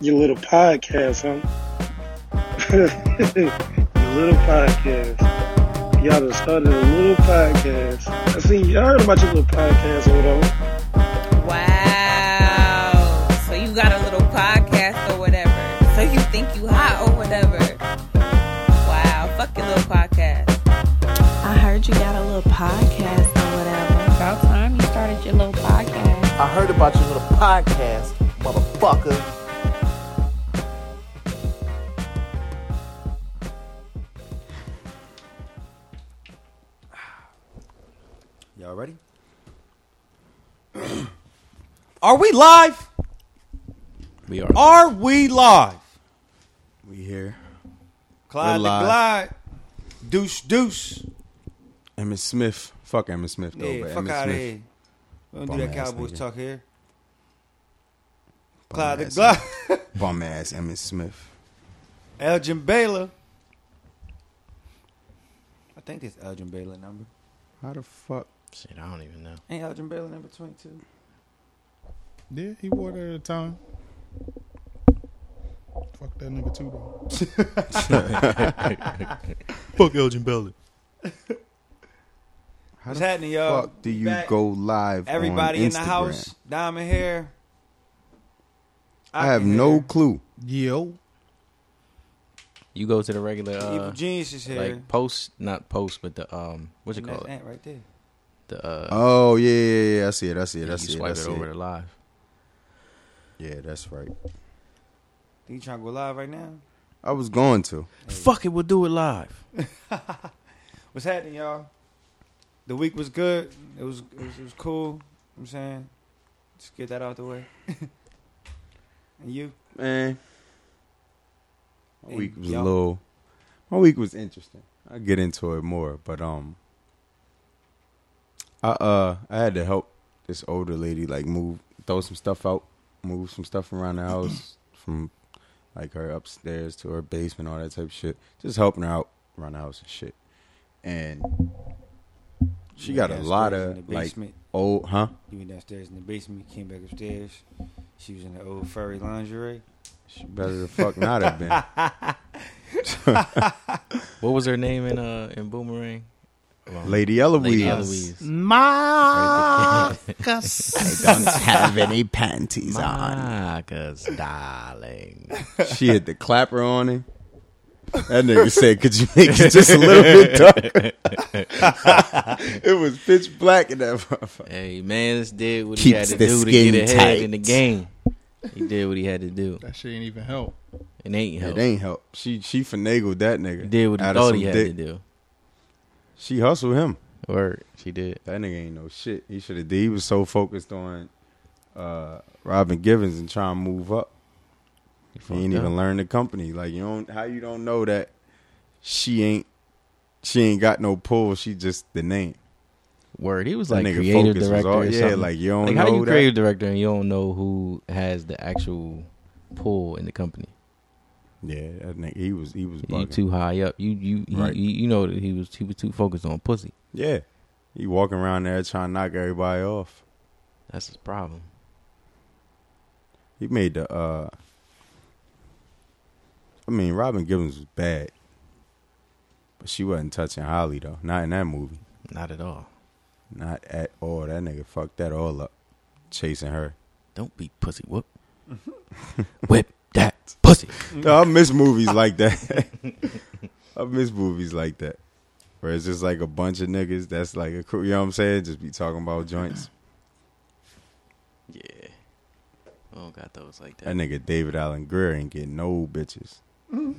Your little podcast, huh? Your little podcast. Y'all done started a little podcast. I seen y'all heard about your little podcast over there. Wow. So you got a little podcast or whatever. So you think you hot or whatever. Wow. Fuck your little podcast. I heard you got a little podcast or whatever. About time you started your little podcast. I heard about your little podcast, motherfucker. Y'all ready? Are we live? We are. Are we live? we here? Clyde the We're live. Glide. Deuce, deuce. Emmett Smith. Fuck Emmett Smith though. Yeah, but fuck Emmett out of Smith. here. We don't Bum do that ass Cowboys nigga. talk here. Clyde the ass Glide. Bum ass Emmett Smith. Elgin Baylor. I think this Elgin Baylor number. How the fuck? Shit, I don't even know. Ain't Elgin Baylor number 22? Yeah, he wore that at a time. Fuck that nigga too, though. Fuck Elgin Baylor. How What's the happening, y'all? fuck do you Uh, Back. go live? on Everybody in the Instagram? house. Diamond hair. I have no clue. Yo. You go to the regular uh, Evil Genius is here. like post, not post, but the um, what you And call that's it? Ant right there. The uh, Oh yeah, yeah, yeah. I see it. I see it. I you see it. I swipe it see over it. to live. Yeah, that's right. Think you trying to go live right now? I was going to. Fuck it, we'll do it live. What's happening, y'all? The week was good. It was it was, it was cool. You know what I'm saying, just get that out the way. and you, Man, my Hey, week was y'all. a little. My week was interesting. I get into it more, but um, I uh I had to help this older lady like move, throw some stuff out, move some stuff around the house from like her upstairs to her basement, all that type of shit. Just helping her out around the house and shit. And she got a downstairs lot in of the like basement. old, huh? You went downstairs in the basement. Came back upstairs. She was in the old furry lingerie. She better the fuck not have been. What was her name in uh in Boomerang? Well, Lady Eloise. Lady Eloise. Marcus. Don't have any panties Marcus, darling. She had the clapper on him. That nigga said, "Could you make it just a little bit darker?" it was pitch black in that motherfucker. hey, Mans did what he Keeps had to the do to get skin ahead in the tight. game. He did what he had to do. that shit ain't even help. It ain't help. It ain't help. She she finagled that He nigga. did what he out of thought some he had dick. to do. She hustled him. Word, she did. That nigga ain't no shit. He should have did. He was so focused on uh, Robin Givens and trying to move up. He ain't even learn the company. Like you don't how you don't know that she ain't she ain't got no pull. She just the name. Word. He was That like nigga creative Focus was director. all- or yeah, something. like, you don't Like, how know you that. creative director and you don't know who has the actual pull in the company. Yeah, that nigga. He was he was You bugging. too high up. You you he- Right. you, you know that he was he was too focused on pussy. Yeah. He walking around there trying to knock everybody off. That's his problem. He made the uh I mean Robin Gibbons was bad. But she wasn't touching Holly though. Not in that movie. Not at all. Not at all. That nigga fucked that all up. Chasing her. Don't be pussy whoop. Whip that pussy. Mm. No, I miss movies like that. I miss movies like that. Where it's just like a bunch of niggas that's like a crew, you know what I'm saying? Just be talking about joints. Yeah. I don't got those like That nigga David Allen Greer ain't getting no bitches. Mm-hmm.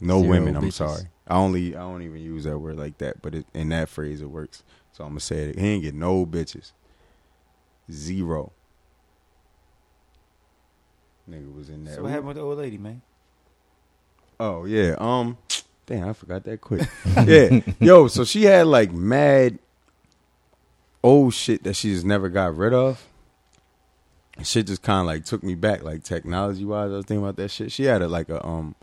No Zero women, I'm bitches. sorry. I only I don't even use that word like that, but it, in that phrase it works. So I'm gonna say it. He ain't get no bitches. Zero. Nigga was in that. So what happened with the old lady, man? Oh yeah. Um. Damn, I forgot that quick. yeah. Yo. So she had like mad old shit that she just never got rid of. And Shit just kind of like took me back, like technology wise. I was thinking about that shit. She had a, like a um,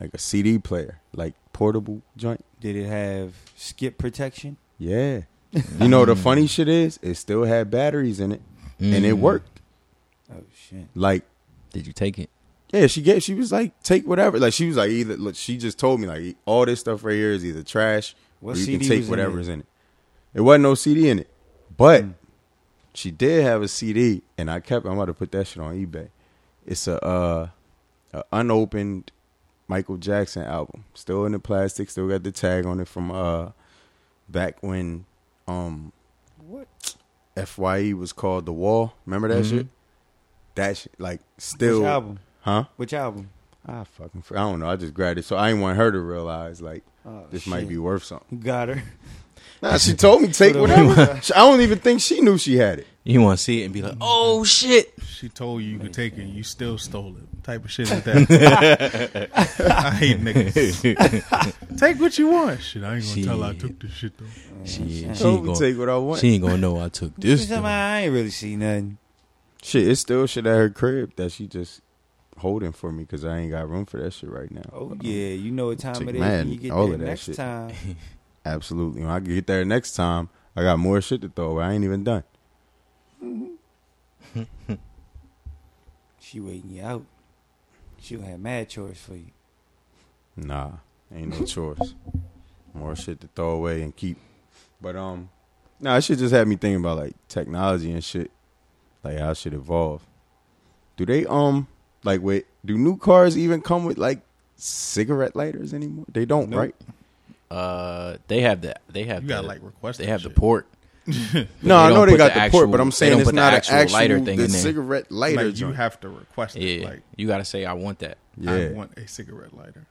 like a CD player, like portable joint. Did it have skip protection? Yeah. You know the funny Mm. shit is, it still had batteries in it, and it worked. Oh shit! Like Did you take it? Yeah, she gave. She was like, take whatever. Like she was like, either. Look, she just told me like, all this stuff right here is either trash What or you CD can was take in whatever it? Mm. is in it. It wasn't no CD in it, but she did have a CD, and I kept. I'm about to put that shit on eBay. It's a, uh, a unopened Michael Jackson album, still in the plastic, still got the tag on it from uh, back when um, What? Mm-hmm. Fye was called the Wall. Remember that Mhm. shit? That shit, like still Which album? huh? Which album? I fucking f- I don't know. I just grabbed it, so I didn't want her to realize like Oh, this might shit. be worth You something. got her. Nah, she told me take Whatever. whatever. She- I don't even think she knew she had it. You want to see it and be like, oh shit. She told you you could take it, and you still stole it. Type of shit like that. I hate niggas. Take what you want. Shit, I ain't gonna tell her I Shit. took this shit though. she, she, told ain't me gonna, take what I want. she ain't gonna know I took This this. though. I ain't really see nothing. shit, it's still shit at her crib that she just holding for me because I ain't got room for that shit right now. Oh yeah, you know what time Take it is. mad when you get all there of that next shit. time. absolutely. When I get there next time, I got more shit to throw. away. I ain't even done. She waiting you out. She gonna have mad chores for you. Nah, ain't no chores. More shit to throw away and keep. But um, nah, it should just have me thinking about like technology and shit, like how shit evolve. Do they um like wait? Do new cars even come with like cigarette lighters anymore? They don't, Nope. right? Uh, they have the they have You the, gotta like request. they that have the shit. port. No, they I don't know they put got the the, actual- port, but I'm they saying don't it's put the not an actual actual lighter thing the in there. cigarette Like lighter. you joint. have to request it. Yeah, Like you gotta say I want that. I yeah, want a cigarette lighter.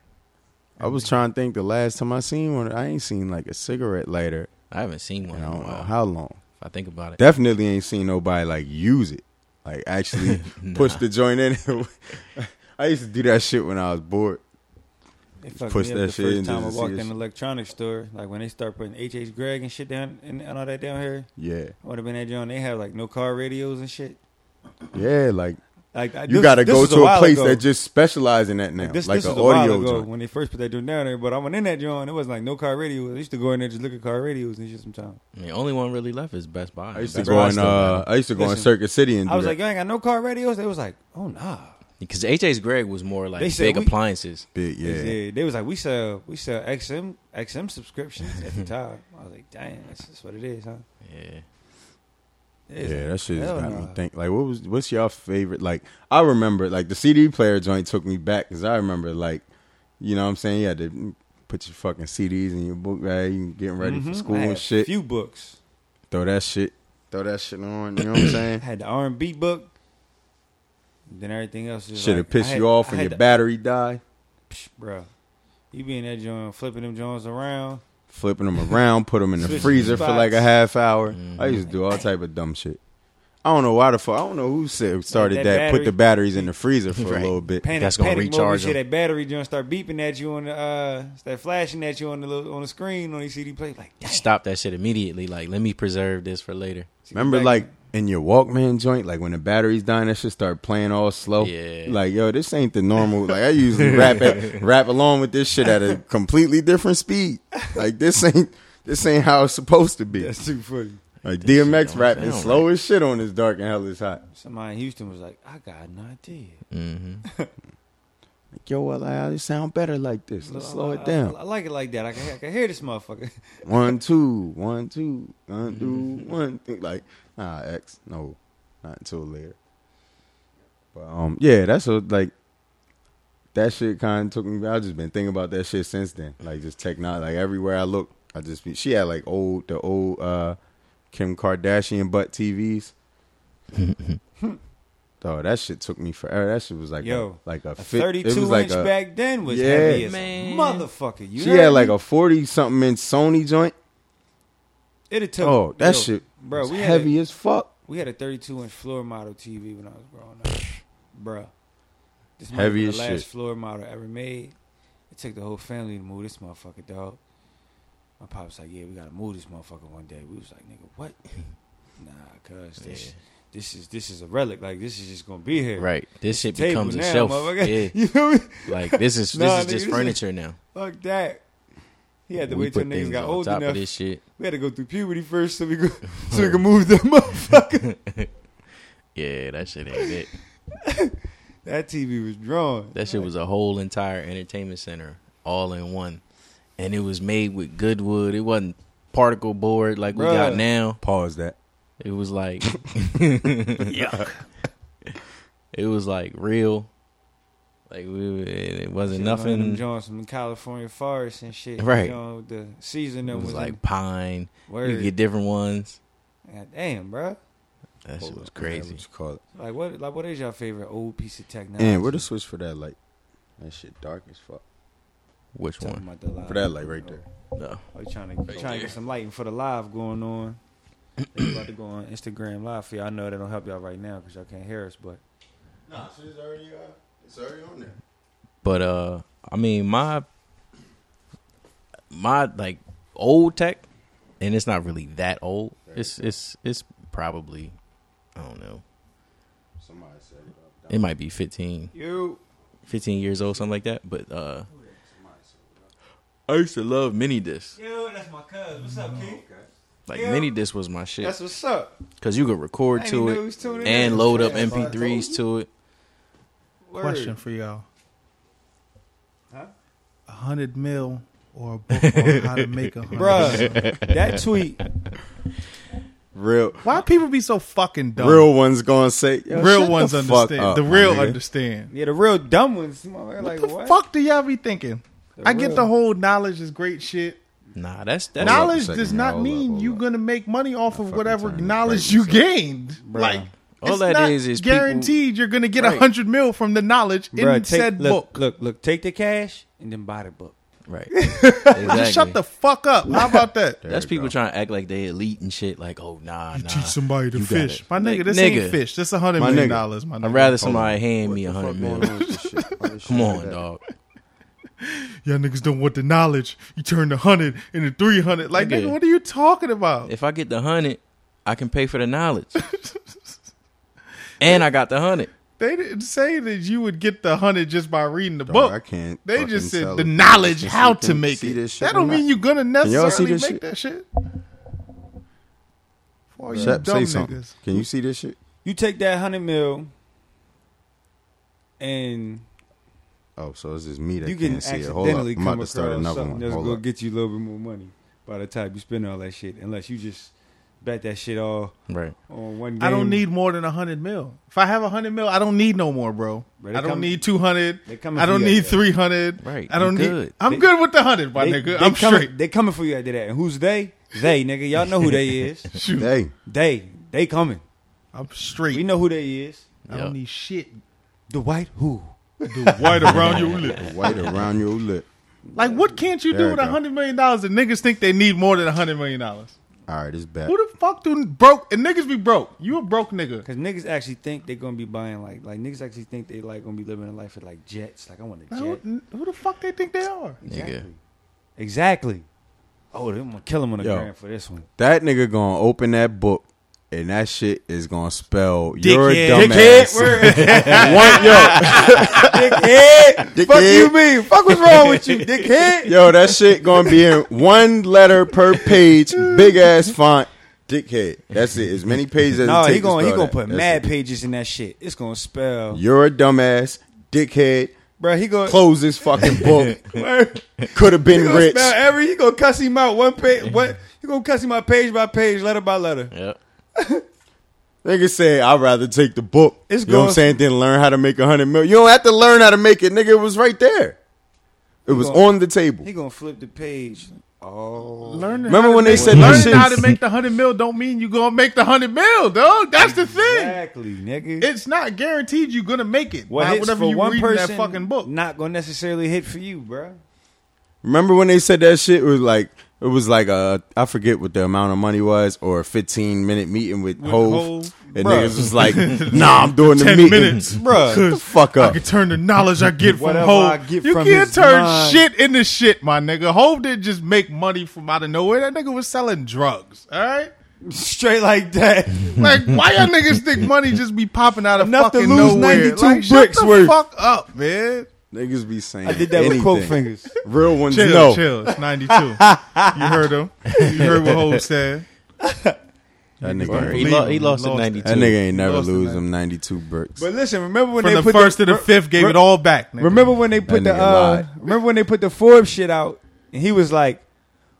I was trying to think the last time I seen one. I ain't seen like a cigarette lighter, I haven't seen one. and I in a don't know while. how long. If I think about it, definitely ain't seen nobody like use it. Like actually push the joint in. I used to do that shit when I was bored. They fucked push me up that the shit in first time I just to see walked in this- an electronics store. Like when they start putting HH Greg and shit down and, and all that down here, Yeah, I would have been at John. They have like no car radios and shit. yeah. Like Like I- you this- got to this go was to a, while place ago. that just specializes in that now, This, like this an was a while audio ago joint. when they first put that joint down there, but I went in that joint. It wasn't like no car radios. I used to go in there just look at car radios and shit sometimes. the only one really left is Best Buy. I used to Best go Buy in. still got Uh, 'em. I used to go in Listen, Circuit City and do I was that. like, you ain't got no car radios. They was like, oh nah. because HA's Greg was more like They said big we- appliances. big, They yeah. said- They was like, we sell we sell XM XM subscriptions at the time. I was like, damn, that's just what it is, huh? Yeah, It is Yeah, like, that shit just hell got me nah. think. Like, what was what's your favorite? Like, I remember like the CD player joint took me back because I remember like, you know, what I'm saying you had to put your fucking CDs in your book bag, you getting ready for Mhm. school I had and shit. A few books. throw that shit, throw that shit on. You know what I'm I saying? had the R and B book. Then everything else is Shit, like, it piss I had- you off I and had your the- battery die. Psh, bro. You be in that joint flipping them joints around. Flipping them around, put them in the Switching freezer for like a spots. half hour. I used to do all type of dumb shit. I don't know why the fuck. I don't know who said started that that. Put battery- the batteries in the freezer for Right. a little bit. Panic, That's gonna panic mode, recharge you See that battery joint start beeping at you on the uh, start flashing at you on the little, on the screen on the CD play. Like, damn. stop that shit immediately. Like, let me preserve this for later. Remember, Back- like in your Walkman joint, like when the batteries dying, that shit start playing all slow. Yeah. Like yo, this ain't the normal. Like I usually rap at, rap along with this shit at a completely different speed. Like this ain't this ain't how it's supposed to be. that's too funny. Like That shit DMX don't rapping sound slow as shit on his dark and hell is hot. Somebody in Houston was like, I got an idea. hmm Like, yo, well, I, it sound better like this. Let's I- slow I- it I, down. I like it like that. I can, I can hear this motherfucker. One, two, one, two, Mm-hmm. one, two, one. Two. Like, nah, X, no, not until later. But um, yeah, that's what like that shit kind of took me. I just been thinking about that shit since then. Like just technology. Like everywhere I look, I just be. She had like old the old uh Kim Kardashian butt TVs. Oh, that shit took me forever. That shit was like Yo, a, like a, A fit- it was thirty-two like inch a- back then was Yeah. heavy as Man. a motherfucker. You she heard had like me? a forty something inch Sony joint. It'd took. Oh, that yo, shit, bro. was we had heavy as fuck. A, we had a thirty-two inch floor model TV when I was growing up, bro. This might Heavy be as the last shit. floor model ever made. It took the whole family to move this motherfucker, dog. My pops like, yeah, we gotta move this motherfucker one day. We was like, nigga, what? Nah, cuz this, this is this is a relic. Like this is just gonna be here. Right. This shit Table becomes a now, shelf. motherfucker. Yeah. You feel me? Like this is Nah, this is just nigga, this is- furniture now. Fuck that. He had to We wait till put niggas things got on old top enough. of this shit. We had to go through puberty first so we could, so we could move the motherfucker. Yeah, that shit ain't it. That TV was drawn. That shit was a whole entire entertainment center all in one. And it was made with good wood. It wasn't particle board like we got Bruh. now. Pause that. It was like Yuck. It was like real. Like we it it wasn't Shit, one of them nothing. joints from California forest and shit. Right. You know, the season It that was was, like pine. in word. You could get different ones. God damn, bro. That shit Hold was up, man, crazy. What you call it? Like what? Like what is your favorite old piece of technology? And where the switch for that light? That shit dark as fuck. Which Talking one? about the live. For that light right there. No. Oh, you trying to you trying to get some lighting for the live going on. They about to go on Instagram live for y'all. I know that don't help y'all right now because y'all can't hear us, but Nah, it's already uh, it's already on there. But uh I mean my my like old tech and it's not really that old. It's it's it's probably I don't know. Somebody said it. It might be 15, you 15 years old something like that, but uh I used to love mini disc. you that's my cousin. What's up, King? Like mini disc was my shit Oh, That's what's up. cuz you could record I didn't to know he was it tuning in. and load up Yeah, MP3s to it. Word. Question for y'all. Huh? A hundred mil or a book on how to make a hundred mil. Bruh, that tweet. Real Why people be so fucking dumb? real ones gonna say yo, real shut ones the fuck understand. up, the my real nigga. understand. Yeah, the real dumb ones. What like, the what? fuck do y'all be thinking? The I get real- the whole knowledge is great shit. Nah, that's Hold that's up a knowledge second does now, not hold up, mean hold you're up. gonna make money off fucking of whatever turn this knowledge right you side. gained. Bruh. Like All it's that not is- is people- guaranteed you're gonna get a Right. hundred mil from the knowledge Bruh, in take- said look, book. Look, look, take the cash and then buy the book. right. exactly. Just shut the fuck up. How about that? There That's you people go. trying to act like they elite and shit. Like, oh nah, nah. somebody to you got it. My nigga, Like, this nigga. ain't fish. This a hundred My million nigga. dollars, my nigga. I'd rather Hold somebody on. hand What me the a hundred fuck mil. going on with this shit? Why this shit Come like on, that? dog. Y'all niggas don't want the knowledge. You turn the hundred into three hundred. Like, Nigga. nigga, what are you talking about? If I get the hundred, I can pay for the knowledge. and I got the hundred. They didn't say that you would get the hundred just by reading the Dog, book. I can't. They fucking just tell said the if knowledge this how shit to can- make see it. this shit That or don't not. mean you're gonna y'all see necessarily make this shit? that shit. For all you Shep, dumb Oh, say something. niggas. Can you see this shit? You take that hundred mil, and Oh, so it's just me that you can can't see it. Hold up, accidentally I'm come about to across start another something one. that's Hold gonna up. get you a little bit more money by the time you spend all that shit. Unless you just bet that shit all Right. on one game. I don't need more than a hundred mil. If I have a hundred mil, I don't need no more, bro. Bro, they I don't come- need two hundred. they coming I for don't you need after that. three hundred. Right, I don't you need. good. I'm uh, They- good with the hundred, my They, nigga. they I'm coming, straight. They coming for you after that. And who's they? They nigga, y'all know who they is. Shoot, Hey, They they coming. I'm straight. We know who they is. I Yeah. don't need shit. The white who? The white around your lip. white around your lip. Like, what can't you There do with it a go. hundred million dollars? And niggas think they need more than a hundred million dollars. All right, it's back. Who the fuck do broke and niggas be broke? You a broke nigga. Cause niggas actually think they gonna be buying like like niggas actually think they like gonna be living a life with like jets. Like I want a Who, jet. who the fuck they think they are? Exactly. Exactly. Oh, I'm gonna kill him on a Yo. grand for this one. That nigga gonna open that book and that shit is gonna spell you're a Dickhead. dumbass. dickhead. Fuck Dickhead. you mean? Fuck what's wrong with you, dickhead? Yo, that shit gonna be in one letter per page, big ass font. Dickhead. That's it. As many pages as No, it he takes to gonna he spell gonna that. put That's mad it. pages in that shit. It's gonna spell, You're a dumbass. Dickhead. bro. He gonna Close this fucking book. Word. Could have He been gonna rich. spell every. He gonna cuss him out one page. What? He gonna cuss him out page by page, letter by letter. Yep. Nigga say, I'd rather take the book. It's you know what I'm going- saying? Then learn how to make a hundred million. You don't have to learn how to make it, nigga. It was right there. It was gonna- on the table. He gonna flip the page. Oh, Learning Remember how to when they make- said learning that how shit's- to make the hundred mil don't mean you gonna make the hundred mil, dog. That's the thing. exactly, nigga. It's not guaranteed you gonna make it. what by hits whatever for you one read in that person fucking book. not gonna necessarily hit for you, bro. Remember when they said that shit was like it was like a I forget what the amount of money was or a 15 minute meeting with, With Hove, Hove. and Bruh. niggas was like, Nah, I'm doing the 10 meeting, minutes. Bruh, Shut the fuck I up. can turn the knowledge I get from Whatever Hove. I get you from can't his turn mind. shit into shit, my nigga. Hove didn't just make money from out of nowhere. That nigga was selling drugs. All right. Straight like that. Like, why y'all niggas think money just be popping out of Enough to fucking lose nowhere? 92 like, bricks shut the worth. fuck up, man. Niggas be saying I did that with quote anything. fingers. Real ones Chill, know. chill. It's 92. you heard him. You heard what Hove said. That nigga- Word. He, Believe lo- him, he lost in lost it. '92. That nigga ain't never Lost lose tonight. them 92 bricks. But listen, remember when From they the put first to the fifth, gave it all back. Nigga. Remember when they put the nigga uh, lied. remember when they put the Forbes shit out, and he was like,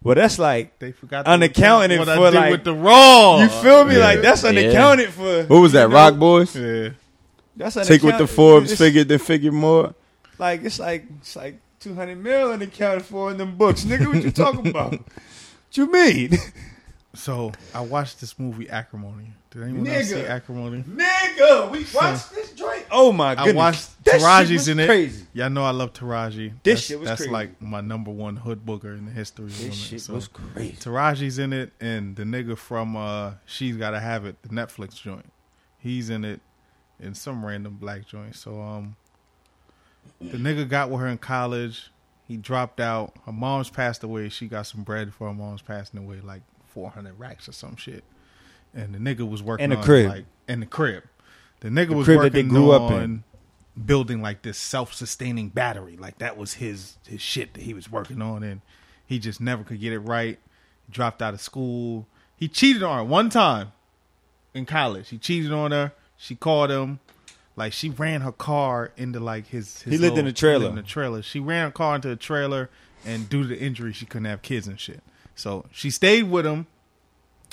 "Well, that's like they forgot unaccounted what I for, did like- with the raw. you feel me? yeah. Like that's Yeah. unaccounted for. Who was that? You know? Rock Boys? Yeah. That's Take with the unaccounted- Forbes it's figure, then figure more. Like it's like it's like two hundred mil unaccounted for in them books, nigga. What you talking about? What you mean, So I watched this movie Acrimony. Did anyone Nigga. else see Acrimony? nigga? We watched this joint. Oh my I goodness! watched That shit Taraji's was in it. Crazy. Y'all know I love Taraji. This that's, shit was That's crazy. like my number one hood booger in the history. of women. This shit So, was crazy. Taraji's in it, and the nigga from uh, She's Gotta Have It, the Netflix joint. He's in it, in some random black joint. So um, the nigga got with her in college. He dropped out. Her mom's passed away. She got some bread for her mom's passing away, like four hundred racks or some shit. And the nigga was working In the on, crib. like in the crib. The nigga was crib that working they grew up on in. building like this self-sustaining battery like that was his his shit that he was working on and he just never could get it right dropped out of school he cheated on her one time in college he cheated on her she called him like she ran her car into like his, his He lived in a trailer. lived in a trailer she ran her car into a trailer and due to the injury she couldn't have kids and shit so she stayed with him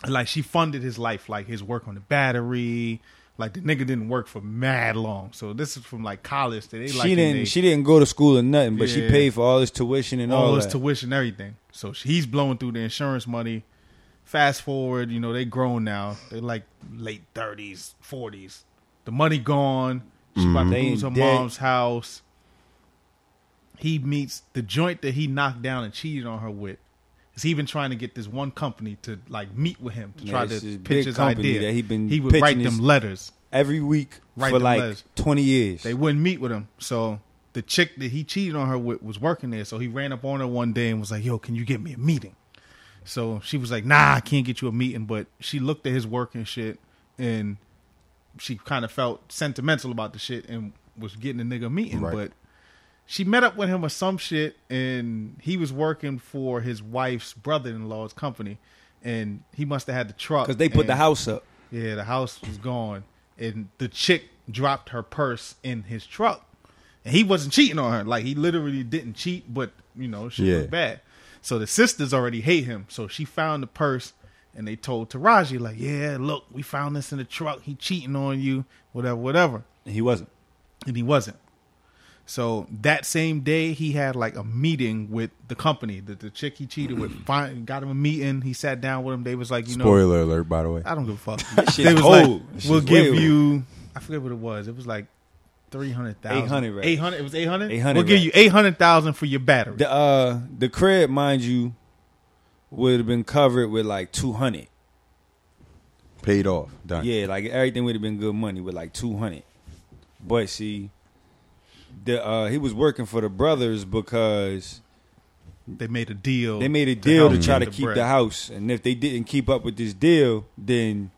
like she funded his life, like his work on the battery. Like the nigga didn't work for mad long. So this is from like college. That they like she in didn't. they- She didn't go to school or nothing, but she Yeah. paid for all his tuition and all, all his that. tuition, everything. So she- he's blowing through the insurance money. Fast forward, you know they grown now. They like late thirties, forties. The money gone. She about to Mm-hmm. They lose her ain't dead. mom's house. He meets the joint that he knocked down and cheated on her with. Is he been trying to get this one company to like meet with him to Yeah, try this to is pitch big his company idea? that he been he would write pitching them his- letters. Every week Right for to like left. twenty years. They wouldn't meet with him. So the chick that he cheated on her with was working there. So he ran up on her one day and was like, "Yo, can you get me a meeting?" So she was like, "Nah, I can't get you a meeting." But she looked at his work and shit, and she kind of felt sentimental about the shit and was getting a nigga a meeting. Right. But she met up with him or some shit, and he was working for his wife's brother-in-law's company, and he must have had the truck because they put the and- house up. yeah, the house was gone, and the chick dropped her purse in his truck, and he wasn't cheating on her. Like he literally didn't cheat, but you know she Yeah. was bad. So the sisters already hate him. So she found the purse, and they told Taraji like, "Yeah, look, we found this in the truck. He cheating on you, whatever, whatever." And he wasn't. and he wasn't. So that same day, he had like a meeting with the company, the, the chick he cheated with. Find, got him a meeting. He sat down with him. They was like, you know, Spoiler alert, by the way. I don't give a fuck. That shit's they was old. like, That we'll shit's give way you. I forget what it was. It was like three hundred thousand. 800 racks. Eight hundred. It was eight hundred. 800 We'll give racks. you eight hundred thousand for your battery. The uh the crib, mind you, would have been covered with like two hundred. Paid off. Done. Yeah, like everything would have been good money with like two hundred. But see, the uh he was working for the brothers because they made a deal. they made a deal help to try to get keep bread. the house, and if they didn't keep up with this deal, then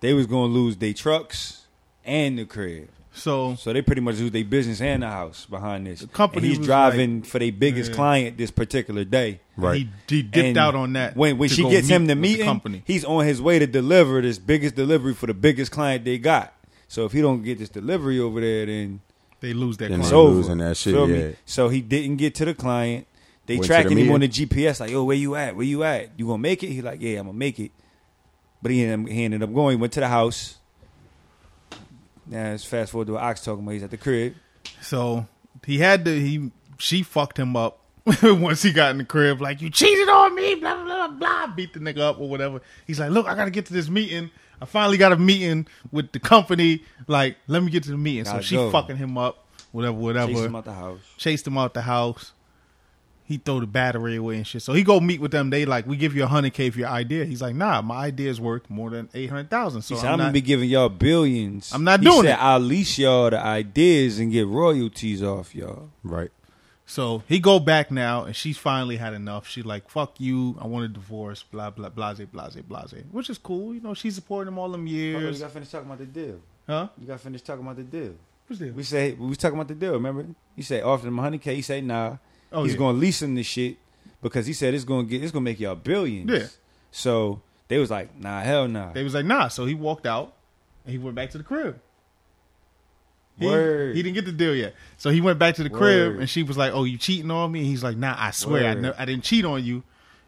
they was gonna lose their trucks and the crib. So So they pretty much lose their business and the house behind this. The company he's was driving for their biggest Yeah. client this particular day. Right. he, he dipped And out on that. When when to she go gets him the with meeting, company. he's on his way to deliver this biggest delivery for the biggest client they got. So if he don't get this delivery over there, then They lose that. Then client. it's they over. losing that shit, Feel yeah. me? So he didn't get to the client. They Went to the tracking him meeting. on the GPS, like, yo, where you at? Where you at? You gonna make it? He like, yeah, I'm gonna make it. But he ended up, he ended up going. Went to the house. Now it's fast forward to what Ox talking about. He's at the crib. So he had to. He she fucked him up once he got in the crib. Like you cheated on me, blah blah blah blah. Beat the nigga up or whatever. He's like, look, I gotta get to this meeting. I finally got a meeting with the company. Like, let me get to the meeting. so Gotta she go. fucking him up, whatever, whatever. Chased him out the house. chased him out the house. He throw the battery away and shit. So he go meet with them. They like, we give you a hundred k for your idea. He's like, nah, my idea is worth more than eight hundred thousand. So He said, I'm, I'm, not, gonna be giving y'all billions. I'm not He doing said, it. I'll lease y'all the ideas and get royalties off y'all. Right. So he go back now, and she's finally had enough. She like, fuck you, I want a divorce, blah blah blase blase blase, which is cool. You know, she's supporting him all them years, finish talking about the deal. huh? You gotta finish talking about the deal. What's that? We say we was talking about the deal. Remember? You say offered him 100k. He say nah. Oh, he's yeah. gonna lease him this shit because he said it's gonna get it's gonna make y'all billions. Yeah. So They was like, nah, hell nah. They was like, nah. So he walked out and he went back to the crib. He, Word. he didn't get the deal yet. So he went back to the crib Word. and she was like, Oh, you cheating on me? And he's like, Nah, I swear I, Word. ne- I didn't cheat on you.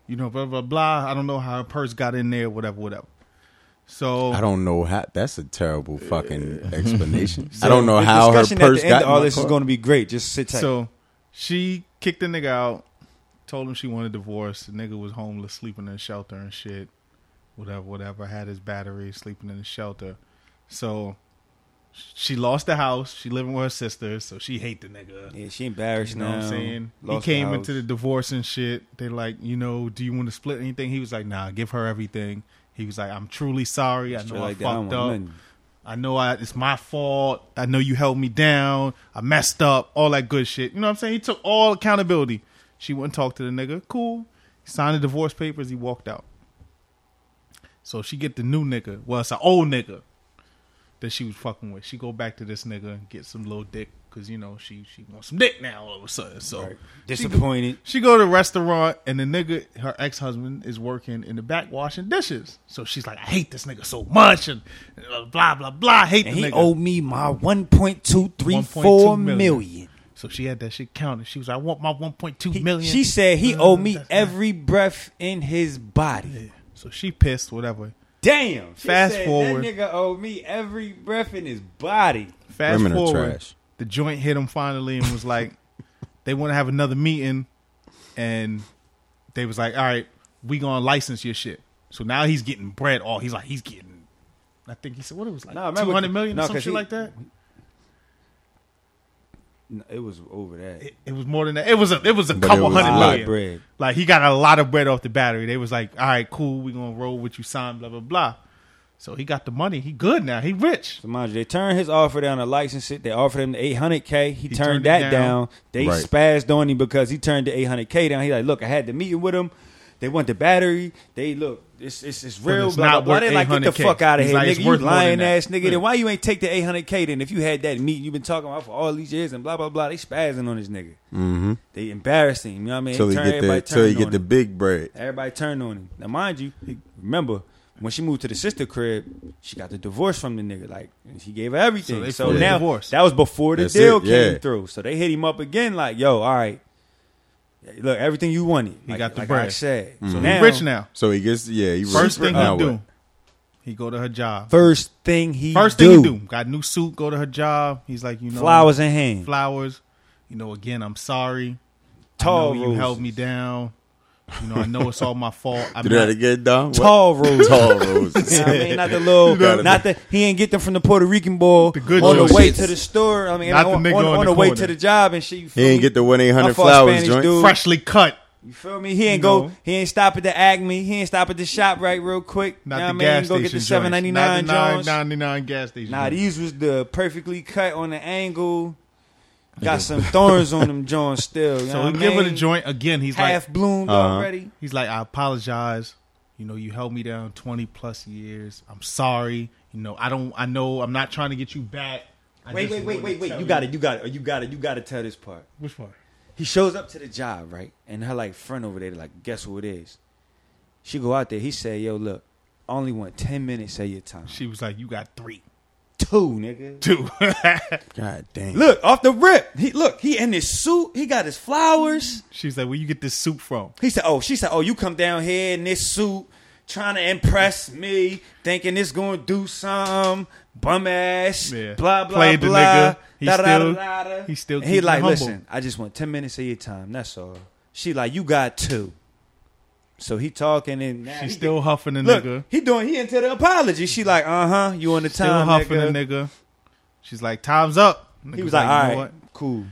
You know, blah, blah, blah. I don't know how her purse got in there, whatever, whatever. So I don't know how. That's a terrible fucking explanation. I don't know The how her discussion at the purse end got. of all in my this is car. going to be great. Just sit tight. So she kicked the nigga out, told him she wanted a divorce. The nigga was homeless, sleeping in a shelter and shit. Whatever, whatever. Had his battery, sleeping in the shelter. So she lost the house. She living with her sister, so she hate the nigga. yeah, she embarrassed You know what now. I'm saying? Lost he came house. into the divorce and shit. They like, you know, do you want to split anything? He was like, nah, give her everything. He was like, I'm truly sorry. I Straight know I like that, I don't fucked want up. nothing. I know I, it's my fault. I know you held me down. I messed up. All that good shit. You know what I'm saying? He took all accountability. She went and talked to the nigga. Cool. He signed the divorce papers. He walked out. So she get the new nigga. Well, it's an old nigga that she was fucking with. She go back to this nigga and get some little dick because you know she she wants some dick now all of a sudden. So Right. Disappointed. she go to the restaurant and the nigga, her ex husband, is working in the back washing dishes. So she's like, I hate this nigga so much and uh, blah blah blah. I hate And the he nigga. owed me my one point two three four 1.2 million. million. So she had that shit counted. She was like, I want my one point two He- million. She said he Uh, owed me that's not- every breath in his body. So she pissed, whatever. Damn. She Fast said, forward. That nigga owed me every breath in his body. Fast Women are forward, trash. the joint hit him finally and was like, they want to have another meeting, and they was like, all right, we gonna license your shit. So now he's getting bread. All he's like, he's getting. I think he said what it was like Nah, I remember- two hundred million nah, or some 'cause shit he- like that. No, It was over that. It, it was more than that. It was a it was a But it couple was hundred a lot million. of bread. Like he got a lot of bread off the battery. They was like, all right, cool, we gonna roll with you, sign, blah blah blah. So he got the money. He good now. He rich. So mind you, they turned his offer down to license it. They offered him the 800K. He, turned, turned it that down. down. They Right. spazzed on him because he turned the 800K down. He like, look, I had the meeting with him. They want the battery. They look, it's it's, it's real. it's blah, not blah, blah. worth They like, get the 800K. fuck out of He's here, like, nigga. it's You worth more than lying that. ass nigga. Yeah. Then why you ain't take the 800K then? If you had that meeting you've been talking about for all these years and blah blah blah. They spazzing on this nigga. Mm-hmm. They embarrassing. You know what I mean? Till he Turn- get the everybody till he turning get on the him. big bread. Everybody turned on him. Now, mind you, remember when she moved to the sister crib, she got the divorce from the nigga. Like and she gave her So everything. they So, fully now divorced. that was before the That's deal it, came yeah. through. So they hit him up again. Like, yo, all right, look, everything you wanted. He like, got the like bread. I said. Mm-hmm. So He rich now. So he gets yeah. He First rich. thing Now he what? do, he go to her job. First thing he First thing he do, got a new suit. Go to her job. He's like, you know, flowers in hand, flowers. You know, again, I'm sorry. Tall I know you roses. held me down. You know, I know it's all my fault. I'm Do that not- again, Dom. What? tall roses. Tall roses. You know what I mean? Not the little, gotta not the. He ain't get them from the Puerto Rican boy The good on the little way shits. to the store. I mean, Not the on, nigga on- on on the the way corner. to the job and shit. You He feel ain't me? get the one eight My hundred fault, flowers Spanish joint. dude. freshly cut. You feel me? He ain't You go. know. He ain't stop at the Acme. He ain't stop at the shop right real quick. Know Not the what I mean? gas go station. get the joints. seven ninety nine Not the Jones. 9.99 gas station. Nah, joints. these was the perfectly cut on the angle. Got some thorns on them Jones still. You know so what he I give her the mean? joint again. He's like, uh, half bloomed Uh-huh. already. He's like, I apologize. You know, you held me down 20 plus years. I'm sorry. You know, I don't, I know, I'm not trying to get you back. I Wait, just wait, wait, wanted wait, to wait. tell You got it. You got it. You got it. You got to tell this part. Which part? He shows up to the job, right? And her like friend over there, like, guess who it is? She go out there. He said, "Yo, look, I only want ten minutes of your time. She was like, You got three. Two, nigga. Two. God damn. Look off the rip. He look. He in his suit. He got his flowers. She's like, Where you get this soup from? He said, "Oh, she said, oh, you come down here in this suit, trying to impress me, thinking it's gonna do some bum ass, Yeah. blah blah Played the blah." nigga. He da, da, da, still- da, da, da. he still And he keeping like, humble. listen, I just want ten minutes of your time. That's all. She like, you got two. So he talking and now She's he still huffing the get- look, nigga. he doing he into the apology. She like, uh huh, you on the Still time, huffing nigga. the nigga. She's like, Time's up. He Nigga's was like, "You all know what? right, cool.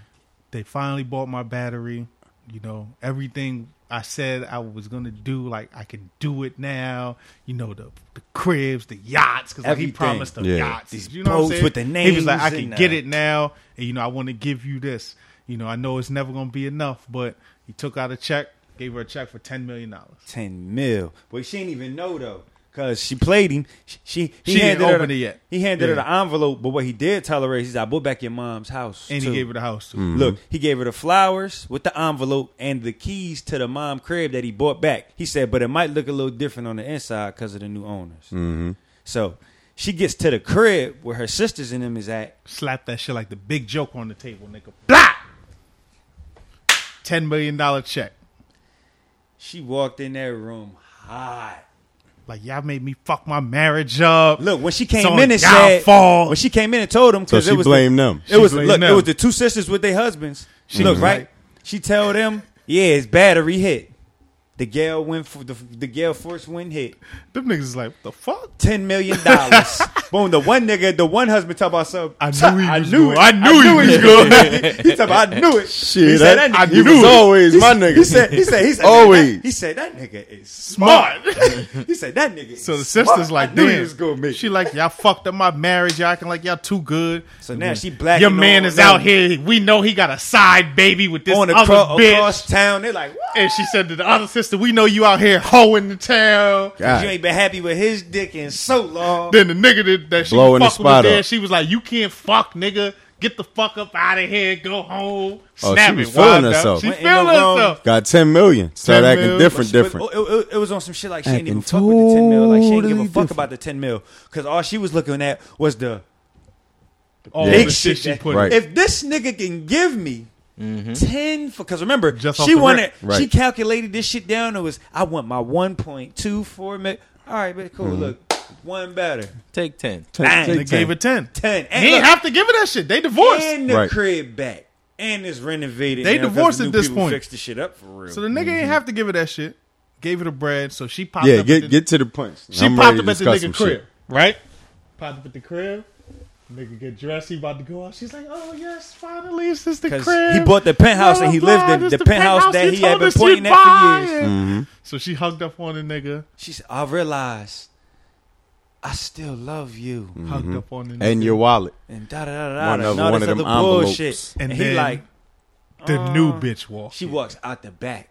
They finally bought my battery. You know, everything I said I was going to do, like, I can do it now. You know, the, the cribs, the yachts, because like, he Everything. promised the Yeah. yachts. These you know what I'm boats saying? with the He was like, I names can and, get uh, it now. And, you know, I want to give you this. You know, I know it's never going to be enough, but he took out a check, gave her a check for $10 million. Ten mil. But she ain't even know though. Cause she played him. She, she he She didn't handed her open the- it yet. He handed her Yeah. the envelope, but what he did tell her is, he's like, "We're back at mom's house." and too." he gave her the house too. Look, he gave her the flowers with the envelope and the keys to the mom crib that he bought back. He said, but it might look a little different on the inside because of the new owners. Mm-hmm. So she gets to the crib where her sisters and them is at. Slap that shit like the big joke on the table, nigga. Blah. Ten million dollar check. She walked in that room hot. Like y'all made me fuck my marriage up. Look, when she came It's on in and y'all said, fault. when she came in and told them, So because she it was blamed the, them. It was blamed look, it them. was the two sisters with their husbands. She look was right. like- She tell them, yeah, it's battery hit. The gale went for the the gale force wind hit. them niggas is like, what the fuck? ten million dollars. Boom! The one nigga, the one husband, talk about something. I knew Tuh, he I was knew good. it. I knew he was good. he talk about I knew it. Shit, he said that- that, nigga, I knew it. Always He my said- nigga. He said, he said, he said, Always. He said that nigga is smart. Smart. he said that nigga. Is So the sister's smart. I like, knew damn. he was gonna make. She like, y'all fucked up my marriage. Y'all acting like y'all too good. So now she black. Your man is out here. We know he got a side baby with this on other across, bitch. across town. They're like, what? And she said to the other sister, "We know you out here hoeing the town." you God. ain't been happy with his dick in so long. Then the nigga that, that she Blowing the fucked spot with there, up. she was like, "You can't fuck, nigga. Get the fuck up out of here. Go home." Oh, Snap she was it. feeling Wild out. herself. She Went in feeling the wrong- herself. Got 10 million. Start 10 acting million. different, But- different. It, it- it was on some shit like she didn't even Acting fuck with the ten mil. Like she didn't give a totally fuck about the ten mil because all she was looking at was the All big the shit she that- put. Right. Right. If this nigga can give me ten, because remember Just off she the rip. wanted, she Right. calculated this shit down. It was I want my one point two four mil. All right, but Mm-hmm. cool. Look, one better Take ten. Bang. They gave her ten. ten. He And, ain't look, have to give her that shit. They divorced. and the Right. crib back, and it's renovated. They now 'cause divorced the at new this people point. Fixed the shit up for real. So the nigga ain't have to give her that shit. Gave her the bread, so she popped Mm-hmm. Yeah, up. get at the, get to the punch. she I'm popped ready up to at the discuss nigga some crib, shit. right? Popped up at the crib. Nigga get dressed. He about to go out. She's like, "Oh yes, finally, it's just the crib." Because he bought the penthouse and he Blah, blah, lived in this the, penthouse, you that he had told been us pointing you at for years. buying. Mm-hmm. So she hugged up on the nigga. She said, I realized I still love you. Hugged up on the nigga. Mm-hmm. And your wallet. And da da da da. One and of- all one this of them other bullshit. envelopes. And, And he then- like, the Uh. new bitch walk. she walks out the back.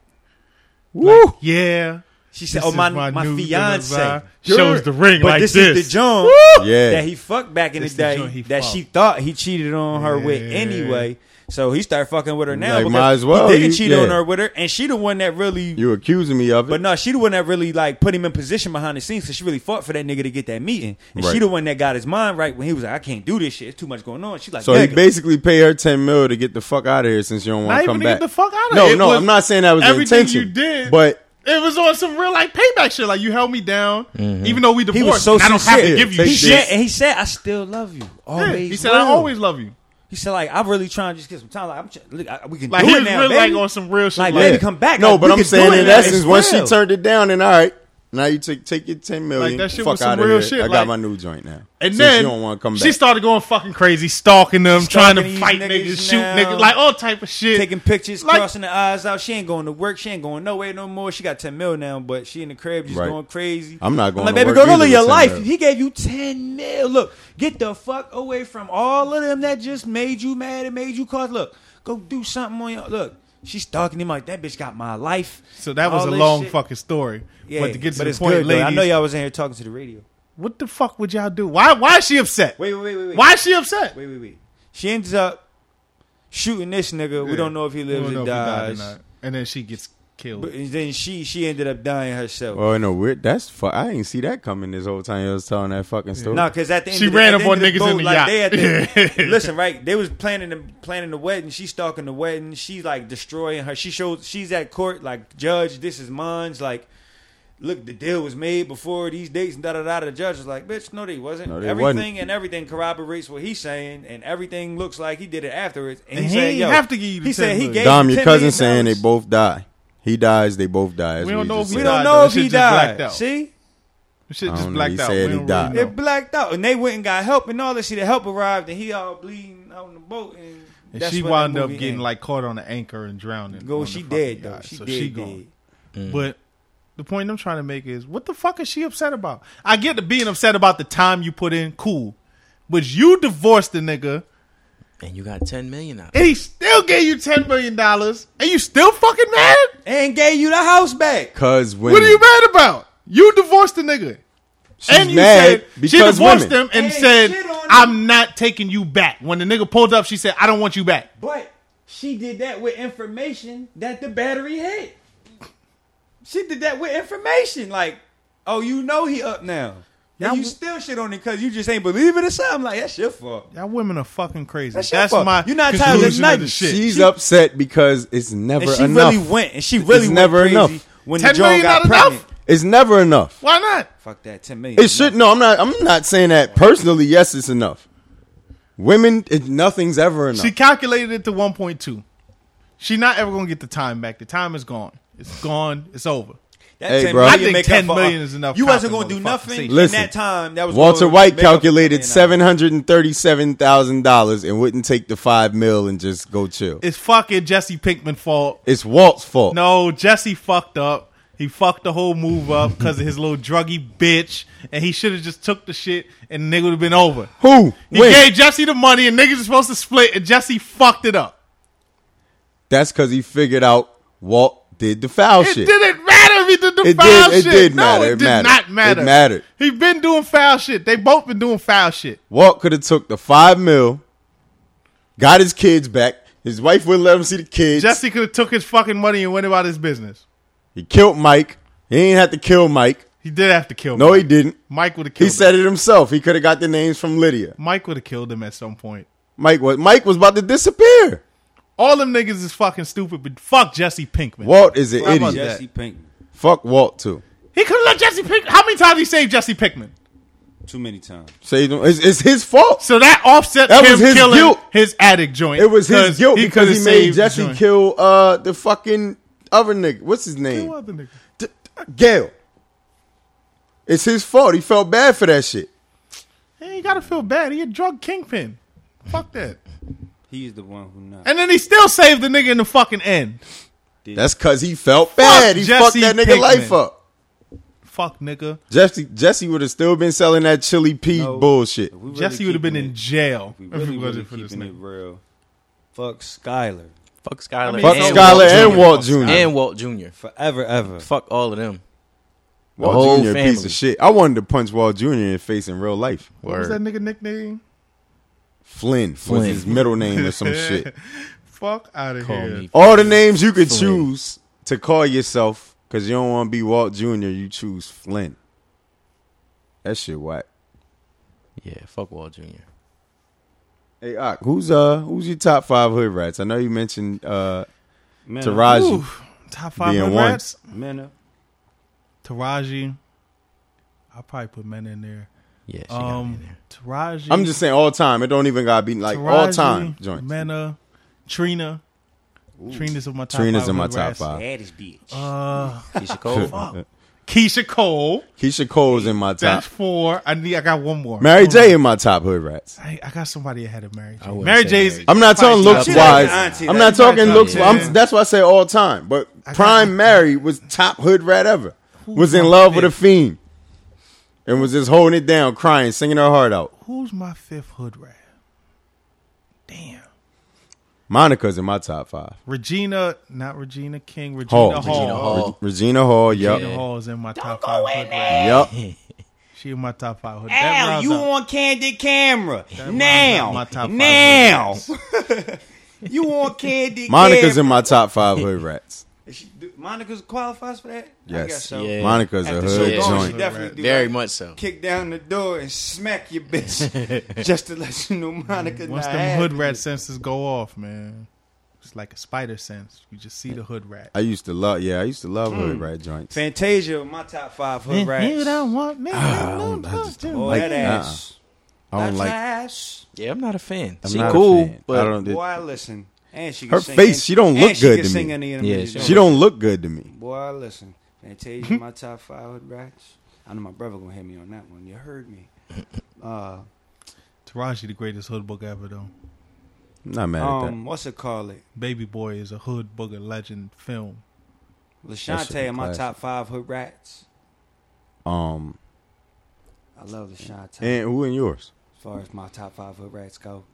Woo! Yeah. She said, This "Oh my, is my my, new fiance design. Shows the ring but like this, this. is the John Yeah. that he fucked back in This the the day joint he that fucked. she thought he cheated on her with Yeah. anyway. So he started fucking with her now Like, because might as well. he didn't You- cheat yeah. on her with her, and she the one that really You accusing me of it. But no, she the one that really like put him in position behind the scenes because she really fought for that nigga to get that meeting, and she Right. the one that got his mind right when he was like, "I can't do this shit. It's too much going on." She's like, so he "Nigga." basically pay her 10 mil to get the fuck out of here since you don't want Not to come even to back. get the fuck out of no, here. It no, was I'm not saying that was the everything you intention. did. But It was on some real like payback shit. Like you held me down, even though we divorced. Mm-hmm. he was so and I don't have sincere. to give you he Take said, shit. and he said, "I still love you. Yeah, Always." He said, "I will." always love you." He said, "Like I'm really trying to just get some time. Like I'm, tr- look, I, we can Like do he it was now, really baby. like on some real shit. Like, Like, baby, come back. no, Like, but we I'm can do saying it in now. essence, It's once she real. turned it down, then all right. Now you take take your ten million. Like, that shit fuck was some out of real here. shit, I like- got my new joint now. and Since then you don't want to come back. she started going fucking crazy, stalking them, Stalking trying these to fight niggas niggas, shoot now. niggas, like all type of shit. taking pictures, Like- crossing the eyes out. She ain't going to work. She ain't going nowhere no more. She got ten mil now, but she in the crib just Right. going crazy. I'm not going like, to baby, work go either live your with 10 life. mil. He gave you ten mil. Look, get the fuck away from all of them that just made you mad and made you cause. Look, go do something on your look. She's stalking him like that bitch got my life. so that was All a this long shit. fucking story. Yeah, but to get to the it's point, good, though. ladies, I know y'all was in here talking to the radio. what the fuck would y'all do? Why? Why is she upset? Wait, wait, wait, wait, wait. Why is she upset? Wait, wait, wait. She ends up shooting this nigga. We Yeah. don't know if he We don't lives know or if he died or dies. not. And then she gets killed. But then she she ended up dying herself. Oh no, weird. That's fu- I ain't see that coming this whole time. You was telling that fucking story. No, because at the end She of the, ran at up the end on of the niggas in boat, the like, yacht. They at the, listen, right? They was planning the planning the wedding. She's stalking the wedding. She's like destroying her. She shows she's at court like judge. This is mine's. Like, look, the deal was made before these dates. and Da da da. The judge is like, bitch, no, they wasn't. No, they everything wasn't. and everything corroborates what he's saying, and everything looks like he did it afterwards. And, And he he said, ain't yo, have to give you the he said 10 he million. gave Dom, you 10 your cousin million saying they dollars. both die. He dies, they both die. That's We what don't he know just if We he said. don't died, know though. if That shit he just blacked died. out. See. Shit I just don't know. He blacked out. said We he don't died. really It know. blacked out, and they went and got help and all this shit. The help arrived, and he all bleeding out on the boat, and, And that's she when the wound up movie getting ended. like caught on an anchor and drowning. Go, on she the fucking dead though. yacht. She So dead. she dead. gone. Mm. But the point I'm trying to make is, what the fuck is she upset about? I get the being upset about the time you put in, cool. But you divorced the nigga, And you got ten million out. and he still gave you ten million dollars, and you still fucking mad? And gave you the house back. Cause when What are you mad about? You divorced the nigga. She's and you mad said because she divorced women. him and Ain't said, shit on "I'm not taking you back." When the nigga pulled up, she said, "I don't want you back." But she did that with information that the battery hit. She did that with information. Like, oh, you know he up now. Y'all And you w- still shit on it because you just ain't believe it or something. Like, that's your fault. Y'all women are fucking crazy. That's That's, your fault. my You're not tired of conclusion nothing. the shit. She's She- upset because it's never And she enough. really went. And she really went never crazy enough. when the Ten Joan million got not enough? pregnant. it's never enough. Why not? Fuck that. 10 million. It should no. I'm not. I'm not saying that personally. Yes, it's enough. Women, it, nothing's ever enough. She calculated it to 1.2. She not ever gonna get the time back. The time is gone. It's gone. It's over. That Hey, 10 bro. million I think make up 10 for- million is enough You wasn't cop going to do in nothing motherfucking Listen, in that time. That was Walter gonna White make up for $10 calculated million. seven hundred and thirty-seven thousand dollars and wouldn't take the five mil and just go chill. It's fucking Jesse Pinkman fault. It's Walt's fault. No, Jesse fucked up. He fucked the whole move up because of his little druggy bitch, and he should have just took the shit, and the nigga would have been over. Who? He When? gave Jesse the money, and niggas are supposed to split, and Jesse fucked it up. That's because he figured out Walt did the foul It Oh, shit. didn't matter if he did the It foul did- it shit. did no, matter. it It did mattered. not It matter. mattered. He been doing foul shit. They both been doing foul shit. Walt could have took the five mil, got his kids back. His wife wouldn't let him see the kids. Jesse could have took his fucking money and went about his business. he killed Mike. He ain't had to kill Mike. He did have to kill. No, Mike. he didn't. Mike would have He killed. said him. it himself. He could have got the names from Lydia. Mike would have killed him at some point. Mike was Mike was about to disappear. All them niggas is fucking stupid, but fuck Jesse Pinkman. Walt is an How about idiot. that? Jesse Pinkman. Fuck Walt too. He could have let Jesse Pinkman. How many times he saved Jesse Pinkman? Too many times. Saved him. It's, it's his fault. So that offset That him was his killing guilt. his addict joint. It was his 'cause guilt because coulda he made saved Jesse the joint. kill uh the fucking other nigga. What's his Who name? other nigga? D- D- Gail. It's his fault. He felt bad for that shit. Hey, you gotta feel bad. He a drug kingpin. Fuck that. He's the one who not. And then he still saved the nigga in the fucking end. That's cause he felt bad. he Jesse fucked that nigga Pinkman. life up. Fuck nigga. Jesse Jesse would have still been selling that chili pea No. bullshit. If we really Jesse would have been keeping in it- jail if we if really, it really wasn't for this keeping it nigga. real. Fuck Skyler. Fuck Skyler. mean, Fuck And Skylar Walt and Jr. Walt Jr. Fuck And Walt Jr. Forever, ever. Fuck all of them. The Walt whole Jr. a piece family. of shit. I wanted to punch Walt Jr. in the face in real life. What was that nigga nickname? Flynn, Flynn. was his middle name or some shit. Fuck out of Call here. me. All the names you could Flynn. choose to call yourself because you don't want to be Walt Jr. You choose Flynn. That shit whack. Yeah, fuck Walt Jr. Hey, Ock, who's uh who's your top five hood rats? I know you mentioned uh Man, Taraji. Oof. Top five Being hood one. rats. Man, uh, Taraji. I'll probably put men in there. Yeah, she got me Um, in there. Taraji. I'm just saying all time. It don't even gotta be like all Taraji, time joints. Mena, Trina. Trina's in my top Trina's five. in my hood top rats. five. baddest bitch. Uh, Keisha Cole. Keisha Cole. Keisha Cole's in my top. That's four. I need. I got one more. Mary Hold on. J in my top hood rats. I, I got somebody ahead of Mary J. I wouldn't Mary say J's. Mary J. I'm not talking looks She like wise. an auntie, I'm like not you talking might looks. tell I'm- me. that's why I say all time. But got- Prime Mary was top hood rat ever. Was in my love with a fifth? fiend, and was just holding it down, crying, singing her heart out. Who's my fifth hood rat? Damn. Monica's in my top five. Regina, not Regina King. Hall, Regina Hall. Regina Regina Hall, Hall. Oh. Re- Regina Hall. Yup. Yeah. is in my top five hood rat. Yup. She in my top five hood rat. That Al, rounds you out- on candid camera that now? rounds out my top five now, hood rats. you on candid? Monica's in camera. my top five hood rats. Monica's qualifies for that. I Yes. guess so. Yeah. Monica's a After hood so long, joint. she definitely do Very that. much so. Kick down the door and smack your bitch just to let you know Monica. Once not them happy. hood rat senses go off, man, it's like a spider sense. You just see the hood rat. I used to love. Yeah, I used to love hood Hmm. rat joints. Fantasia, my top five hood You rats. don't want me. Ah, I don't- no, I just don't Boy, like- that ass. I don't That like. ass. Yeah, I'm not a fan. I'm she not a cool, fan. but I don't. Boy, I listen. And she can Her sing face, any- she don't and look she good can to sing me. Any Yeah, yeah, she She don't look good to me. Boy, listen. Fantasia, my top five hood rats. I know my brother gonna hit me on that one. You heard me. Uh, Taraji, the greatest hood book ever, though. I'm not mad at that. um, what's it called? It Baby Boy is a hood booger legend film. shit be Lashante, my classic. top five hood rats. Um, I love Lashante. and who in yours? as far as my top five hood rats go.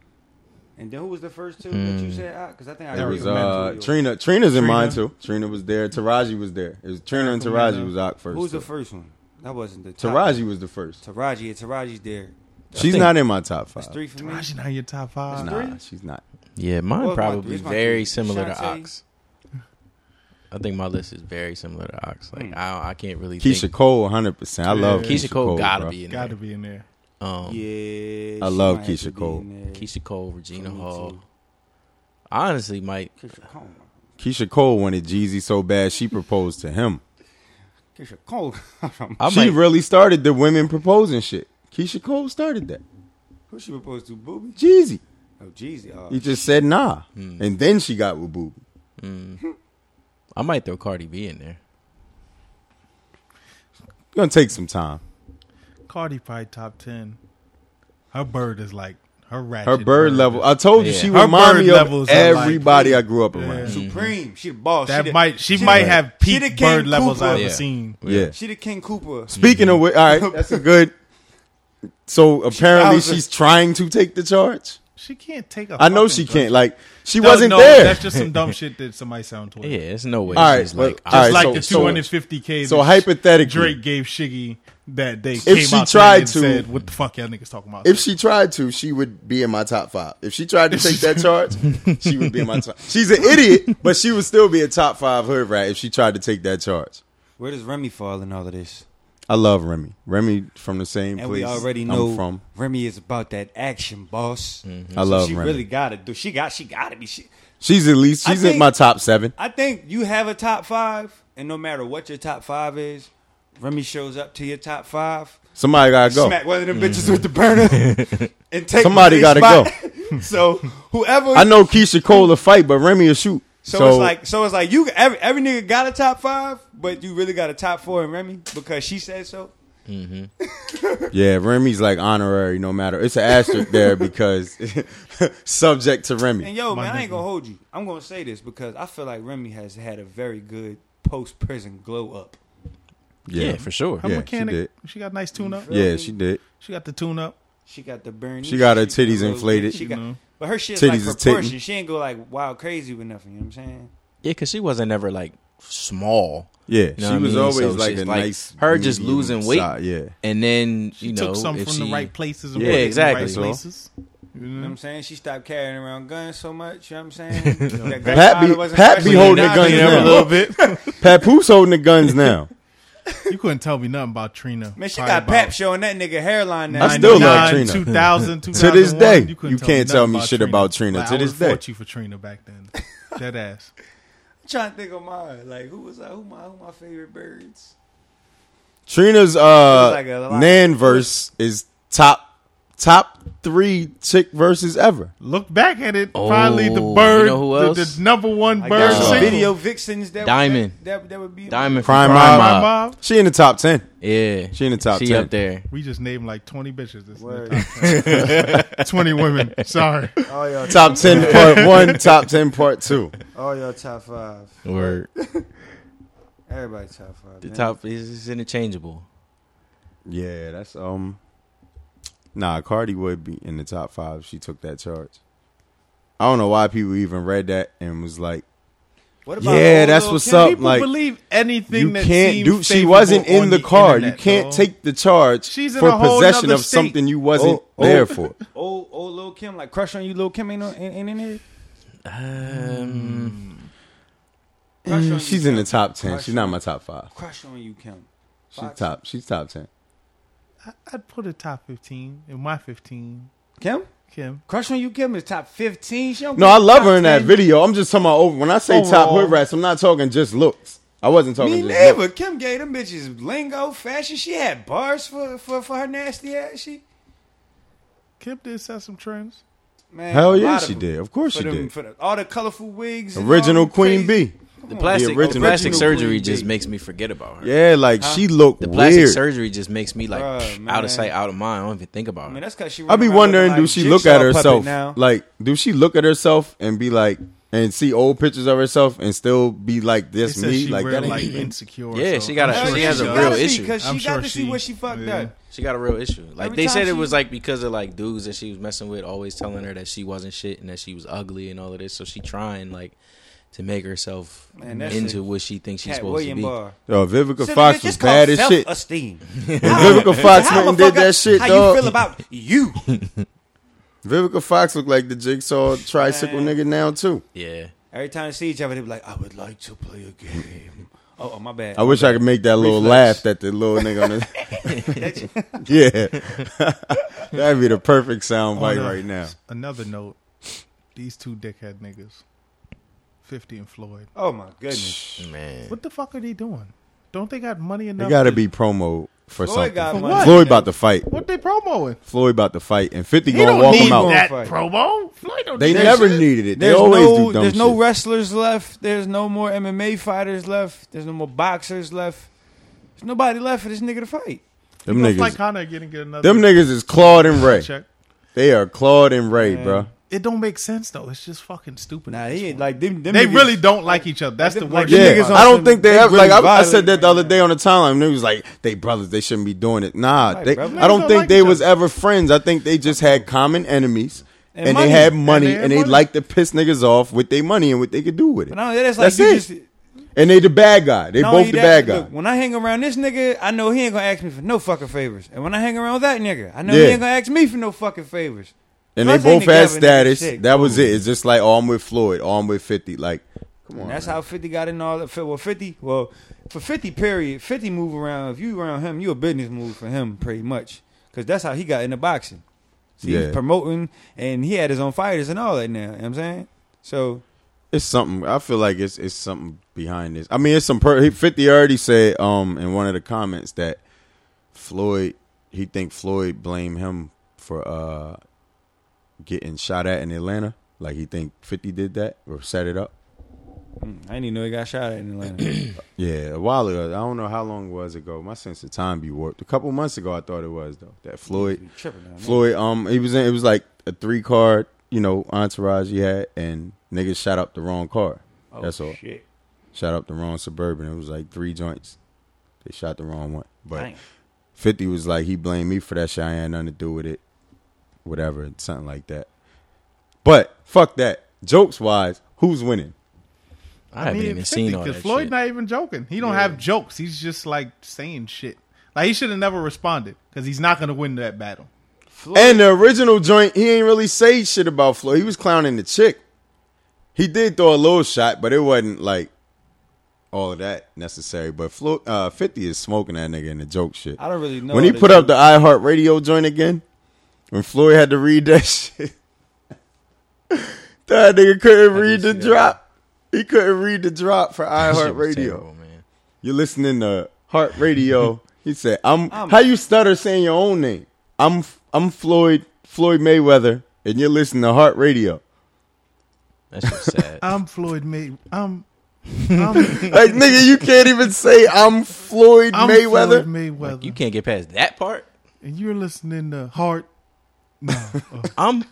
And then who was the first two that you Hmm. said? Because I think I It already was remember uh, who you- Trina. Trina's in Trina. mine too. Trina was there. Taraji was there. It was Trina and Recommend Taraji her. was out first. Who's the too. first one? That wasn't the top. Taraji was the first. Taraji, yeah, Taraji's there. She's think- not in my top That's five. three for me. Why she not in your top five? Nah, she's not. Yeah, mine What about- probably here's my very thing. similar to Shantae. Ox. I think my list is very similar to Ox. Hmm. Like I, I can't really. Keisha think. Cole, hundred percent. I love Yeah. Keisha, Cole, gotta bro. be in Got to there. be in there. Um, Yeah, I she love might have Keisha to be Cole. in there. Keisha Cole, Regina For me, Hall. too. I honestly might. Keisha Cole. Keisha Cole wanted Jeezy so bad she proposed to him. Keisha Cole. I she might. really started the women proposing shit. Keisha Cole started that. Who she proposed to? Booby? Jeezy. Oh, Jeezy. Oh, He just said nah, Hmm. and then she got with Boob. I might throw Cardi B in there. It's gonna take some time. Cardi probably top ten. Her bird is like her ratchet. Her bird level. I told you Yeah. she Her remind bird me of levels are like- everybody I grew up around. Supreme. She the boss. that she the, might she, she might the- have she peak the bird King levels I've Cooper. ever Yeah. seen. Yeah. She the King Cooper. Speaking of which, all right, that's a good. So apparently She- she's trying to take the charge. She can't take a I know fucking she drug. can't. Like she No, wasn't no, there. That's just some dumb shit that somebody said on Twitter. Yeah, there's no way. All right, she's well, like. all right, It's like so- the so- 250k. so that hypothetically- Drake gave Shiggy that they came she tried out tried and to- said, "What the fuck y'all niggas talking about?" If she tried to, she would be in my top five. If she tried to take that charge, she would be in my top. She's an idiot, but she would still be a top five hood rat if she tried to take that charge. Where does Remy fall in all of this? I love Remy. Remy from the same And place we already I'm know from. Remy is about that action, boss. I So love she Remy. really gotta do. She got. She gotta be. She, She's at least I she's in think- my top seven. I think you have a top five, and no matter what your top five is, Remy shows up to your top five. Somebody gotta go. Smack one of them bitches with the burner and take Somebody got gotta to go. so whoever I know Keisha Cole will fight, but Remy will shoot. So, it's like so it's like you every, every nigga got a top five, but you really got a top four in Remy because she said so. yeah, Remy's like honorary no matter. It's an asterisk there because subject to And Remy. yo, My man, I ain't nigga. gonna hold you. I'm gonna say this because I feel like Remy has had a very good post prison glow up. yeah. for sure. Her Yeah, she mechanic, she, did. got nice tune up. Yeah, she did. She got the tune up. She got the burn. She got her titties inflated. She got, You know. but her shit's Titties like is tittin'. proportion. She ain't go like wild crazy with nothing. You know what I'm saying? Yeah, because she wasn't ever like small. Yeah, You know she what I was mean? always So like she's a like, nice. her just medium losing weight. size, yeah, And then She you know, took some if from she- the right places. And Yeah, put it in exactly. The right places. You know? You know what I'm saying? She stopped carrying around guns so much. You know what I'm saying? That gun Pat be- powder wasn't Pat be fresh. holding the Nah, gun she in never her looked- bit. Papoose holding the guns now. You couldn't tell me nothing about Trina. Man, she Probably got about Pap showing that nigga hairline now. I still love 99, Trina. 2000, To this 2001, day, couldn't you can't nothing tell me shit about Trina. Like, To I this would've fought day. you for Trina back then. Dead ass. I'm trying to think of mine. Like who was I? Who my who my favorite birds? was Trina's uh like a lot. Nan verse is top top three chick verses ever. Look back at it. Oh, Probably the you bird, know who the, else? the number one Like bird there's some uh, single. video vixens that Diamond. That, that, that would be Diamond from Crime Crime Mob. Mob. Mob. She in the top ten. Yeah, She in the top She 10. up there. We just named like 20 bitches. This Word. Twenty women. Sorry. All y'all, Top ten part one, top ten part two. all y'all top five. Or Everybody top five. the man. top is is interchangeable. Yeah, that's um Nah, Cardi would be in the top five if she took that charge. I don't know why people even read that and was like, What Yeah, old that's Lil' what's Kim? up. People like, believe anything You that can't seems do she favorable wasn't in on the car. internet, you can't dog. take the charge She's in for a whole possession of nother state. something you wasn't Oh, oh. there for. Old old Lil Kim, like crush on you, Lil Kim ain't, no, ain't, ain't in there. Um, Crush on you, eh, She's in Kim. the top ten. Crush She's not on- my top five. Crush on you, Kim. She's top. She's top ten. I- I'd put a top 15 in my 15. Kim, Kim. crush on you, Kim is top fifteen. She don't No, get I love top her in that 10. video. I'm just talking about over. When I say top Overall. hood rats, I'm not talking just looks. I wasn't talking Me just looks. neither. Kim gave them bitches lingo, fashion. She had bars for for, for her nasty ass. She Kim did set some trends. man. Hell a yeah, lot of she them. did. Of course For she them- did. For the, all the colorful wigs. and all Original them Queen crazy- B. the Hmm. plastic, the original plastic Queen surgery Bee. just makes me forget about her. Yeah, like she looked The plastic weird. surgery just makes me like Bruh, out man. of sight, out of mind. I don't even think about I her. mean, that's because she. I be running around wondering, looking do like she look Jigsaw at puppet herself now? like? Do she look at herself and be like, and see old pictures of herself and still be like They this said me? she Like real, that ain't like me. insecure. Yeah, so she got a- I'm Hell she yeah, has a she real gotta issue. because she I'm got sure to see she- what she fucked yeah. up. She got a real issue. Like Every they time said, she- it was like because of like dudes that she was messing with, always telling her that she wasn't shit and that she was ugly and all of this. So she trying like to make herself Man, that's into a what she thinks she's Cat supposed William to be. Barr. Yo, Vivica Sister, Fox was just bad called as shit. Self-esteem. Vivica Fox How went the and did fuck I- that shit, How dog. you feel about you? Vivica Fox looked like the jigsaw tricycle nigga now too. Yeah, Every time they see each other, they be like, "I would like to play a game." Oh, oh, my bad. I wish I could make that little Reflex. laugh that the little nigga on the Yeah. That'd be the perfect sound bite On a- right now. Another note: these two dickhead niggas, Fifty and Floyd. Oh my goodness. man. What the fuck are they doing? Don't they got money enough? It gotta to- be promo for Floyd something. got Floyd money. about to fight. What they promoing? Floyd about to fight and fifty He gonna don't walk need him out. that Fight. promo. Floyd don't They need that never shit. needed it. They There's always no, do dumb there's shit. no wrestlers left. There's no more MMA fighters left. There's no more boxers left. There's nobody left for this nigga to fight. them Looks like niggas, Connor getting get another them niggas is Claude and Ray. check. They are Claude and Ray, Man. bro. It don't make sense though. It's just fucking stupid. Nah, he ain't like them. them they niggas- really don't like each other. That's Like the them- like worst. them Yeah, niggas shit. on I don't some- think they, they ever really like. I, I violent said that the right other now. day on the timeline. They was like, "They brothers. They shouldn't be doing it." Nah, Right, they, bro. Niggas I don't don't think like they each was other. ever friends. I think they just had common enemies, and, And they money. had money, And they and had they, money. liked to piss niggas off with their money and what they could do with it. But now that's like That's you it. just. and they the bad guy. They not both only the that, bad guy. look, when I hang around this nigga, I know he ain't gonna ask me for no fucking favors. And when I hang around that nigga, I know he Yeah. ain't gonna ask me for no fucking favors. and they Plus, they both together had and they status. shit. That was it. It's just like, oh, I'm with Floyd. Oh, I'm with Fifty. Like, come on. And that's man. how 50 got in all that. Well, 50, well, for 50, period, 50 move around. If you around him, you a business move for him, pretty much. Because that's how he got into boxing. See, Yeah. he's promoting, and he had his own fighters and all that now. You know what I'm saying? So, It's something. I feel like it's it's something behind this. I mean, it's some. Per- Fifty already said um in one of the comments that Floyd he think Floyd blamed him for uh getting shot at in Atlanta. Like he think Fifty did that or set it up. mm, I didn't even know he got shot at in Atlanta. Yeah, a while ago. I don't know how long it was ago. My sense of time be warped. A couple months ago, I thought it was though. That Floyd We tripping down there. Floyd, um, he was in. It was like a three card, you know, entourage he had, and niggas shot up the wrong car. Oh, That's all. Shit. Shot up the wrong suburban. It was like three joints. They shot the wrong one. But Dang. Fifty was like, he blamed me for that shit. I had nothing to do with it. Whatever, something like that. But fuck that. Jokes wise, who's winning? I, haven't mean, even 50, seen all 'cause that Floyd shit. not even joking. He don't have jokes. He's just like saying shit. Like he should have never responded because he's not gonna win that battle. And the original joint, he ain't really say shit about Floyd. He was clowning the chick. He did throw a little shot, but it wasn't like all of that necessary. But Flo, uh, 50 is smoking that nigga in the joke shit. I don't really know. When he all put the up the iHeart Radio joint again, when Floyd had to read that shit, that nigga couldn't read the see that. drop. He couldn't read the drop for That shit iHeart was Radio. terrible, man. You're listening to Heart Radio. he said, "I'm, I'm- how you stutter saying your own name? I'm I'm Floyd Floyd Mayweather, and you're listening to Heart Radio. That shit's sad. I'm Floyd May. I'm I'm, Like nigga, you can't even say I'm Floyd I'm Mayweather. Floyd Mayweather. you can't get past that part. and you're listening to Heart. No, uh, I'm,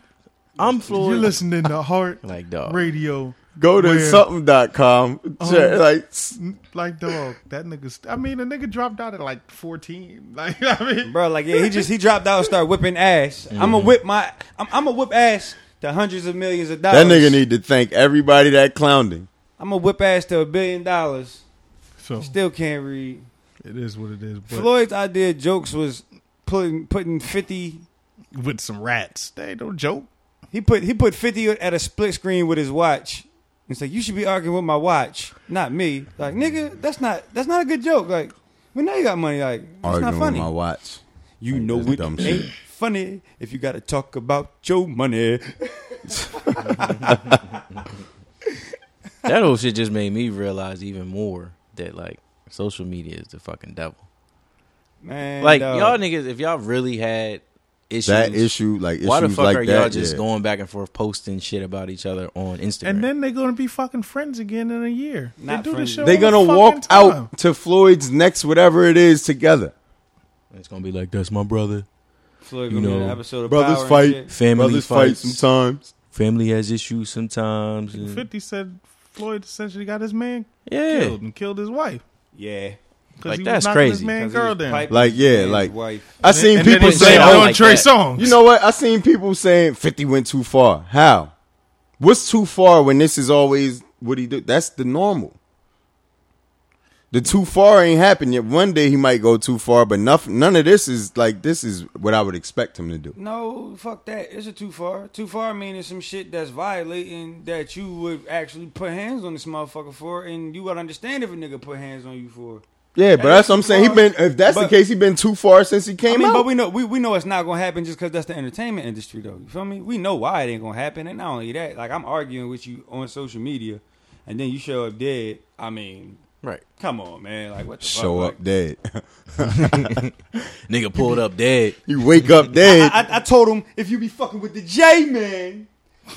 I'm Floyd. you're listening to Heart Like dog. Radio. Go to Where- something.com. Check, Um, like s- Like dog, that nigga. St- I mean, the nigga dropped out at like 14. Like I mean, Bro, like yeah, he just he dropped out and started whipping ass. I'm Mm-hmm. gonna whip my I'm, I'm gonna whip ass to hundreds of millions of dollars. that nigga need to thank everybody that clowned him. I'm gonna whip ass to a billion dollars. so Still can't read. it is what it is. But Floyd's idea of jokes was putting putting fifty. with some rats, they don't joke. He put he put fifty at a split screen with his watch. It's like you should be arguing with my watch, not me. Like nigga, that's not that's not a good joke. Like we know you got money. Like it's not Arguing with funny. my watch. You Like, know that's it dumb ain't shit. funny if you got to talk about your money. that whole shit just made me realize even more that like social media is the fucking devil. Man, Like uh, dog. y'all niggas, if y'all really had issues, That issue, like why the issues fuck like are that, y'all just yeah. going back and forth posting shit about each other on Instagram? And then they're gonna be fucking friends again in a year. Not they do friends. this shit. They all gonna the walk fucking time. out to Floyd's next whatever it is together. it's gonna be like that's my brother. Floyd you gonna be in know, an episode of Power Brothers and fight. shit. Family Brothers fight fights. sometimes. Family has issues sometimes. and- Fifty said Floyd essentially got his man yeah, killed and killed his wife Yeah, because Like, he was that's knocking his crazy. man 'Cause he girl was down. piping Like, yeah, his like- wife. I seen And then people they say, say, out "Oh, on like Trey that. Songs. You know what? I seen people saying 50 went too far. How? What's too far when this is always what he do. That's the normal. The too far ain't happened yet. One day he might go too far, but nothing. None of this is like this is what I would expect him to do. No, fuck that. It's a too far. Too far meaning some shit that's violating that you would actually put hands on this motherfucker for, and you would understand if a nigga put hands on you for. Yeah, but Hey, that's what I'm saying. He well, been if that's the but- case, he been too far since he came I mean, out. but we know we, we know it's not gonna happen just because that's the entertainment industry, though. You feel me? We know why it ain't gonna happen, and not only that, like I'm arguing with you on social media, and then you show up dead. I mean, Right. come on, man. Like what? The Show fuck? up dead. Nigga pulled up dead. you wake up dead. Like, I, I, I told him if you be fucking with the J man,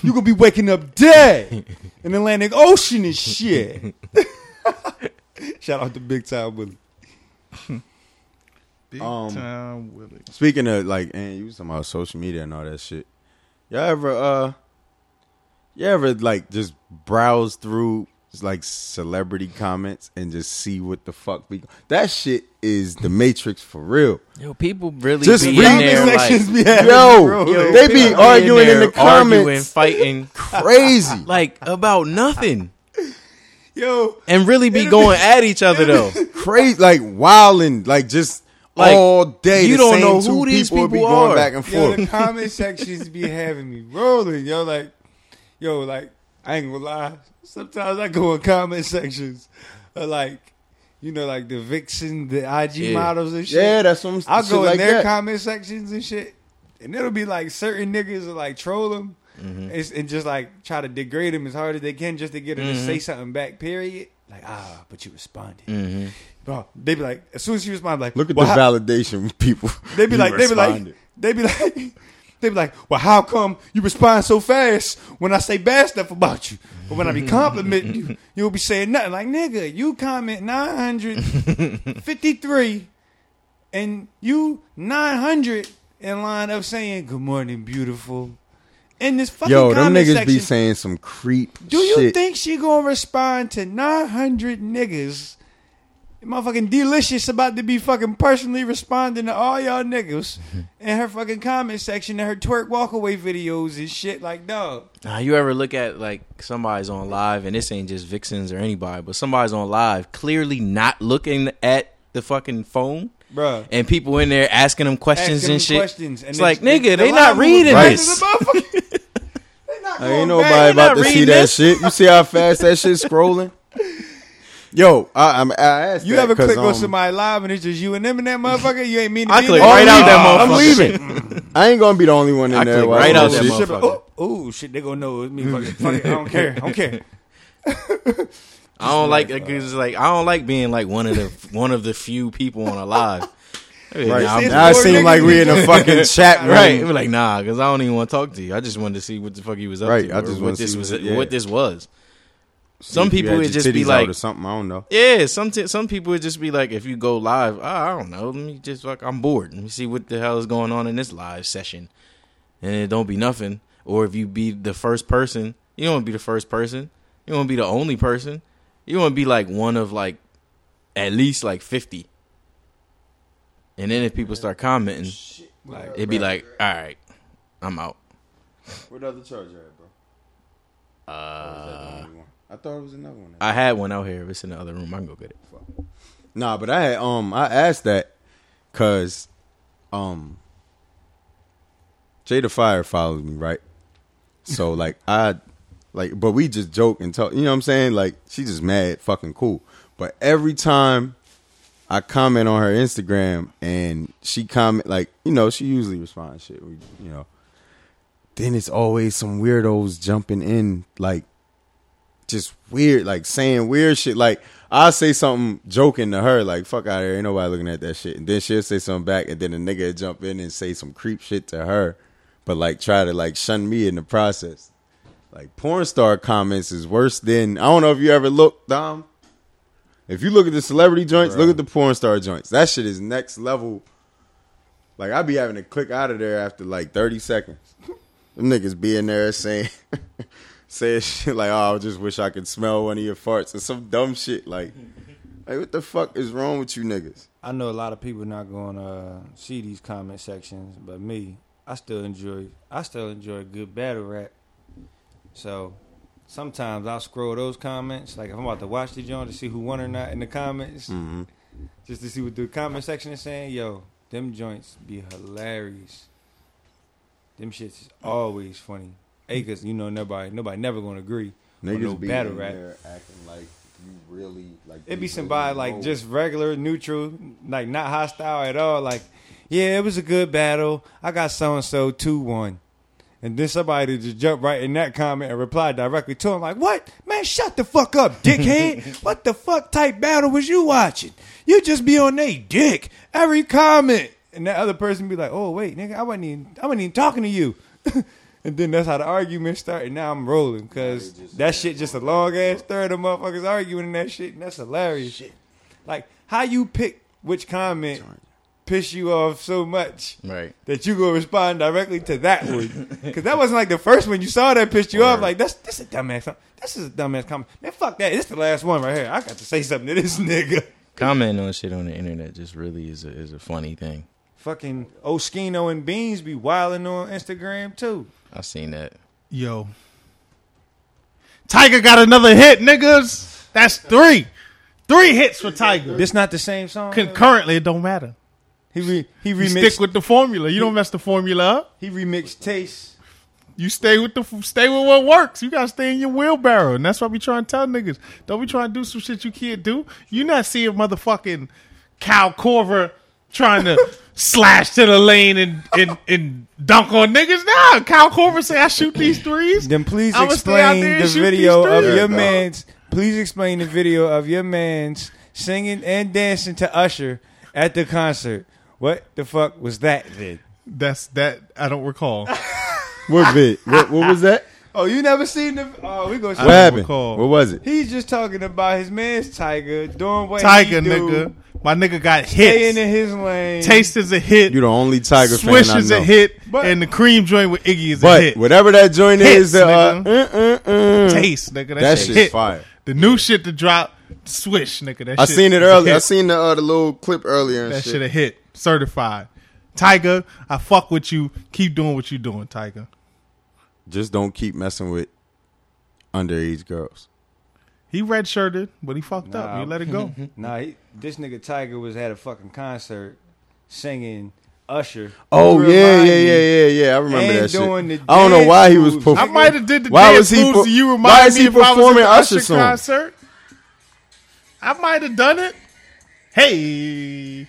you gonna be waking up dead in the Atlantic Ocean and shit. Shout out to Big Time Willie. Big Um, time Willie. Speaking of like, and you was talking about social media and all that shit. Y'all ever uh, you ever like just browse through like celebrity comments and just see what the fuck be? That shit is the Matrix for real. Yo, people really Just be in read these there, like, sections, be having Yo, yo, they people be arguing in there the comments, arguing, fighting, crazy. like about nothing, Yo, and really be going at each other though. crazy, like wilding, like just Like, all day. you the don't same know two who these people, will be people going are. back and yo, forth. the comment sections be having me rolling. Yo, like, yo, like, I ain't gonna lie. Sometimes I go in comment sections, of like, you know, like the vixen, the IG Yeah. models and shit. yeah, that's what I'm. I'll shit go in like their that. comment sections and shit, and it'll be like certain niggas will like troll them Mm-hmm. and, and just like try to degrade them as hard as they can just to get them to Mm-hmm. say something back. Period. Like ah, but you responded, bro. They be like, as soon as you respond, like Mm-hmm. Look at well, the how- validation, people. They be You like, they be like, responded. they be like, they be like, well, how come you respond so fast when I say bad stuff about you, but when I be complimenting you, you'll be saying nothing. Like nigga, you comment nine hundred fifty three, and you nine hundred in line of saying good morning, beautiful. In this fucking Yo, them comment niggas be section, saying some creep do you shit. think she gonna respond to nine hundred niggas? Motherfucking delicious about to be fucking personally responding to all y'all niggas in her fucking comment section and her twerk walkaway videos and shit. Like, dog, Nah, you ever look at like somebody's on live, and this ain't just vixens or anybody, but somebody's on live clearly not looking at the fucking phone, Bruh. and people in there asking them questions Asking and them shit. questions, and it's they- like, they- nigga, the they line not was reading right this. to the motherfucking- They not going Ain't back. nobody They about not to see reading that this. shit. You see how fast that shit scrolling? Yo, I, I'm. I asked You that ever 'cause, click on um, Oh, somebody live and it's just you and them and that motherfucker? You ain't mean to I be click there. I'm right out that leaving. motherfucker. I'm leaving. I ain't gonna be the only one in I there. click watching right out that shit. motherfucker. Oh, oh, shit, they gonna know it's me. Fuck it, fuck it, I don't care. I don't care. I don't like uh, because like I don't like being like one of the one of the few people on a live. Right. Nah, I'm- now I four seem niggas like we in in a the- fucking chat room. Right, Be like nah, because I don't even want to talk to you. I just wanted to see what the fuck you was up Right, to. I or just wanna what this see was, what- yeah. what this was. Some If you people had would your just be titties out like, or something. I don't know. Yeah, some t- some people would just be like, if you go live, ah, I don't know. Let me just like, I'm bored. Let me see what the hell is going on in this live session, and it don't be nothing. Or if you be the first person, you don't want to be the first person. You want to be the only person. You want to be like one of like at least like fifty. And then if people start commenting, it'd be like, all right, I'm out. What other charger, bro? Uh, I thought it was another one. I had one out here. If it's in the other room, I can go get it. Nah, but I had um I asked that because um Jada Fire follows me, right? So like I like but we just joke and talk you know what I'm saying? Like she just mad fucking cool. But every time I comment on her Instagram and she comment like, you know, she usually responds shit, we, you know. Then it's always some weirdos jumping in like just weird, like saying weird shit. Like I'll say something joking to her, like "fuck out of here," ain't nobody looking at that shit. And then she'll say something back, and then a nigga will jump in and say some creep shit to her, but like try to like shun me in the process. Like porn star comments is worse than I don't know if you ever look Dom. If you look at the celebrity joints, look at the porn star joints. That shit is next level. Like I be having to click out of there after like thirty seconds. Them niggas be in there saying saying shit like, "Oh, I just wish I could smell one of your farts" or some dumb shit. Like, like what the fuck is wrong with you niggas? I know a lot of people not going to uh, see these comment sections, but me, I still enjoy. I still enjoy a good battle rap. So sometimes I'll scroll those comments, like if I'm about to watch the joint to see who won or not in the comments, Mm-hmm. just to see what the comment section is saying. Yo, them joints be hilarious. Them shits is always funny. A, cause you know nobody, nobody never gonna agree. Niggas no be battle in rap. there acting like you really like. It'd you be somebody really like know. just regular, neutral, like not hostile at all. Like, yeah, it was a good battle. I got so and so two one, and then somebody just jumped right in that comment and replied directly to him like, "What man? Shut the fuck up, dickhead! what the fuck type battle was you watching? You just be on they dick every comment." And that other person be like, "Oh wait, nigga, I wasn't even I wasn't even talking to you." And then that's how the argument started. And now I'm rolling because that shit just a long ass third of motherfuckers arguing in that shit, and that's hilarious. Like how you pick which comment piss you off so much Right. that you gonna respond directly to that one because that wasn't like the first one you saw that pissed you off. Like that's this is a dumbass. com- This is a dumbass comment. Man, fuck that. This the last one right here. I got to say something to this nigga. Commenting on shit on the internet just really is a, is a funny thing. Fucking Oskino and Beans be wilding on Instagram too. I seen that. Yo. Tiger got another hit, niggas. That's three. Three hits for Tiger. This not the same song. Concurrently, it don't matter. He re, he You remixed stick with the formula. You don't mess the formula up. he remixed Taste. You stay with the stay with what works. You gotta stay in your wheelbarrow, and that's why we trying to tell niggas. Don't be trying to do some shit you can't do. You not seeing motherfucking Cal Corver trying to slash to the lane and, and and dunk on niggas. Nah, Cal Corver say I shoot these threes. Then please I'ma stay out explain there and the shoot video these of threes. your dog. man's. Please explain the video of your man's singing and dancing to Usher at the concert. What the fuck was that then? That's that I don't recall. what bit? What, what was that? Oh, you never seen the? Oh, we gonna. What happened? recall. What was it? He's just talking about his man's Tiger doing what Tiger he do, nigga, my nigga got staying in hit. his lane. Taste is a hit. You the only Tiger Swish fan I is a know. hit, But- and the cream joint with Iggy is a But hit. whatever that joint Hits, is, uh, nigga. uh, uh, uh, taste, nigga. That, that shit shit's hit. fire. The new shit to drop, swish, nigga. That I shit seen it is a earlier. I hit. seen the uh, the little clip earlier and that shit. shit. a hit, certified. Tiger, I fuck with you. Keep doing what you doing, Tiger. Just don't keep messing with underage girls. He red shirted, but he fucked up. Nah. You let it go. Nah, he, this nigga Tiger was at a fucking concert singing Usher. Oh You yeah, remind yeah, me- yeah, yeah, yeah. I remember And that shit. doing the I don't know dance why he was moves, I performing. might have did the Why dance was he moves. per- you why remind is me he if I was at performing the Usher Usher song? concert. I might have done it. Hey,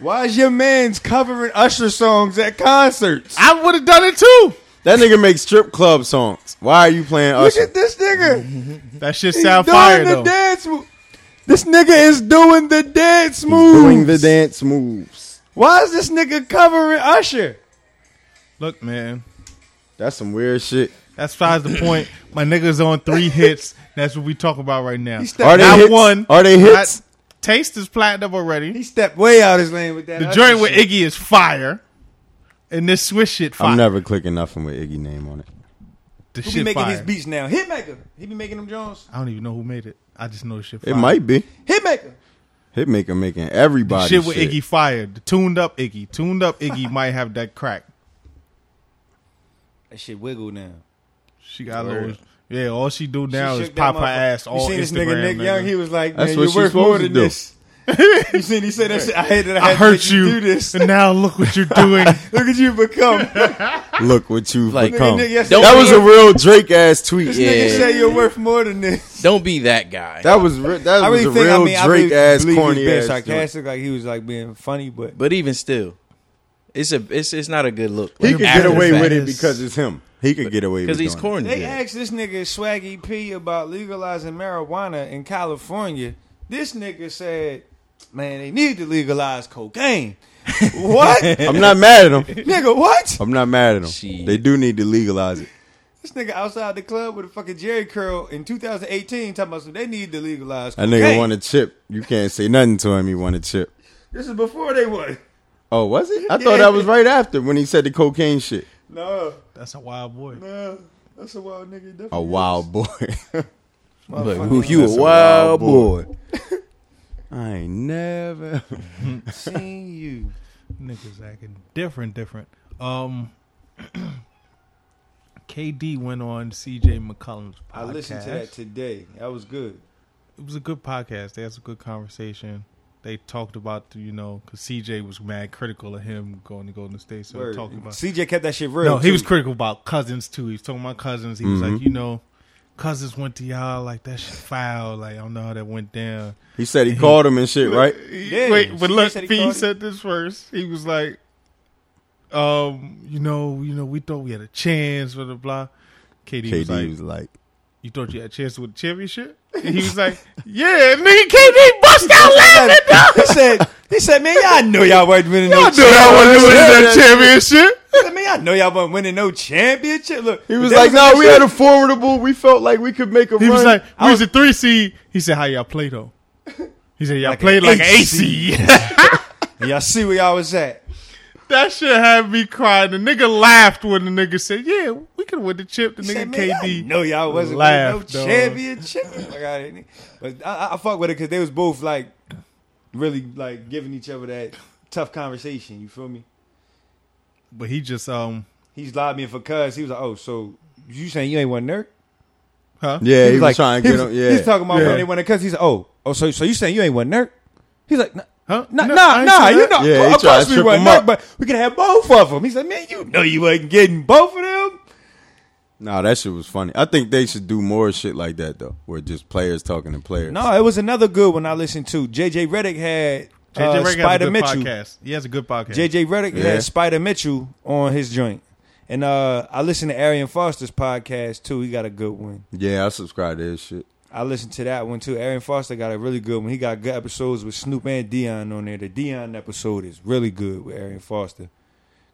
Why is your man's covering Usher songs at concerts? I would have done it too. That nigga makes strip club songs. Why are you playing Look Usher? at this nigga. That shit He's sound doing fire the though. dance move. This nigga is doing the dance moves. Doing the dance moves. Why is this nigga covering Usher? Look, man. That's some weird shit. That's besides the point. My niggas on three hits. That's what we talk about right now. He stepped, Are they Not hits? one. Are they hits? Not- Taste is platinum already. he stepped way out his lane with that. The Usher joint with shit. Iggy is fire. And this Swiss shit fire. I'm never clicking nothing with Iggy name on it. the Who shit be making fire. these beats now? Hitmaker. He be making them Jones. I don't even know who made it. I just know the shit It fire. might be Hitmaker. Hitmaker making The everybody shit with Iggy fire. The tuned up Iggy. Tuned up Iggy might have that crack. That shit wiggle now. She got a little. Yeah, all she do She now is shook that pop her motherfucker. ass You all seen Instagram. this nigga Nick Young? He was like, man, That's what you're she's worth more supposed to than do. this. you seen he said that shit? I hate that I, had I to hurt make you. do this. and now look what you're doing. Look at you become. Look what you've Like, become. Nick, yes, That don't was be- a real Drake ass tweet. This Yeah. nigga say you're worth more than this. Don't be that guy. That was re- that I was really a think real I mean I Drake really ass believe he was corny being ass. joint. sarcastic, like he was like being funny, but but even still, it's a it's it's not a good look. He Like, could get after away the with it fact. because it's him. He could get away with because it. he's corny. they yeah. asked this nigga Swaggy P about legalizing marijuana in California. This nigga said, "Man, they need to legalize cocaine." what, I'm not mad at him. nigga? What? I'm not mad at him. Shit. They do need to legalize it. This nigga outside the club with a fucking Jerry curl in 2018 talking about some. They need to legalize. That Cocaine. nigga won a chip. You can't say nothing to him. He won a chip. This is before they won. Oh, was it? I Yeah. thought that was right after when he said the cocaine shit. No, That's a wild boy. no, that's a wild nigga. definitely A is. wild boy. But who you That's a wild boy? I ain't never. seen you. Niggas acting different, different. Um, KD went on CJ McCollum's podcast. I listened to that today. That was good. it was a good podcast. They had some good conversation. They talked about you know because CJ was mad critical of him going to Golden State. So they Word. talked about CJ kept that shit real. no, he too. Mm-hmm. was critical about cousins too. He was talking about cousins. He was like, you know, cousins went to y'all like that shit foul. Like I don't know how that went down. He said he called him and shit, right? Yeah, Wait, but CJ look, said he P called said this first. He was like, um, you know, you know, we thought we had a chance, blah blah blah. KD, was like, KD was like, you thought you had a chance to win the championship? And he was like, yeah, nigga, KD bust out laughing. he said, he said, man, y'all know y'all wasn't winning no Dude, I wasn't winning championship. that championship. He said, man, y'all know y'all wasn't winning no championship. Look, He was like, no, we had a formidable. We felt like we could make a He run. was like, we was a three seed. He said, how y'all play though? He said, y'all played like an eight seed. y'all see where y'all was at. that shit had me crying. The nigga laughed when the nigga said, yeah, we could win the chip. The He nigga said, man, KD. y'all know y'all wasn't laughed, winning dog. no championship. Fuck outta here, nigga. But I, I- I fuck with it because they was both like really like giving each other that tough conversation. You feel me? But he just, um, He's lobbying for cuz. He was like, oh, so you saying you ain't one nerd? huh? yeah, he, was like- trying to he get was- on. Yeah, he's talking about Yeah. when they went because he's oh oh so so you saying you ain't one nerd? He's like nah Huh? nah No, I nah, ain't nah saying you that. know Yeah, he of tried course to we trip weren't him up. nerd, but we could have both of them. He said man you know you wasn't getting both of them. nah, that shit was funny. I think they should do more shit like that though, where just players talking to players. No, it was another good one I listened to. JJ Reddick had JJ uh, Redick has a Spider good Mitchell. podcast. He has a good podcast. JJ Reddick Yeah. had Spider Mitchell on his joint. And uh, I listened to Arian Foster's podcast too. He got a good one. Yeah, I subscribe to his shit. I listened to that one too. Aaron Foster got a really good one. He got good episodes with Snoop and Dion on there. The Dion episode is really good with Aaron Foster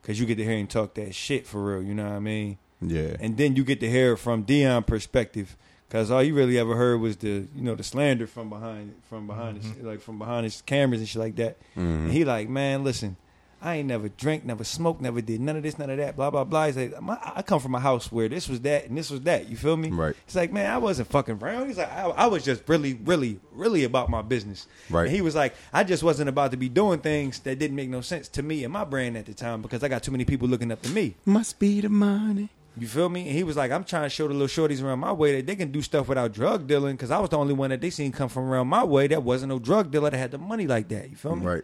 because you get to hear him talk that shit for real. You know what I mean? Yeah, And then you get to hear it from Dion perspective because all you really ever heard was the you know the slander from behind from behind Mm-hmm. his, like from behind his cameras and shit like that. And he like, man, listen, I ain't never drank, never smoked, never did none of this, none of that, blah blah blah. He's like, my, I come from a house where this was that and this was that. You feel me? Right. He's like, man, I wasn't fucking around. He's like, I, I was just really, really, really about my business. Right. And he was like, I just wasn't about to be doing things that didn't make no sense to me and my brand at the time because I got too many people looking up to me. must be the money. You feel me? And he was like, I'm trying to show the little shorties around my way that they can do stuff without drug dealing because I was the only one that they seen come from around my way that wasn't no drug dealer that had the money like that. You feel me? Right.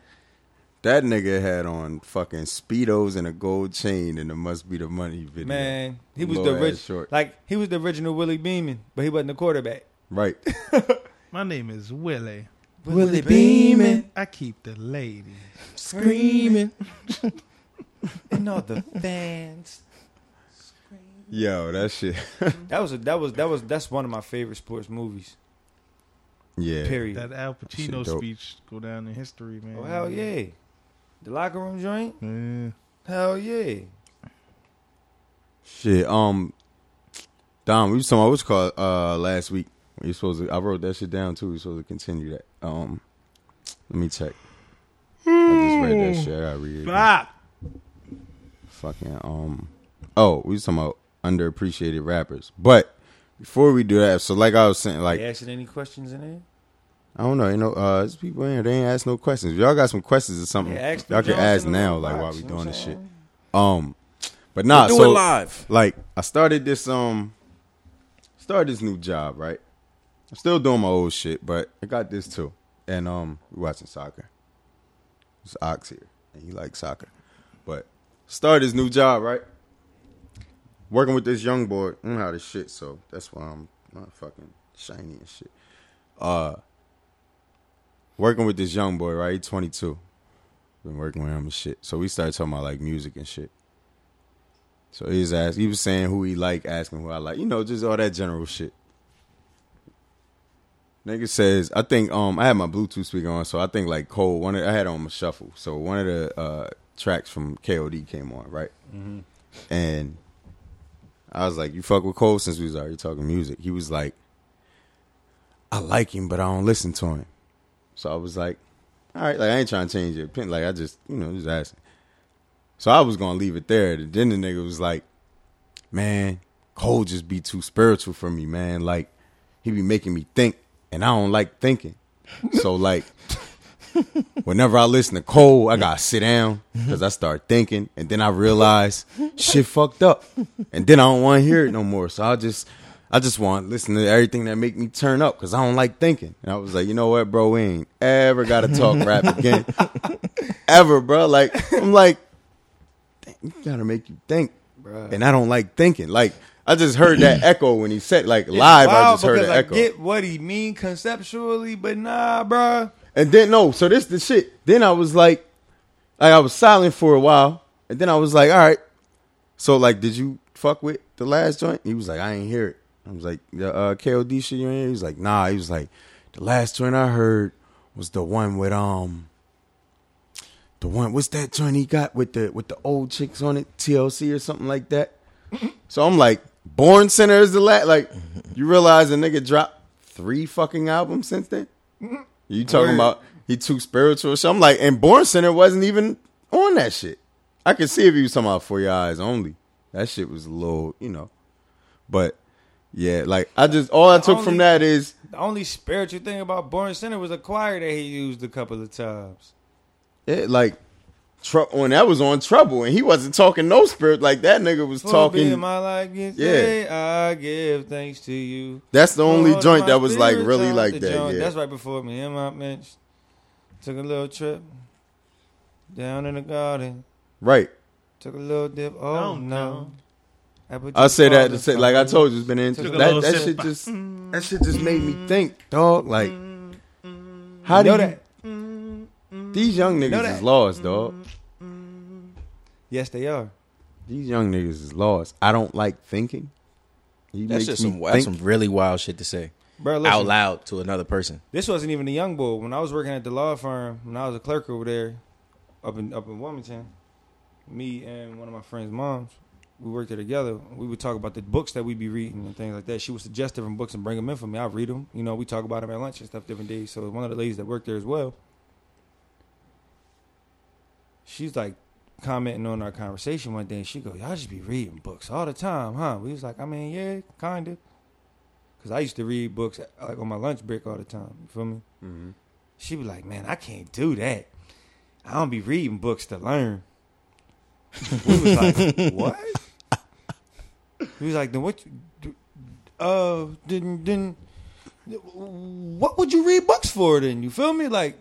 That nigga had on fucking speedos and a gold chain, and it must be the money video. Man, he was Low the ass rich, short. like he was the original Willie Beeman, but he wasn't the quarterback. right? My name is Willie. Willie Beeman I keep the ladies. screaming, and all the fans. Yo, that shit. That was a, that was that was that's one of my favorite sports movies. yeah, Period. That Al Shit Pacino dope. speech go down in history, man. oh hell yeah, the locker room joint. Yeah. Hell yeah. Shit. Um, Don, we was talking about what's called uh last week. You supposed to? I wrote that shit down too. We supposed to continue that. Um, let me check. I just Hmm. read that shit. I gotta read it. again. Fucking um. Oh, we was talking about underappreciated rappers, but. Before we do that, so like I was saying, like They asking any questions in there? I don't know. You know, uh, there's people in here. They ain't ask no questions. If y'all got some questions or something, Yeah, ask y'all them can ask Johnson now. or Like why Fox, we you know what doing this I'm shit? Um, but nah. Do so it live. like, I started this um, started this new job. Right, I'm still doing my old shit, but I got this too. And um, we watching soccer. It's Ox here, and he likes soccer, but started his new job. Right, working with this young boy. I know how this shit. So that's why I'm not fucking shiny and shit Uh, working with this young boy, right? He's 22. Been working with him and shit. So we started talking about like music and shit. So he was asking, he was saying who he like, asking who I like, you know, just all that general shit. Nigga says, I think um I had my Bluetooth speaker on, so I think like Cole, one of, I had it on my shuffle, so one of the uh tracks from KOD came on, right? And I was like, you fuck with Cole since we was already talking music. He was like, I like him, but I don't listen to him. So I was like, all right, like I ain't trying to change your opinion. Like I just, you know, just asking. So I was gonna leave it there. Then the nigga was like, man, Cole just be too spiritual for me, man. Like he be making me think, and I don't like thinking. So like, Whenever I listen to Cole, I gotta sit down because I start thinking, and then I realize shit fucked up, and then I don't want to hear it no more. So I just, I just want to listen to everything that make me turn up because I don't like thinking. And I was like, you know what, bro, we ain't ever gotta talk rap again, ever, bro. Like I'm like, you gotta make you think, bro. And I don't like thinking. Like I just heard that echo when he said like live. I Wild just heard because an I echo. get what he mean conceptually, but nah, bruh. And then no, so this the shit. Then I was like, like I was silent for a while, and then I was like, all right. So like, did you fuck with the last joint? He was like, I ain't hear it. I was like, the uh, KOD shit you ain't hear? He was like, nah. He was like, the last joint I heard was the one with um, the one what's that joint he got with the with the old chicks on it, TLC or something like that. Mm-hmm. So I'm like, Born Center is the last. Like, you realize a nigga dropped three fucking albums since then. You Mm-hmm. talking Word. about he too spiritual? So I'm like, and Born Center wasn't even on that shit. I could see if he was talking about for your eyes only. That shit was a little, you know. But yeah, like I just all I took only- from that is The only spiritual thing about Born Center was a choir that he used a couple of times. it, like tr- when that was on trouble, and he wasn't talking no spirit like that. Nigga was For being talking. my life, yeah. Yeah. I give thanks to you. That's the only Lord, joint my that was like spirit's really out like the that. joint. Yeah, That's right before me and my bitch took a little trip down in the garden. right. Took a little dip. Oh Don't no. Apple I juice say that falling to say, from like I the- told you, it's been in Took a that, little that sip. shit just Mm-hmm. that shit just made me think, dog. Like, how do know you, Mm-hmm. that? These young know niggas that? Mm-hmm. is lost, dog. Yes, they are. These young niggas is lost. I don't like thinking. He That's makes just me some that's think. some really wild shit to say Bro, listen, out loud to another person. This wasn't even a young boy. When I was working at the law firm, when I was a clerk over there, up in up in Wilmington, me and one of my friends' moms, we worked there together. We would talk about the books that we'd be reading and things like that. She would suggest different books and bring them in for me. I read them. You know, we talk about them at lunch and stuff different days. So one of the ladies that worked there as well, she's like commenting on our conversation one day, and she go, "Y'all just be reading books all the time, huh?" We was like, "I mean, yeah, kinda." Cause I used to read books like on my lunch break all the time. You feel me? Mm-hmm. She be like, "Man, I can't do that. I don't be reading books to learn." We was like, "What?" He was like, "Then what? You, do- uh, then then what would you read books for? Then you feel me? Like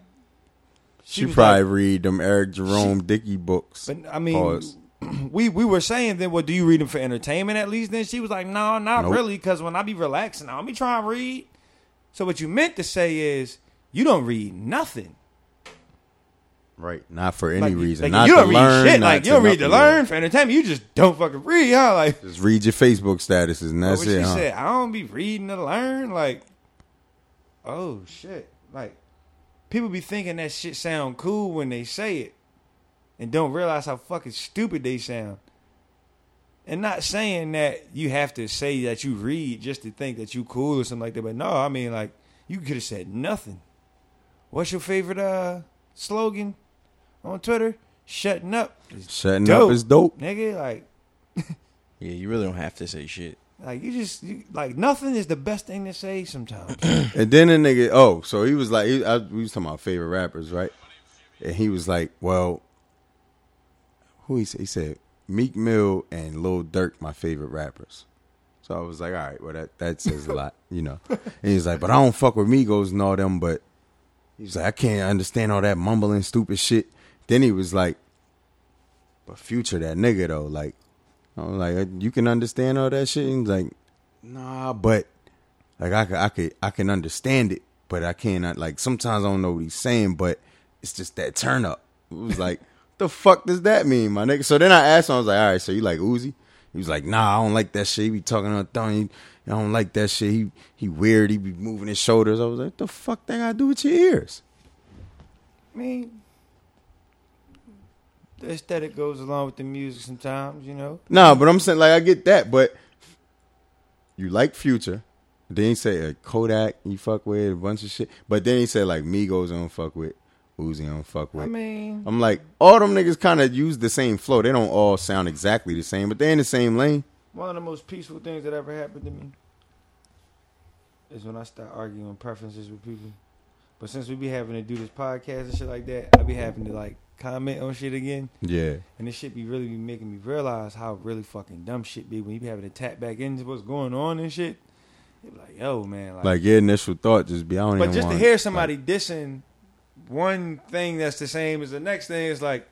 She, was probably like- read them Eric Jerome Dickey books. but I mean, Pause. we we were saying then, well, do you read them for entertainment at least? Then she was like, no, not Nope. really, because when I be relaxing, I don't be trying to read. So what you meant to say is you don't read nothing. right, not for any Like, reason. like, not you to don't read learn, shit. not Like to you don't read to nothing. learn for entertainment. You just don't fucking read, huh? Like Just read your Facebook statuses and that's what it. she huh? said, I don't be reading to learn. Like, oh shit. Like, people be thinking that shit sound cool when they say it, and don't realize how fucking stupid they sound. And not saying that you have to say that you read just to think that you cool or something like that. But no, I mean like you could have said nothing. What's your favorite uh slogan on Twitter? Shutting up, is Shutting Dope. up is dope. nigga. Like Yeah, you really don't have to say shit. like you just you, like nothing is the best thing to say sometimes. And then a nigga, oh, so he was like, he, I, we was talking about favorite rappers, right? And he was like, well, who he said? He said Meek Mill and Lil Durk, my favorite rappers. So I was like, all right, well that that says a lot, you know. And he's like, but I don't fuck with Migos and all them, but he was like, I can't understand all that mumbling stupid shit. Then he was like, but Future that nigga though, like, I'm like, you can understand all that shit. And he's like, nah, but like I could, I could, I can understand it, but I cannot. Like sometimes I don't know what he's saying, but it's just that turn up. It was like, the fuck does that mean, my nigga? So then I asked him, I was like, all right, so you like Uzi? He was like, nah, I don't like that shit. He be talking on tongue. He, I don't like that shit. He he weird. He be moving his shoulders. I was like, the fuck that got to do with your ears? I mean, the aesthetic goes along with the music sometimes, you know. Nah, but I'm saying like I get that, but you like Future. Then he said uh, Kodak, you fuck with a bunch of shit. But then he said like Migos, I don't fuck with Uzi, I don't fuck with. I mean, I'm like, all them niggas kind of use the same flow. They don't all sound exactly the same, but they're in the same lane. one of the most peaceful things that ever happened to me is when I start arguing preferences with people. But since we be having to do this podcast and shit like that, I be having to like comment on shit again. Yeah. And this shit be really be making me realize how really fucking dumb shit be when you be having to tap back into what's going on and shit. You be like, yo, man, like, Like your initial thought just be I don't but even just to want- hear somebody dissing one thing that's the same as the next thing is like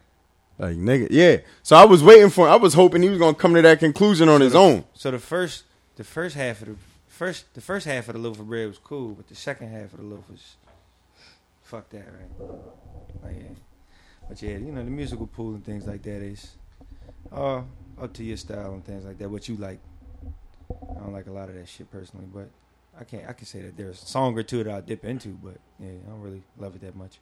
like, nigga, yeah. So I was waiting for I was hoping he was gonna come to that conclusion on his own. so the first the first half of the first the first half of the loaf of bread was cool, but the second half of the loaf was fuck that right. Like, yeah. But yeah, you know the musical pool and things like that is uh up to your style and things like that. What you like. I don't like a lot of that shit personally, but I can't I can say that there's a song or two that I dip into, but yeah, I don't really love it that much.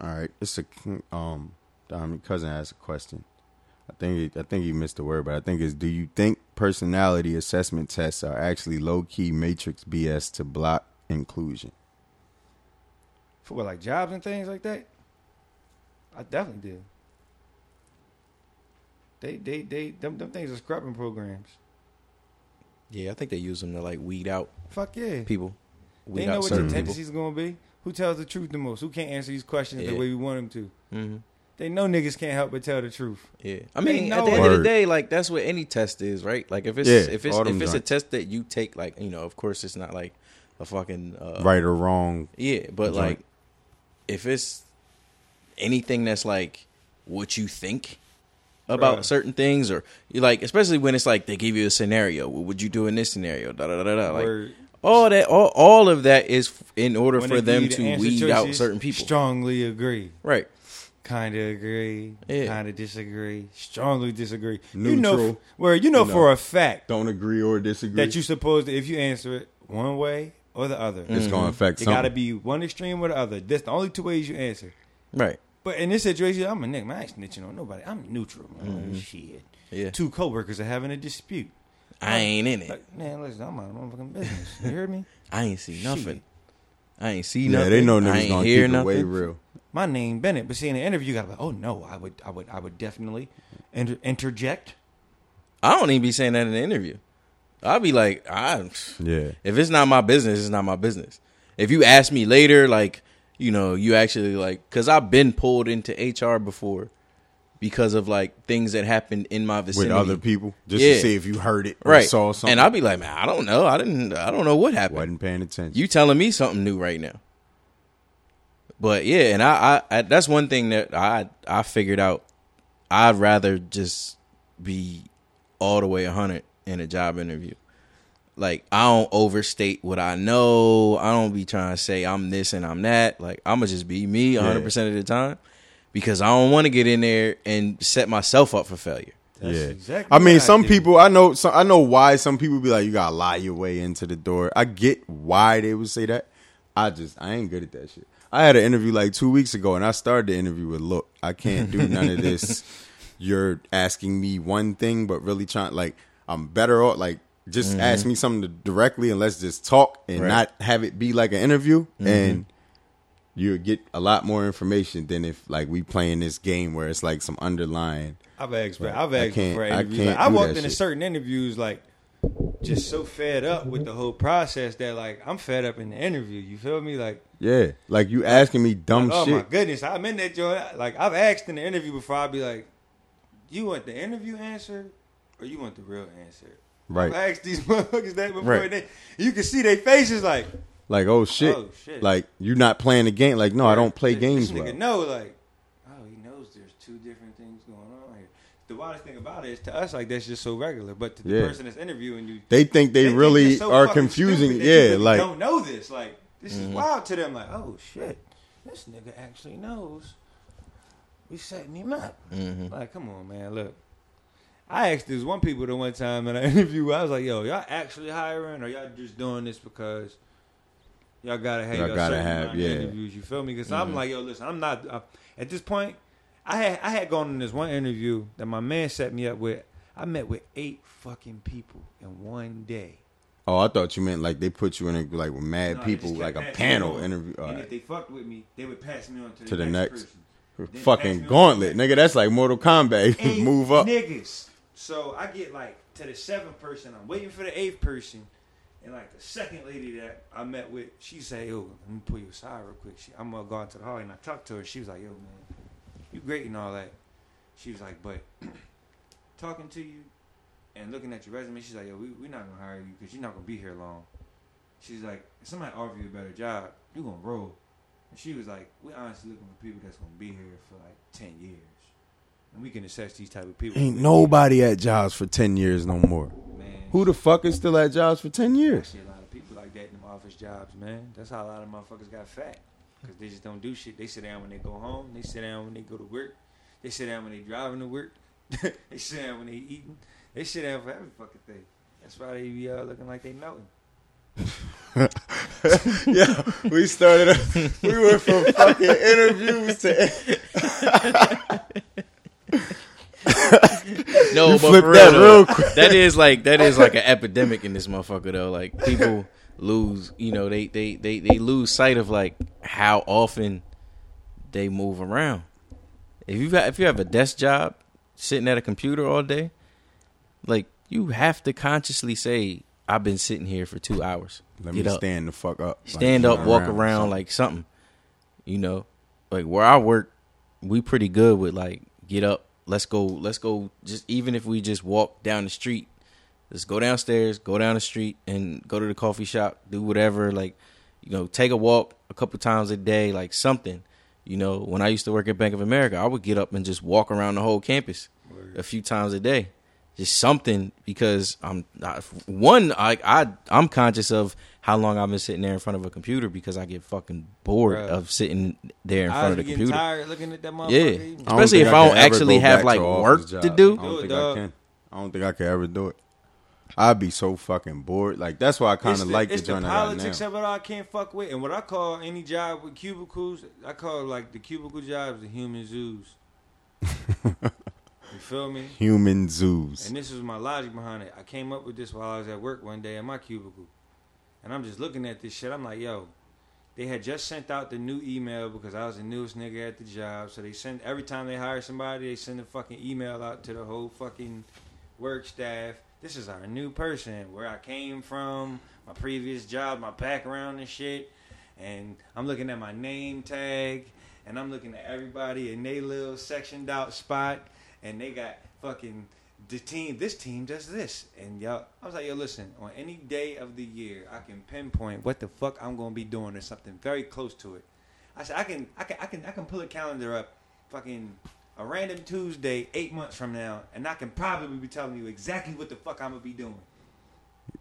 All right, it's a um. Diamond cousin asked a question. I think he, I think he missed the word, but I think it's do you think personality assessment tests are actually low key matrix BS to block inclusion? For what, like jobs and things like that? I definitely do. They, they, they, them, them things are scrubbing programs. Yeah, I think they use them to like weed out Fuck yeah. people. Weed they know out what your certain tendencies going to be. Who tells the truth the most? Who can't answer these questions the Yeah. way we want them to? people. hmm They know niggas can't help but tell the truth. Yeah, I They mean, at know the end of it. the day, like that's what any test is, right? Like if it's Yeah, if it's all if them it's a joints. test that you take, like you know, of course it's not like a fucking uh, right or wrong? Yeah, but Joint. like if it's anything that's like what you think about Bruh. certain things, or you like, especially when it's like they give you a scenario, what would you do in this scenario? Da da da da. da. Like Word. all that, all, all of that is f- in order When for they give them you the to answer weed out choices, certain people, Strongly agree. right? Kind of agree. Yeah. Kind of disagree. Strongly disagree. You know, Neutral. where you know You know. for a fact Don't agree or disagree. that you supposed to, if you answer it one way or the other, it's gonna affect It something. got to be one extreme or the other. That's the only two ways you answer. Right. But in this situation, I'm a nigga. Man, I ain't snitching on nobody. I'm neutral. Man. Mm-hmm. Oh, Shit. Yeah. Two coworkers are having a dispute. I ain't in it. Like, man, listen, I'm out of motherfucking business. You hear me? I ain't see nothing. Shit. I ain't see yeah, nothing. they know I niggas ain't gonna hear keep it nothing. way real. My name Bennett. But see, in the interview, you got to be like, oh no, I would, I would, I would definitely inter- interject. I don't even be saying that in the interview. I'll be like, I. Yeah, If it's not my business, it's not my business. If you ask me later, like, you know, you actually like, because I've been pulled into HR before because of like things that happened in my with vicinity. other people just Yeah. to see if you heard it or right? saw something. And I'll be like, man, I don't know. I didn't. I don't know what happened. wasn't paying attention. You telling me something new right now? But yeah, and I, I, I that's one thing that I, I figured out. I'd rather just be all the way hundred in a job interview. Like I don't overstate what I know. I don't be trying to say I'm this and I'm that. Like I'ma just be me hundred percent of the time because I don't want to get in there and set myself up for failure. That's yeah, exactly I mean, what I some do. people I know. Some, I know why some people be like, "You gotta lie your way into the door." I get why they would say that. I just I ain't good at that shit. I had an interview like two weeks ago, and I started the interview with, "Look, I can't do none of this. You're asking me one thing, but really trying like I'm better off like just Mm-hmm. ask me something to- directly, and let's just talk and Right. not have it be like an interview Mm-hmm. and." You'll get a lot more information than if like we playing this game where it's like some underlying I've asked, for, Right. I've I asked can't- for I interviews. can't like, I do walked that into shit. certain interviews like just so fed up with the whole process that like I'm fed up in the interview. You feel me? Like, Yeah, like you asking me dumb oh my shit. goodness, I'm in that joint. Like I've asked in the interview before. I'd be like, you want the interview answer or you want the real answer? Right. I asked these motherfuckers that before. Right. They, you can see their faces like, Like, oh shit. Oh, shit. Like you not playing the game. Like, no, I don't play this, games This well. nigga know like, oh, he knows there's two different things going on here. The wildest thing about it is to us like that's just so regular, but to the Yeah. person that's interviewing you, They think they, think really you're so are fucking confusing. stupid that you Yeah, really like Mm-hmm. don't know this. Like this is wild to them. Like oh shit, this nigga actually knows. We setting him up. Mm-hmm. Like come on, man. Look, I asked this one people the one time in an interview. I was like, yo, y'all actually hiring or y'all just doing this because? Y'all gotta have Y'all y'all gotta certain have, amount of yeah. Mm-hmm. interviews. You feel me? Because I'm like, yo, listen, I'm not uh, at this point. I had I had gone in this one interview that my man set me up with. I met with eight fucking people in one day. oh, I thought you meant like they put you in a like with mad No, they people, just like kept a passing me panel on. interview. All and right. if they fucked with me, they would pass me on to the, To the next, next. person. Then they passed me Fucking on gauntlet, to the nigga. That's like Mortal Kombat. next. You Eight Move up. niggas. So I get like to the seventh person. I'm waiting for the eighth person, And like the second lady that I met with, she said, "Yo, let me pull you aside real quick." She, I'm gonna go out to the hall, and I talked to her. She was like, "Yo, man, you great and all that." She was like, "But talking to you and looking at your resume, she's like, yo, we we not gonna hire you because you're not gonna be here long." She's like, "If somebody offer you a better job, you gonna roll." And she was like, "We honestly looking for people that's gonna be here for like ten years, and we can assess these type of people." Ain't nobody at jobs for ten years no more. Man, Who the fuck is still at jobs for ten I years? see a lot of people like that in them office jobs, man. That's how a lot of motherfuckers got fat. Because they just don't do shit. They sit down when they go home. They sit down when they go to work. They sit down when they driving to work. they sit down when they eating. They sit down for every fucking thing. That's why they be uh, looking like they melting. yeah, we started. Up, we went from fucking interviews to No, You but flipped for that real, though, real quick. that is like that is like an epidemic in this motherfucker though. Like people lose, you know, they they they they lose sight of like how often they move around. If you if you have a desk job sitting at a computer all day, like you have to consciously say, "I've been sitting here for two hours." Let Get me up. stand the fuck up. Like, stand up, walk around, like something. You know, like where I work, we pretty good with like get up, let's go, let's go. Just even if we just walk down the street, let's go downstairs, go down the street, and go to the coffee shop, do whatever. Like you know, take a walk a couple times a day, like something. You know, when I used to work at Bank of America, I would get up and just walk around the whole campus a few times a day, just something because I'm not, one. I I I'm conscious of how long I've been sitting there in front of a computer because I get fucking bored Bruh. of sitting there in I front was of the getting computer. tired looking at that Yeah, motherfucker. Yeah. don't especially think if I I could don't ever actually go have back like to an work office to job. I do. don't Do it, think dog. I can. I don't think I could ever do it. I'd be so fucking bored. Like that's why I kind of like the, it's the joint I got now. politics of it all I can't fuck with. And what I call any job with cubicles, I call like the cubicle jobs the human zoos. you feel me? Human zoos. And this was my logic behind it. I came up with this while I was at work one day in my cubicle. And I'm just looking at this shit. I'm like, yo, they had just sent out the new email because I was the newest nigga at the job. So they send every time they hire somebody, they send a fucking email out to the whole fucking work staff. This is our new person, where I came from, my previous job, my background and shit. And I'm looking at my name tag and I'm looking at everybody in they little sectioned out spot and they got fucking the team this team does this and y'all I was like, yo, listen, on any day of the year I can pinpoint what the fuck I'm gonna be doing or something very close to it. I said I can I can I can I can pull a calendar up fucking a random Tuesday eight months from now and I can probably be telling you exactly what the fuck I'm gonna be doing.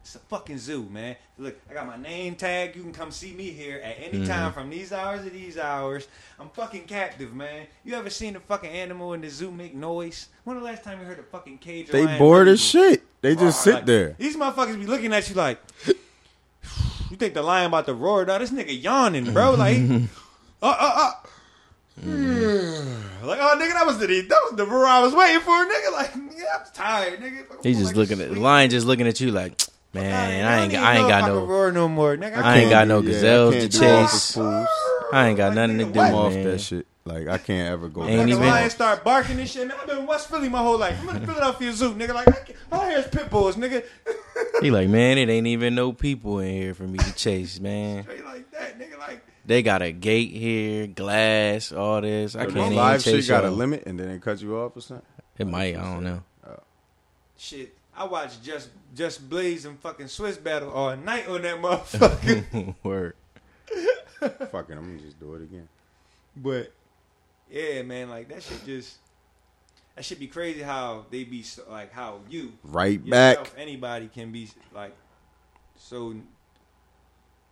It's a fucking zoo, man. Look, I got my name tag. You can come see me here at any Mm-hmm. time from these hours to these hours. I'm fucking captive, man. You ever seen a fucking animal in the zoo make noise? When the last time you heard a fucking cage? They lion bored make as noise? shit. They just Bruh, sit like, there. These motherfuckers be looking at you like, you think the lion about to roar? Now this nigga yawning, bro. Like, uh, uh, uh. Mm-hmm. like, oh, nigga, that was the that was the roar I was waiting for, nigga. Like, nigga, I'm tired, nigga. Fucking He's feel just like looking at the sleep. lion, just looking at you like, man, I ain't even I ain't know if got I can no roar no more, nigga. I Can't ain't got do- no yeah, I gazelles to can't do office chase. fools. I ain't Like, got nothing to nigga, do, what? I'm off man. that shit. Like I can't ever go. Ain't back. Like even- the lions start barking and shit, man. I've been in West Philly my whole life. I'm in the Philadelphia Zoo, nigga. Like, I can't- all I hear is pit bulls, nigga. He like, man, it ain't even no people in here for me to chase, man. Straight like that, nigga. Like, They got a gate here, glass, all this. I If can't even live chase shit got a y'all. limit, and then they cut you off or something. It might, I don't know. shit. I watched just just Blaze and fucking Swiss battle all night on that motherfucker. Word. Fuck it, I'm gonna just do it again. but yeah, man, like that shit just that should be crazy how they be so, like how you Right yourself, back. anybody can be like so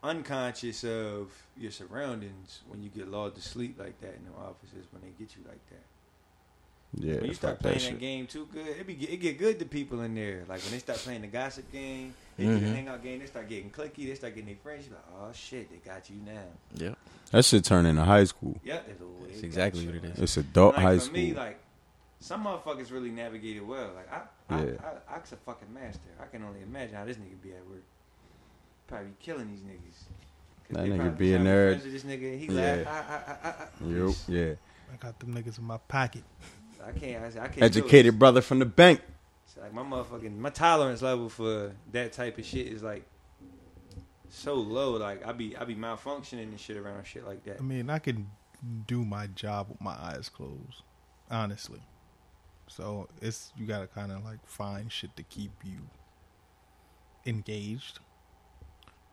unconscious of your surroundings when you get lulled to sleep like that in the offices when they get you like that. Yeah, when you fuck start playing that that, shit. game too good, it be it get good to people in there. Like when they start playing the gossip game, they do Mhm. the hangout game, they start getting clicky, they start getting their friends. You like, oh shit, they got you now. Yep. That shit turned into high school. Yep, that's, the way That's they got exactly you, what it man. is. It's adult Like, Oh, high for school. me, like some motherfuckers really navigated well. Like I, I, Yeah. I, I, was a fucking master. I can only imagine how this nigga be at work. Probably killing these niggas. 'Cause That they nigga probably be a trying to nerd. friends with This nigga, he laugh. I, I, I, I, I, Yup, yeah. I got them niggas in my pocket. I can't. I, said, I can't. do it. Educated brother from the bank. So like my motherfucking my tolerance level for that type of shit is like so low. Like I be I be malfunctioning and shit around shit like that. I mean, I can do my job with my eyes closed, honestly. So it's you gotta kind of like find shit to keep you engaged,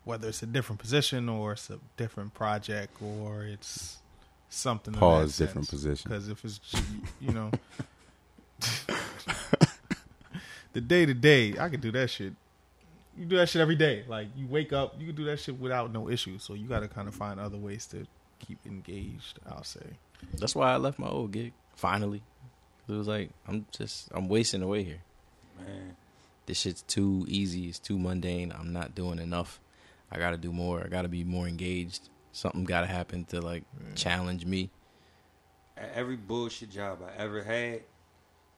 whether it's a different position or it's a different project or it's something. Pause, different position. Because if it's j- you know the day to day, I could do that shit. You do that shit every day. Like you wake up, you can do that shit without no issue. So you gotta kind of find other ways to keep engaged. I'll say. That's why I left my old gig finally. It was like I'm just I'm wasting away here. Man, This shit's too easy. It's too mundane. I'm not doing enough. I gotta do more. I gotta be more engaged. Something gotta happen to like Mm. challenge me. at every bullshit job I ever had,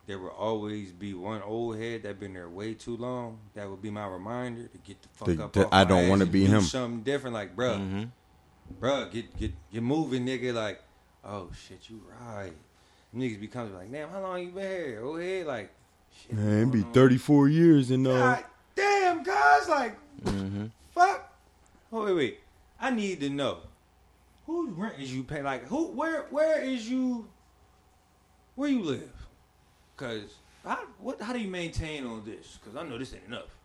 there will always be one old head that been there way too long. That would be my reminder to get the fuck The- up. the- off I my don't ass wanna and be do him. Something different, like bruh, Mm-hmm. bruh, get get get moving, nigga. Like, oh shit, you right. Niggas be coming like, damn, how long you been here? Old head, like, shit. Man, it going be on. 34 years and uh, God damn, guys, like, Mm-hmm. fuck. Oh, wait, wait. I need to know whose rent is you paying? Like, who? Where? Where is you? Where you live? Cause how? What? How do you maintain on this? Cause I know this ain't enough.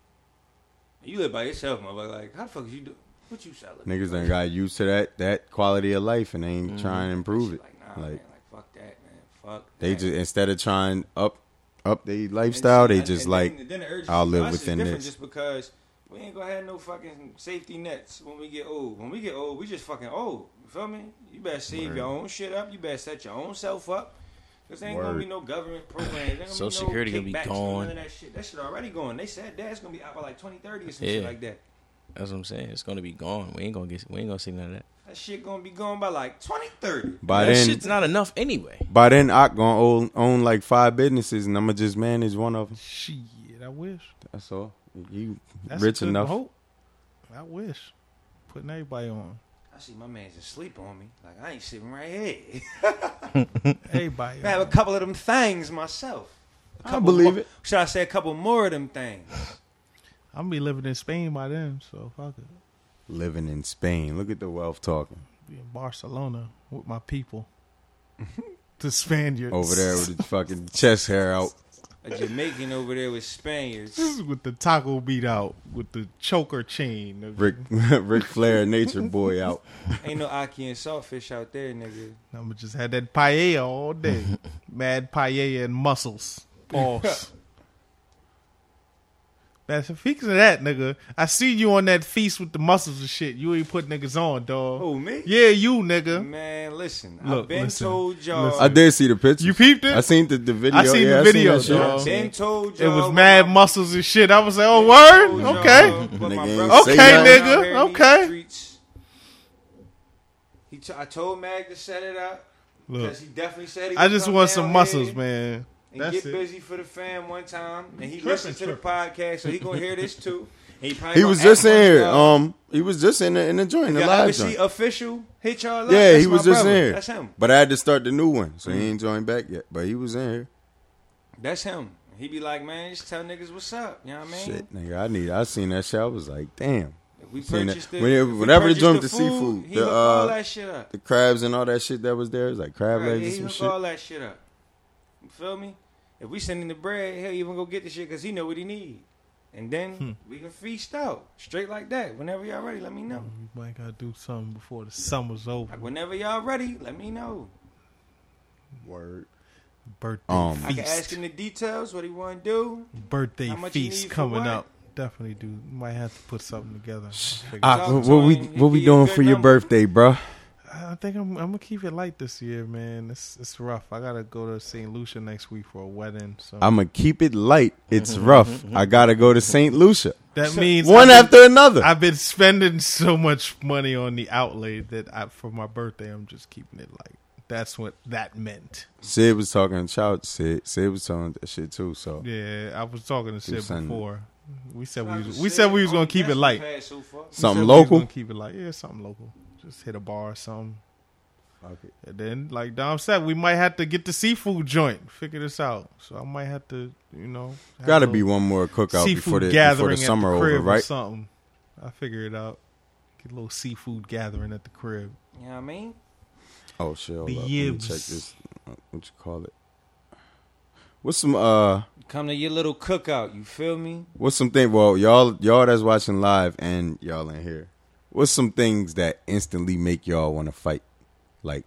And You live by yourself, motherfucker. Like, how the fuck is you do? What you selling? niggas done got used to that that quality of life and they ain't Mm-hmm. trying to improve it. Like, nah, man. Like Like, fuck that, man. Fuck. they that. just instead of trying up up their lifestyle, they And- just and like then- then the urgency I'll for live us is within different this. Just because we ain't gonna have no fucking safety nets when we get old. When we get old, we just fucking old. You feel me? You better save your own shit up. You better set your own self up. Cause there ain't gonna Word. be no government programs. Ain't gonna Social be no Security gonna be kickbacks, no gone. none of That shit. that shit already going. They said that's gonna be out by like twenty thirty or some shit Yeah. like that. That's what I'm saying. It's gonna be gone. We ain't gonna get. We ain't gonna see none of that. That shit gonna be gone by like twenty thirty. by that then shit's not enough anyway. by then I gonna own, own like five businesses and I'ma just manage one of them. Shit, I wish. That's all. You That's rich a good enough. Hope. I wish. Putting everybody on. I see my man's asleep on me. Like I ain't sitting right here. Everybody I have a on. couple of them things myself. A I couple believe more- it. Should I say a couple more of them things? I'm gonna be living in Spain by then, so fuck it. Living in Spain. Look at the wealth talking. Be in Barcelona with my people. the Spaniards. Over there with the fucking chest hair out. A Jamaican over there with Spaniards. This is with the taco beat out, with the choker chain. Rick Rick Flair nature boy out. Ain't no Aki and saltfish out there, nigga. I'ma just had that paella all day. Mad paella and muscles. Pause. That's speaking of that, nigga. I see you on that feast with the muscles and shit. You ain't put niggas on, dog. Oh me? Yeah, you nigga. Man, listen. I've Look, been listen, told y'all. I did see the picture. You peeped it? I seen the, the video. I seen yeah, the video, I seen that dog. shit. Been told It y'all. was what mad my- muscles and shit. I was like, oh told word, y'all okay. what my Nigga brother ain't said say out here nothing. Okay, in these nigga, streets. He t- I told Mag to set it up Look, because he definitely said he. I would just come want some down muscles, here. man. and That's get it. busy for the fam one time, and he Tripping, listened to the podcast, so he gonna hear this too. And probably He gonna was act just in here. like, uh, Um, he was just in the in the joint, the y'all live ever joint. see official hit y'all? Up? Yeah, That's he was my just brother. in here. That's him. But I had to start the new one, so he ain't joined back yet. But he was in here. That's him. He be like, man, just tell niggas what's up. You know what I mean? Shit, nigga, I need. I seen that shit. I was like, damn. If we Seen that. purchased it. When- if we whenever they purchased drunk the the seafood, he the, hooked all uh, that shit up. The crabs and all that shit that was there it was like crab Right, yeah, legs he and hooked some all shit. that shit up. You feel me? If we send him the bread, he'll even go get the shit because he know what he need. And then Hmm. we can feast out straight like that. Whenever y'all ready, let me know. You might gotta do something before the summer's over. Like whenever y'all ready, let me know. Word. Birthday Um, I can ask feast. him the details, what he want to do. Birthday how much you need feast for coming what? up. Definitely do. Might have to put something together. Figure- Ah. Ah, Talk what to we him, what he we be a doing good for your number. birthday, bro? I think I'm, I'm gonna keep it light this year, man. It's it's rough. I gotta go to St. Lucia next week for a wedding. So I'ma keep it light. Mm-hmm, It's rough. I gotta go to Saint Lucia. that means One I've been- after another. I've been spending so much money on the outlay that I, for my birthday, I'm just keeping it light. That's what that meant. Sid was talking child Sid. Sid was talking that shit too. So Yeah, I was talking to Sid saying- before. We said we was, we said we was Oh, gonna keep it light. We So far. something said we was local. gonna keep it light. Yeah, something local. Just hit a bar or something. And then, like Dom said, we might have to get the seafood joint. Figure this out. So I might have to, you know, have Gotta a be little one more cookout seafood before the before gathering the at summer the crib over, or right? something. I figure it out. a little seafood gathering at the crib. You know what I mean? Oh shit! Hold The up. Let me yibs. check this. uh, What you call it? What's some uh? Come to your little cookout. You feel me? What's some thing? Well, y'all, y'all that's watching live and y'all in here. What's some things that instantly make y'all want to fight? Like,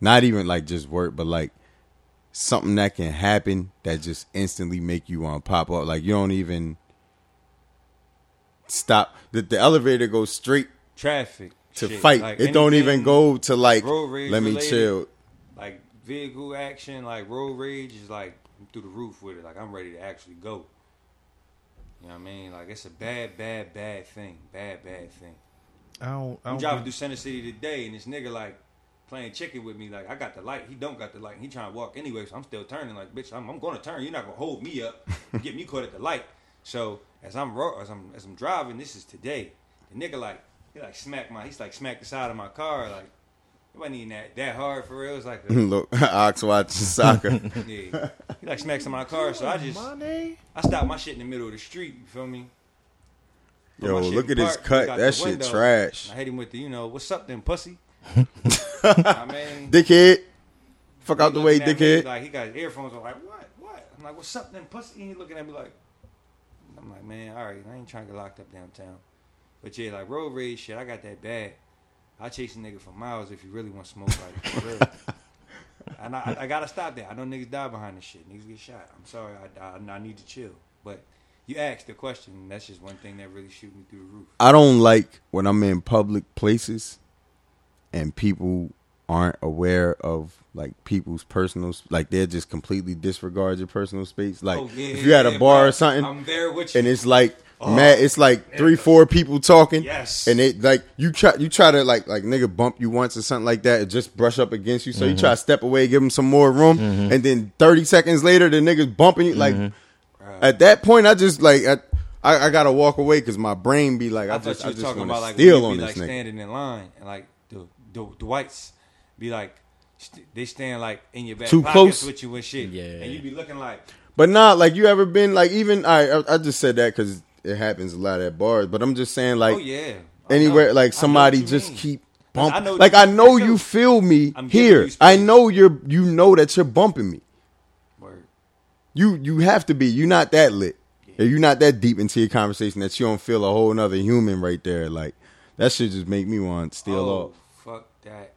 not even like just work, but like something that can happen that just instantly make you want to pop up. Like you don't even stop. The, the elevator goes straight Traffic. to shit, fight. like it don't anything- even go to like. road rage Let me related. chill. like vehicle action, like road rage is like I'm through the roof with it. Like I'm ready to actually go. You know what I mean? Like it's a bad, bad, bad thing. Bad, bad thing. I don't. I I'm don't driving be- through Center City today, and this nigga like playing chicken with me. Like I got the light, he don't got the light. and He trying to walk anyway, so I'm still turning. Like bitch, I'm, I'm going to turn. You're not gonna hold me up, get me caught at the light. So as I'm ro- as I'm as I'm driving, this is today. The nigga like he like smacked my he's like smacked the side of my car. Like it wasn't even that that hard for real. It's like a, Look, Ox watching soccer. yeah, he like smacks in my car. So I just Money? I stopped my shit in the middle of the street. You feel me? Put Yo, my shit look in at his park, cut. look out That the shit window. trash. I hit him with the you know what's up then pussy. I mean, dickhead. Fuck out the He way, looking at me, dickhead. Like he got his earphones on. Like what? What? I'm like, what's up? Then pussy. He looking at me like. I'm like, man, all right. I ain't trying to get locked up downtown. But yeah, like road rage shit. I got that bad. I chase a nigga for miles if you really want smoke. Like, for real. and I, I gotta stop that. I know niggas die behind this shit. Niggas get shot. I'm sorry. I, I, I need to chill. But you asked the question. and that's just one thing that really shoot me through the roof. I don't like when I'm in public places and people aren't aware of like people's personal s- like they're just completely disregard your personal space. Like Oh, yeah, if you at yeah, a bar bro. or something I'm there with you. Oh. and it's like mad it's like three, four people talking. Yes. And it like you try you try to like like nigga bump you once or something like that and just brush up against you. So you try to step away, give them some more room, and then thirty seconds later the niggas bumping you like at that point, I just like I, I, I gotta walk away because my brain be like, I, I, thought just, you I were just talking want about to like steal when on you be this like nigga. standing in line and like the the, the whites be like st- they stand like in your back Too pockets close. with you and shit. Yeah. and you be looking like But not like you ever been like even I I, I just said that because it happens a lot at bars. But I'm just saying like oh yeah I anywhere know. I know like what somebody you just mean. keep I know- bumping. Like I know I know. you feel me I'm giving here. you space. I know you're you know that you're bumping me. Word. You you have to be. You're not that lit. Or You're not that deep into your conversation that you don't feel a whole nother human right there. Like that should just make me want to steal oh, off. Fuck that.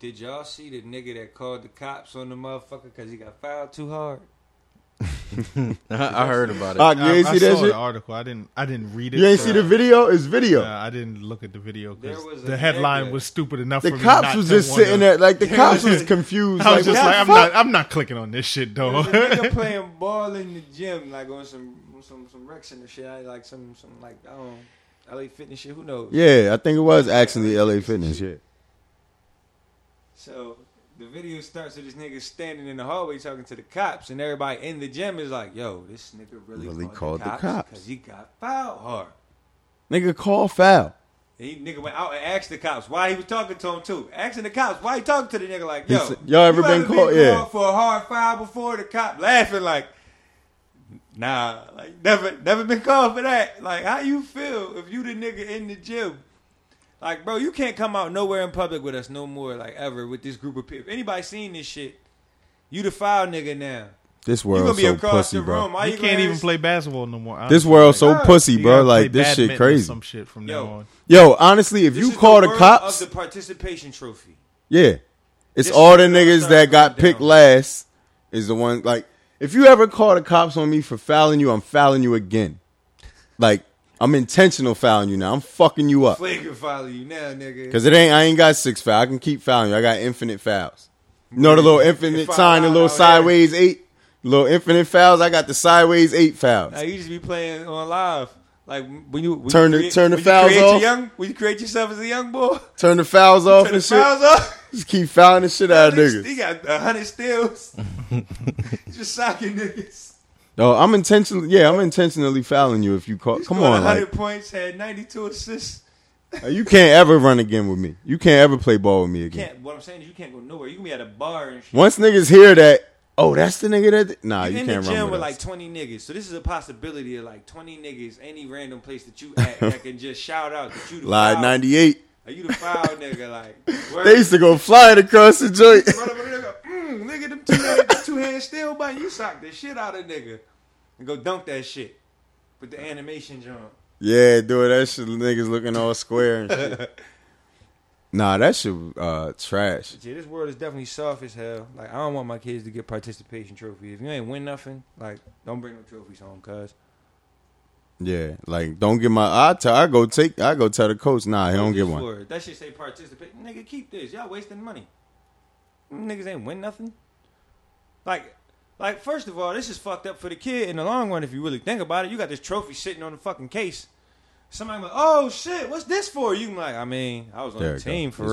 Did y'all see the nigga that called the cops on the motherfucker because he got fouled too hard? Uh-huh, I heard about it. Fuck, you I, ain't I see that saw shit. the article. I didn't. I didn't read it. You ain't but- see the video? It's video. Nah, I didn't look at the video because There was a the headline nigga- was stupid enough. The for me cops not was to just wanna- sitting there, like the cops was confused. I was like, just "What like, I'm the fuck?" not. I'm not clicking on this shit There was a though. nigga playing ball in the gym, like on some on some some Rex and the shit. I like some some like I don't know, LA Fitness shit. Who knows? Yeah, I think it was actually LA Fitness. Yeah, So the video starts with this nigga standing in the hallway talking to the cops, and everybody in the gym is like, "Yo, this nigga really, Really called, the cops because he got fouled hard." nigga, call foul. And he nigga went out and asked the cops why he was talking to him too. Asking the cops why he talking to the nigga like, He "Yo, said- y'all ever you been caught- yeah. for a hard foul before?" The cop laughing like. Nah, like never, never been called for that. Like, how you feel if you the nigga in the gym Like, bro, you can't come out nowhere in public with us no more, like ever, with this group of people. If anybody seen this shit, you the foul nigga now. This You gonna world be so across pussy, the room. bro. All you you can't gonna even is- play basketball no more. This honestly. world Like, so pussy, you bro. gotta play Like this badminton shit or crazy. Some shit from Yo. now on. Yo, honestly, if This you is call the world cops, of the participation trophy. yeah, it's This all the is the world niggas of that got the picked down. last is the one. Like, if you ever call the cops on me for fouling you, I'm fouling you again. Like, I'm intentional fouling you now. I'm fucking you up Flagrant follow you now, nigga. because it ain't. I ain't got six foul. I can keep fouling you. I got infinite fouls. You know the little infinite If I sign, the foul little out here. sideways eight, little infinite fouls. I got the sideways eight fouls. Now you just be playing on live. Like when you when Turn you the- turn the when you fouls create off. Your young, when you create yourself as a young boy, Turn the fouls off turn the and shit. fouls off. Just keep fouling the shit out of niggas. He got a hundred steals. just socking niggas. No, I'm intentionally. Yeah, I'm intentionally fouling you if you call. He Come scored on, 100 like points, had 92 assists. you can't ever run again with me. You can't ever play ball with me again. Can't. What I'm saying is you can't go nowhere. You can be at a bar and shit. Once niggas hear that, Oh, that's the nigga that. Nah, you you, in can't the run gym with, with us. like 20 niggas. So this is a possibility of like 20 niggas, any random place that you at that can just shout out that you the Live foul- ninety eight. Are you the foul nigga? Like, word. They used to go flying across the joint. Motherfucker, nigga, mm, nigga, them two hands, two hands still button. You sock the shit out of nigga and go dunk that shit with the animation jump. Yeah, doing that shit. Niggas looking all square and shit. nah, that shit uh, trash. Yeah, this world is definitely soft as hell. Like, I don't want my kids to get participation trophies. If you ain't win nothing, like, don't bring no trophies home, cuz. Yeah, like don't get my. I tell. I go take. I go tell the coach. Nah, he don't get one. For it. That shit say participate. Nigga, keep this. Y'all wasting money. Niggas ain't win nothing. Like, like first of all, this is fucked up for the kid in the long run. If you really think about it, you got this trophy sitting on the fucking case. Somebody like, oh shit, what's this for? You can like, I mean, I was on There the it go. team for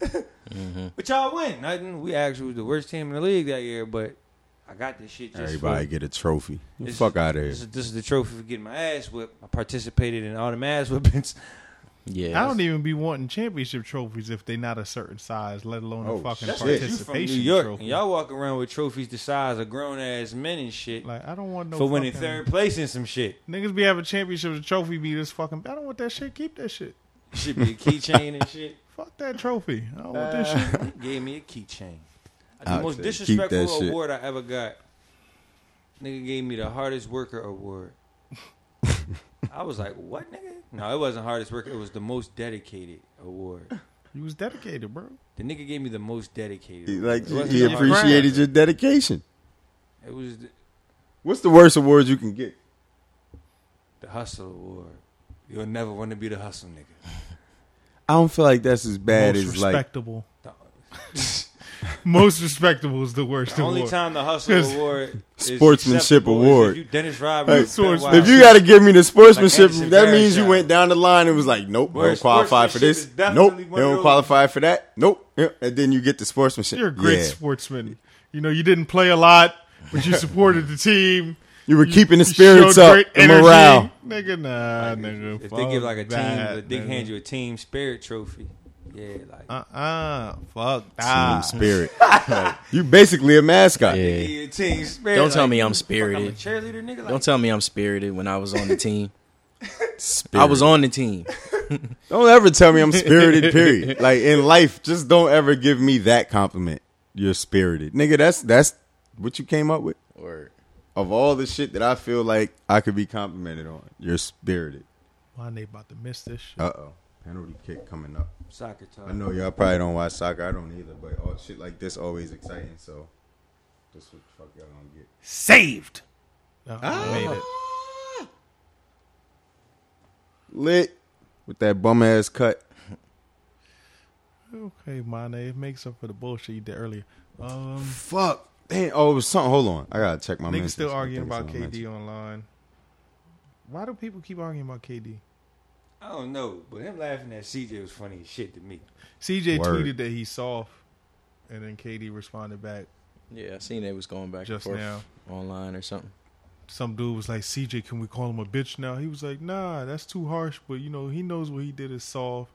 It's real, bad. but y'all win. Nothing. We actually was the worst team in the league that year, but I got this shit. Just Everybody get a trophy. for, The fuck out of here. This is, this is the trophy for getting my ass whipped. I participated in all them ass whippings. Yeah, I don't e- even be wanting championship trophies if they not a certain size, let alone Oh, a shit. fucking That's 'cause you from New participation York, trophy. and y'all walk around with trophies the size of grown ass men and shit Like I don't want no for winning fucking- third place in some shit. Niggas be having championships, the trophy be this fucking. I don't want that shit. Keep that shit. Should be a keychain and shit. Fuck that trophy. I don't want this shit. He gave me a keychain. The I'd most say keep that disrespectful shit. award I ever got. Nigga gave me the hardest worker award. I was like, what, nigga? No, it wasn't hardest worker. It was the most dedicated award. You was dedicated, bro. The nigga gave me the most dedicated. He- award. Like It wasn't he even- appreciated your dedication. It was the, What's the worst award you can get? the hustle award. You'll never want to be the hustle nigga. I don't feel like that's as bad Most as like respectable. The- Most respectable is the worst The only award. time the hustle award is Sportsmanship acceptable is award. If you Dennis Rodman, Hey, and Ben Wallace. if you got to give me the sportsmanship, Anderson that means Varejao. you went down the line and was like, nope, I Where don't qualify for sportsmanship this. is definitely Nope, one they of don't those- qualify for that. Nope, yeah, and then you get the sportsmanship. You're a great Yeah. sportsman. You know, you didn't play a lot, but you supported the team. You were keeping the you spirits showed up, great the energy. morale. Nigga, nah, nigga. if they fuck give like a team, that, if they nigga. hand you a team spirit trophy. Yeah, like Uh-uh. Fuck Team that. spirit. Like, you basically a mascot. Yeah. give you a team spirit. Don't tell like, me I'm fuck, I'm a spirited. cheerleader, nigga. Like, Don't tell me I'm spirited when I was on the team. Spirit. I was on the team. Don't ever tell me I'm spirited. Period. Like in life, just don't ever give me that compliment. You're spirited, nigga. That's that's what you came up with. Or Of all the shit that I feel like I could be complimented on, you're spirited. My name about to miss this shit. Uh oh, penalty kick coming up. soccer talk. I know y'all probably don't watch soccer. I don't either, but all, shit like this always exciting. So this what the fuck y'all gonna get. Saved. No, I Uh-uh, made it. Lit with that bum ass cut. uh-uh. Okay, Mane, it makes up for the bullshit you did earlier. Um, Fuck. Damn. Oh, it was something. Hold on. I gotta check my. niggas mentions. still I arguing think it's about on my KD online. Why do people keep arguing about KD? I don't know, but him laughing at CJ was funny as shit to me. CJ Word. tweeted that he's soft, and then KD responded back yeah, I seen they was going back just and forth now. online or something. Some dude was like, CJ, can we call him a bitch now? He was like, nah, that's too harsh, but you know, he knows what he did is soft.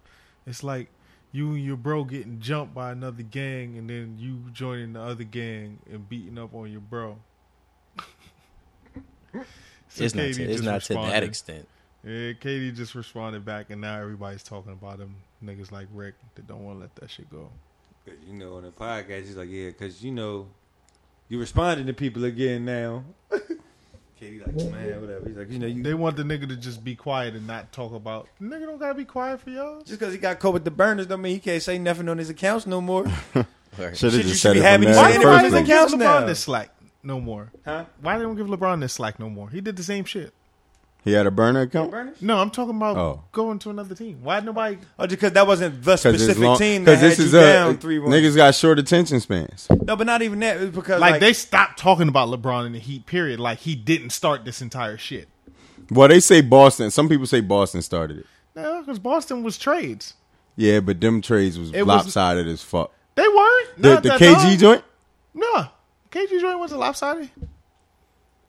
It's like you and your bro getting jumped by another gang, and then you joining the other gang and beating up on your bro. So it's not. KD To, it's just not to that responded. extent. Yeah, Katie just responded back, and now everybody's talking about him. Niggas like Rick that don't want to let that shit go. 'Cause, you know, on the podcast, he's like, yeah, because you know, you responding to people again now. Katie like, man, whatever. He's like, you know, you They want the nigga to just be quiet and not talk about. Nigga don't gotta be quiet for y'all. just because he got caught with the burners, don't mean he can't say nothing on his accounts no more. Shit, mentions. Shoulda you just should said be it happy from to Why say that it. first nobody Everybody's don't place. account- give accounts LeBron now. this slack no more? Huh? Why they don't give LeBron this slack no more? He did the same shit. He had a burner account. Burners? No, I'm talking about Oh. going to another team. Why nobody? Oh, because that wasn't the Because specific team that Because had this you is down a three one. niggas got short attention spans. No, but not even that. It was because Like, like, they stopped talking about LeBron in the Heat. Period. Like he didn't start this entire shit. Well, they say Boston. Some people say Boston started it. No, because Boston was trades. Yeah, but them trades was It was- lopsided as fuck. They weren't. The, Not the that KG long. joint. No, KG joint wasn't lopsided.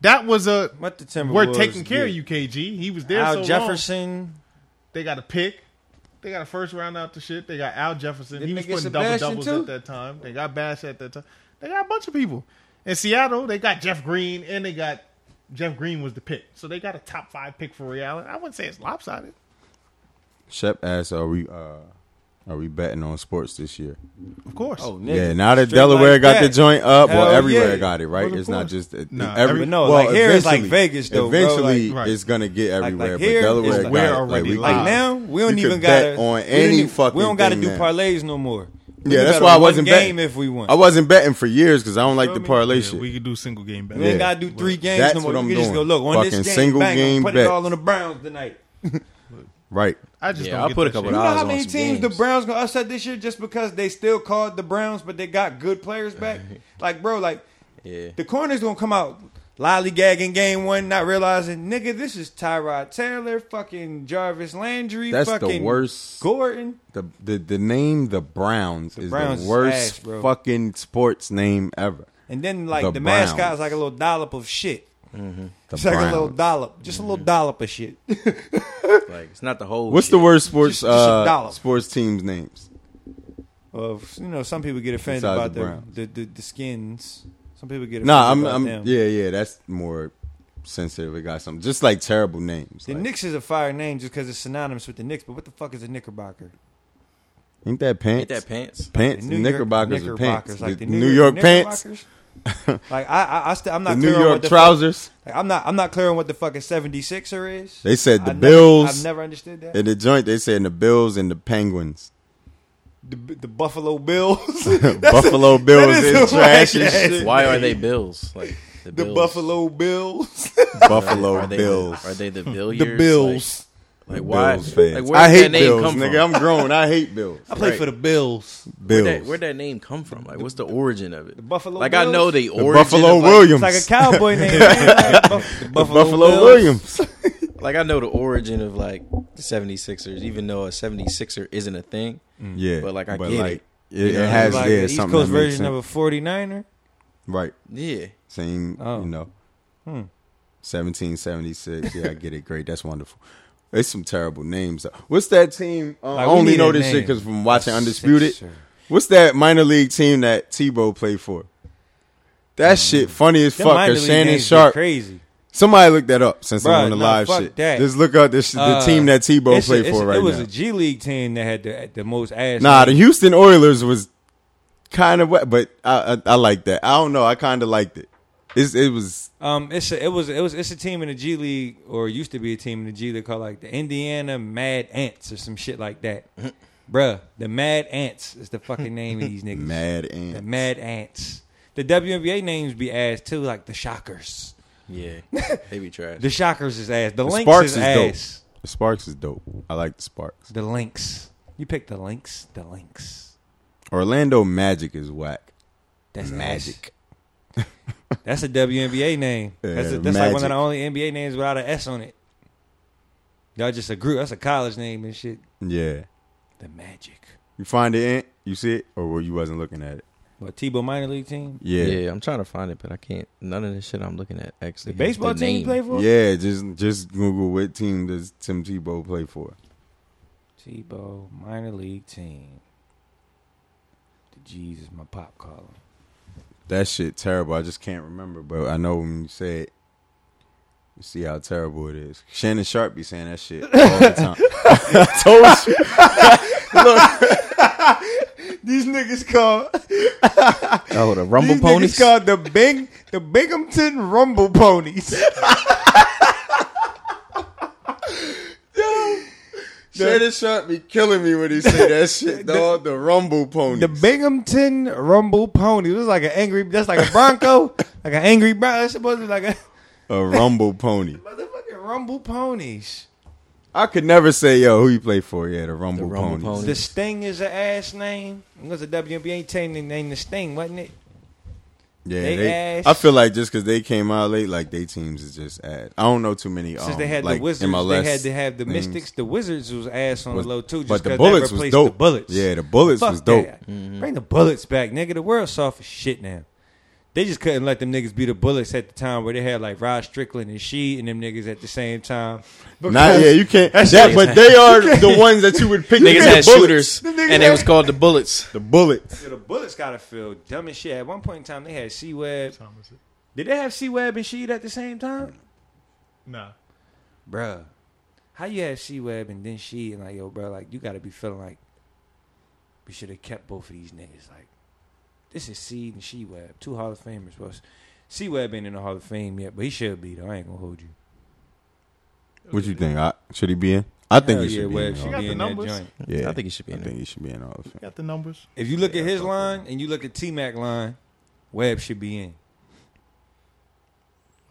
That was a what the Timberwolves. we're taking care did. of you, KG. He was there Al so long. Jefferson. They got a pick. They got a first round out the shit. They got Al Jefferson. Didn't he they was get putting double Sebastian doubles too? at that time. They got Bash at that time. They got a bunch of people. In Seattle, they got Jeff Green and they got Jeff Green was the pick. So they got a top five pick for Ray Allen. I wouldn't say it's lopsided. Shep asked, "Are we uh, are we betting on sports this year?" Of course. Oh, nigga. Yeah, now that Straight Delaware like got that. the joint up, Hell well, everywhere yeah. got it right. Well, of it's not course. just it- Nah, every, But no, like here it's like Vegas, though, bro, Eventually, like- it's gonna get everywhere, here, but Delaware it's got where it. already we live. can- Like now, we don't you even could bet gotta on we don't any even- fucking We don't gotta thing do now. parlays no more. We yeah, can that's bet why on I one wasn't game betting if we want. I wasn't betting for years because I don't like Feel the me? parlay Yeah, shit. we could do single game bet. We ain't Yeah. gotta do three games That's no more. what we I'm can just go doing. look on Fucking this game, single bang, game put it bets. all on the Browns tonight. right. I just Yeah, don't I'll get put a that couple You shit. know I was how on many some teams the games. Browns gonna upset this year just because they still called the Browns, but they got good players back? like, bro, like Yeah. the corners gonna come out lollygagging game one, not realizing, nigga, this is Tyrod Taylor, fucking Jarvis Landry, That's the fucking worst- Gordon. The, the the name the Browns is Browns is the worst ass, bro. fucking sports name ever. And then like the, The mascot's mascot is Browns. like a little dollop of shit. The It's like Browns. Mm-hmm. a little dollop, just a little dollop of shit. Like it's not the whole. What's shit. the worst sports Just- just a uh, dollar. sports teams names? of you know, some people get offended Besides about the the Browns. the, the, the skins. Some people get offended Nah, I'm, about I'm them. yeah, yeah. That's more sensitive. It got something just like terrible names. The Like, Knicks is a fire name just because it's synonymous with the Knicks, but what the fuck is a Knickerbocker? ain't that pants? Ain't that pants? Pants. The New York Knickerbockers are pants. Like the, New, York, pants. Knickerbockers? like I, I, I still, I'm The not New clear on what York the trousers. Fuck, like, I'm not, I'm not clear on what the fucking 76er is. They said the I never- Bills I've never understood that. and the joint. They said the Bills and the Penguins. the, the Buffalo Bills. Buffalo Bills is is, a whack trash and ass shit. Why are they Bills? Like the, the Bills. Buffalo Bills. Buffalo Are they, Bills. Are they the billiards? the Bills. Like, like why? Bills fans. Like I where hate that name Bills, come from? nigga. I'm grown. I hate Bills. I play for the Bills. Bills. Where'd that, where'd that name come from? Like, what's the origin of it? The Buffalo Like, I Bills? know The the origin. Buffalo of, like, Williams. It's like a cowboy name. man. Like, Buff- the The Buffalo, Buffalo, Bills. Williams. Like, I know the origin of like the 76ers, even though a 76er isn't a thing. yeah, Mm. But, like, I get it. It, it You know, has Like there the East something Coast that makes version sense. of a 49er. right. Yeah, Same, Oh. Hmm. you know. 1776. Yeah, I get it. Great. That's wonderful. It's some terrible names. though. What's that team? Um, Like, I we only need know a this shit name. because from watching Undisputed. Sixer. What's that minor league team that Tebow played for? That shit funny as Mm. Them fuck. minor Or league Shannon names be Sharp. Crazy. Somebody look that up since Bruh, I'm on the nah, live fuck shit. that. Just look up this, the Uh, team that Tebow It's a- played it's for a- right It was now. a G League team that had the, the most ass. Nah, the names. Houston Oilers was kind of wet, but I, I I like that. I don't know. I kind of liked it. It's, it was um, it's a, it was it was it's a team in the G League or used to be a team in the G League called like the Indiana Mad Ants or some shit like that. Bruh, the Mad Ants is the fucking name of these niggas. mad The and Mad Ants. The WNBA names be ass too, like the Shockers. yeah. they be trash. The Shockers is ass. The, The Lynx Sparks is, is dope. ass. The Sparks is dope. I like the Sparks. The Lynx. You pick the Lynx. The Lynx. Orlando Magic is whack. That's Magic. ass. That's a WNBA name. Yeah, that's a, that's like one of Magic. the only NBA names without an S on it. Y'all just a group. That's a college name and shit. Yeah, The Magic. you find it, Ant? You see it, or were you wasn't looking at it? What Tebow minor league team? Yeah, yeah. yeah. I'm trying to find it, but I can't. None of the shit I'm looking at actually. The baseball the team name. you play for? just just Google what team does Tim Tebow play for. Tebow minor league team. The G's is my pop column. That shit terrible. I just can't remember, but I know when you say it, you see how terrible it is. Shannon Sharp be saying that shit all the time. I told you. These niggas called Oh, the Rumble these Ponies. niggas called the Bing the Binghamton Rumble Ponies. Shannon Sharp be killing me when he say that shit, dog. The Rumble Pony. The Binghamton Rumble Pony. It was like an angry. That's like a Bronco, like an angry Bronco. That's supposed to be like a a Rumble Pony. motherfucking Rumble Ponies. I could never say, yo, who you play for? Yeah, the Rumble, The Rumble Ponies. Ponies. The Sting is an ass name. It was a WNBA team that named the Sting, wasn't it? Yeah, They they ass. I feel like just because they came out late, like they teams is just ass. I don't know too many. Since um, they had like, the Wizards, MLS they had to have the names. Mystics. The Wizards was ass on Was- the low too, just but the because Bullets they was replaced dope. the Bullets. Yeah, the Bullets was Fuck dope. that. Bring the Bullets back, nigga. The world's soft as shit now. They just couldn't let them niggas be the bullets at the time where they had like Rod Strickland and she and them niggas at the same time. Not yeah, you can't. That, but they are the ones that you would pick. Niggas The had bullets. shooters, and they was called the bullets. The bullets. Yeah, the bullets gotta feel dumb as shit. At one point in time, they had C Web. Did they have C Web and Sheed at the same time? Nah. Bruh. How you have C Web and then Sheed and like, yo, bruh, like you gotta be feeling like we should have kept both of these niggas. Like, this is Seed and She Web, two Hall of Famers. Well, C Web ain't in the Hall of Fame yet, but he should be though. I ain't gonna hold you. What you think? I, should he be in? I think Hell he yeah, should be Web in. should got be the in that numbers. joint. Yeah, I think he should be in I there. think he should be in all of it. Got the numbers. If you look at his line and you look at T Mac line, Web should be in.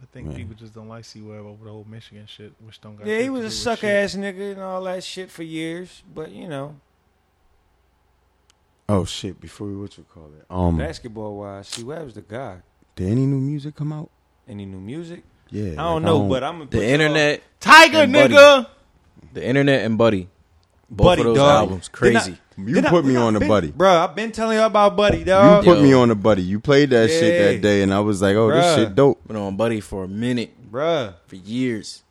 I think Man. people just don't like C Web over the whole Michigan shit, which don't got. Yeah, he shit was to a do with suck shit. ass nigga and all that shit for years, but you know, Oh shit! Before we what you call it? Um, basketball wise, C Web's the guy. did any new music come out? Any new music? Yeah, um, I don't know, but I'm gonna put The y'all- internet, Tiger And Buddy. nigga. the internet, and Buddy, both Buddy, of those dog. albums, Did not- crazy. You did not- put me did not on to been- Buddy. bro. I've been telling you about Buddy, You dog. put me Yo. on the buddy. You played that shit Yeah. that day, and I was like, "Oh, Bruh. this shit dope." Been on Buddy for a minute, bro. for years.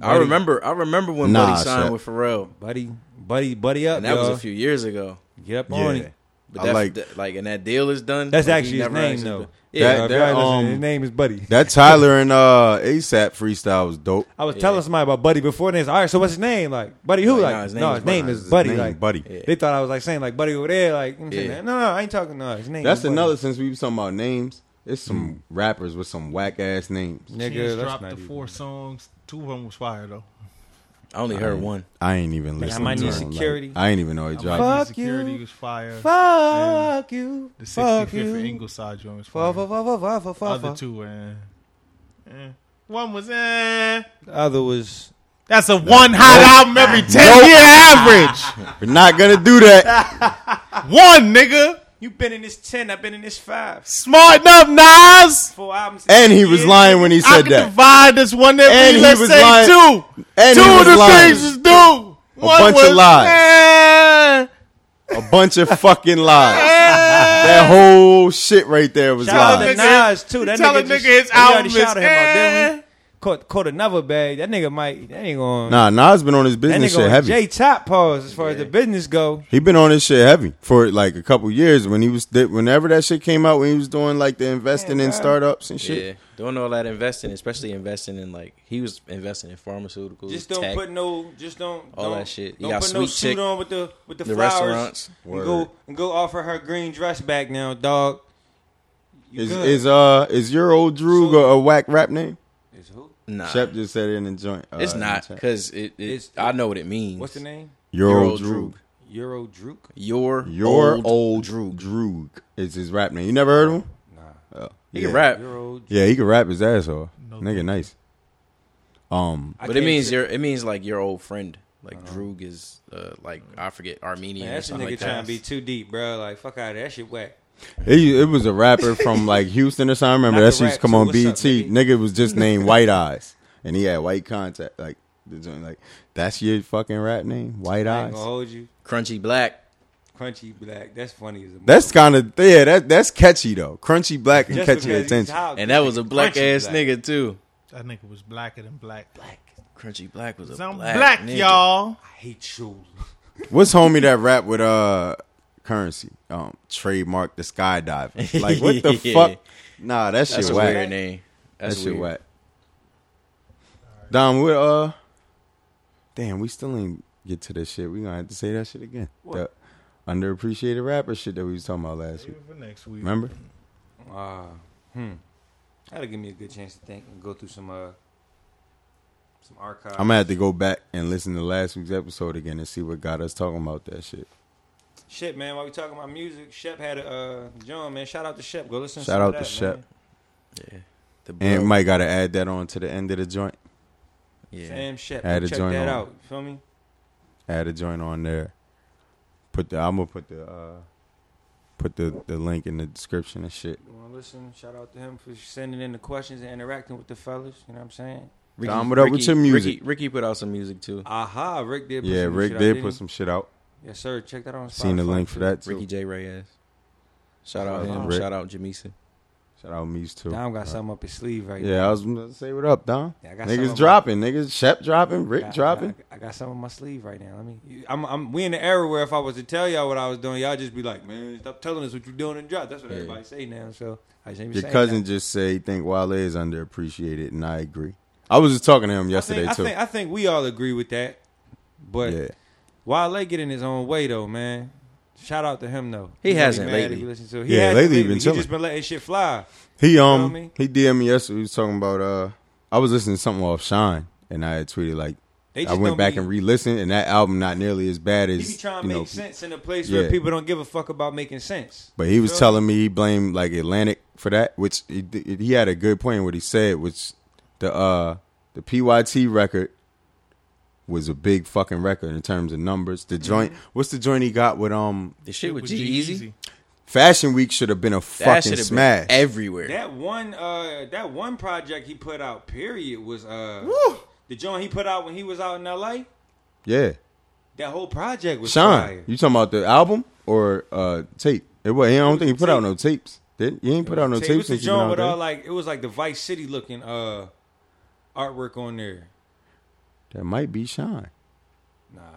I Buddy. remember, I remember when Nah, Buddy signed son. with Pharrell, Buddy, buddy, buddy up, and that was y'all. a few years ago. Get up Yeah. on it. But I that, like- like, like, and that deal is done. That's Like, he actually his never name actually- though. Yeah, That- if y'all that, listening, um, his name is Buddy. That Tyler and uh ASAP freestyle was dope. I was telling somebody about Buddy before, and they said, "All right, so what's his name?" Like Buddy, who? Like, Like nah, his name no, is his Buddy. name is His Buddy. name, Like buddy. they thought I was like saying like Buddy over there. Like you know what I'm Yeah. saying? no, no, I ain't talking. No, his name. That's is Buddy. another. Since we was talking about names, it's some rappers with some whack ass names. Hmm. nigga. Chance That's dropped not the even- four songs. Two of them was fire though. I only heard one. I ain't even listening. might to need him, like, security. I ain't even know he Miami dropped. Fuck security you. was fire. Fuck you. The 65th Fuck for you. Ingleside joint was fire. Fuck, fuck, fuck, fuck, fuck, fuck, fuck, Other fuck. two were. eh. Eh. One was eh. Other was That's a one hot album every ten year average. We're not gonna do that. One nigga. You've been in this ten. I've been in this five. Smarten up, Nas. Four albums. and he was lying when he I said can that. divide this one every. And he let's was say lying. two. And two he of was the lying. things is due. One bunch of was, lies. eh. A bunch of fucking lies. that whole shit right there was Shout out lies. to Nigga, Nas too. That tell nigga, a just- nigga his we already album is shouted him out, didn't we? eh. Caught, caught another bag. That nigga might. That ain't going. Nah, Nas been on his that business nigga shit on heavy. J top pause as far as the business go. He been on this shit heavy for like a couple years when he was th- whenever that shit came out when he was doing like the investing in startups and shit. Yeah, doing all that investing, especially investing in like he was investing in pharmaceuticals. Just don't tech. put no. Just don't. All don't, that shit. You Don't got put no Sweet Chick, suit on with the with the, the flowers. restaurants. And go and go offer her green dress back now, dog. You Is good. is uh is your old Droog a, a whack rap name? Is who? Nah, Shep just said it in the joint. uh, it's in not the chat. because it, it- It's- I know what it means. What's the name? your, old Droog. Euro Drook. Your Your old, old Droog. Droog is his rap name. You never heard of him? Nah. Oh, He can rap, Euro. Yeah, he can rap his ass off. No. Nigga, nice. Um, I but it can't means say- your it means like your old friend. Like Uh-huh. Droog is uh, like I forget Armenian Man, or that's a nigga something like trying that. to be too deep, bro. Like fuck out of that shit whack. it, it was a rapper from like Houston or something. I remember Not that the shit used rap, to come so on what's up, BT. nigga? nigga was just named White Eyes, and he had white contact. Like the joint, like that's your fucking rap name, White I ain't Eyes. gonna hold you. Crunchy Black. Crunchy black. That's funny as a That's kind of yeah. That that's catchy though. Crunchy black and Just catchy because he's attention. hot, And that this was a nigga black crunchy ass nigga too. That nigga was blacker than black. Black. Crunchy Black was a I'm black, black, nigga. y'all. I hate you. What's homie that rap with uh currency? Um, trademark the skydiving. Like what the Yeah. fuck? Nah, that shit That's a whack. weird name. that That's shit weird. whack. Dom, what uh? Damn, we still ain't get to this shit. We gonna have to say that shit again. What? The underappreciated rapper shit that we was talking about last week. Save it for next week. Remember? Ah, hmm. That'll give me a good chance to think and go through some uh some archives. I'm gonna have to go back and listen to last week's episode again and see what got us talking about that shit. Shit, man. While we talking about music, Shep had a uh, joint, man. Shout out to Shep. Go listen. to Shout some out of that, to Shep. man. The blood. And Mike gotta add that on to the end of the joint. yeah. Sam Shep. Had Go a check joint that on. out. You feel me? add a joint on there. Put the I'm gonna put the uh, put the, the link in the description and shit. You want to listen? Shout out to him for sending in the questions and interacting with the fellas. You know what I'm saying? Ricky, Dom, what up with your music? Ricky, Ricky put out some music too. Aha, Rick did. Put yeah, some Rick shit out, did didn't put he? some shit out. Yes, sir. Check that out on. Seen the Spotify, link for too. that too. Ricky J Reyes. Shout Shout out out him. Oh, Rick. Shout out Jamisa. Shout out Mees too. Dom got something up his sleeve right Yeah, I was gonna say what up, Don. Yeah, I got some niggas of dropping, niggas Shep dropping, Rick now. I- dropping. I, I got something in my sleeve right now. Let me. you- I'm, I'm. We in the era where if I was to tell y'all what I was doing, y'all just be like, "Man, stop telling us what you're doing and drop." That's what everybody say now. So I just ain't Your saying cousin that. just say think Wale is underappreciated, and I agree. I was just talking to him I yesterday think, I too. think. I think we all agree with that. But yeah, Wale get in his own way though, man. Shout out to him though. He He's gonna be hasn't mad if lately. you listen to it. He Yeah, hasn't lately he been He chilling. just been letting shit fly. he feel um me? he DM me yesterday. He was talking about uh I was listening to something off Shine, and I had tweeted like They I just went don't back be- and re-listened, and that album not nearly as bad He be as trying to you make know. sense in a place yeah. where people don't give a fuck about making sense. But he was Feel me? telling me he blamed like Atlantic for that, which he, did- he had a good point in what he said, which the uh the PYT record was a big fucking record in terms of numbers. Mm-hmm. The joint, what's the joint he got with um The shit with G Easy. Fashion Week should have been a That fucking should have smash. been everywhere. That one, uh, that one project he put out, period, was uh, the joint he put out when he was out in L.A. yeah, That whole project was Sean, fire. you talking about the album or uh tape? It was. I don't think he put out tape. no tapes. Did you ain't put out no it was tapes the since you been joint out with uh, all there? like it was like the Vice City looking uh artwork on there. That might be Sean.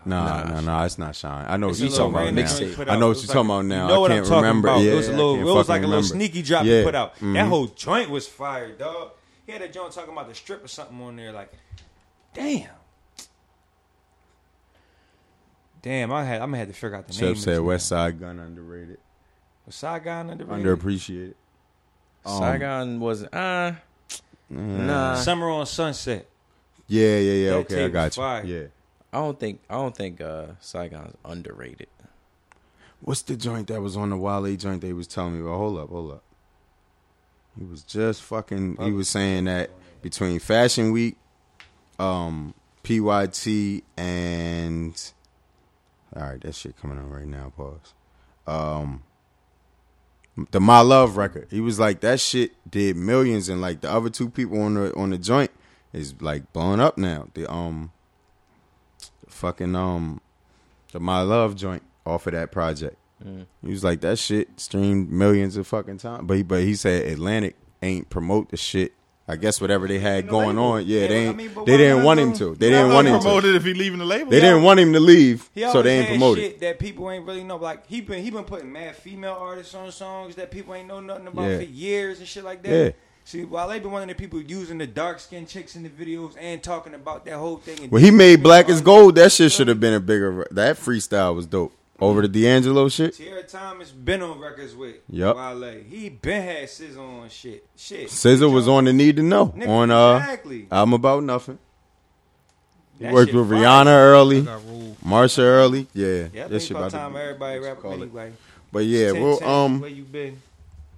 Nah, Nah, nah, nah, it's not Shine. I know It's what you're a little talking about random now. joint he put I out. know It what was you're like a- talking about now. You know I what can't I'm talking remember. about. Yeah, it was a I can't little, it was fucking like a little remember. sneaky drop he Yeah. put out. That Mhm. whole joint was fire, dog. He had a joint talking about the strip or something on there. Like, damn, damn. I had I'm gonna have to figure out the name. Chef of said this West Side Gun underrated, Was Saigon underrated? underappreciated. Um, Mm. Saigon wasn't. Uh, Nah. nah. Summer on Sunset. Yeah, yeah, yeah. That Okay, I tape got was you. fire. Yeah. I don't think. I don't think uh, Saigon's underrated. What's the joint that was on the Wale joint they was telling me about? Hold up, hold up. He was just fucking he was saying that between Fashion Week, um, PYT and all right, that shit coming on right now, pause. Um the My Love record. He was like that shit did millions and like the other two people on the on the joint is like blowing up now. The um fucking um the My Love joint off of that project. Mm. He was like, that shit streamed millions of fucking times. But he, but he said Atlantic ain't promote the shit. I guess whatever they had going on, yeah, Yeah, they but I ain't, mean, but they why didn't not want though? him to. They didn't want him to. promoted if he leaving the label. They didn't want him to leave, He so always they ain't had promote it. shit that people ain't really know. Like he been he been putting mad female artists on songs that people ain't know nothing about Yeah. for years and shit like that. Yeah. See, while they been one of the people using the dark skinned chicks in the videos and talking about that whole thing. And When he made Black is Gold, that shit should have been a bigger. That freestyle was dope. Over the D'Angelo shit, Tierra Thomas been on records with Yup. Wale. He been had SZA on shit. Shit. Scissor was on the Need to Know Nigga, on uh, exactly. I'm About Nothing. He That worked shit with fire. Rihanna early, got ruled. Marsha early, yeah. Yeah, I that think shit about to time be- everybody what you rap call it. anyway. But yeah, 10, well, 10, where um, you been?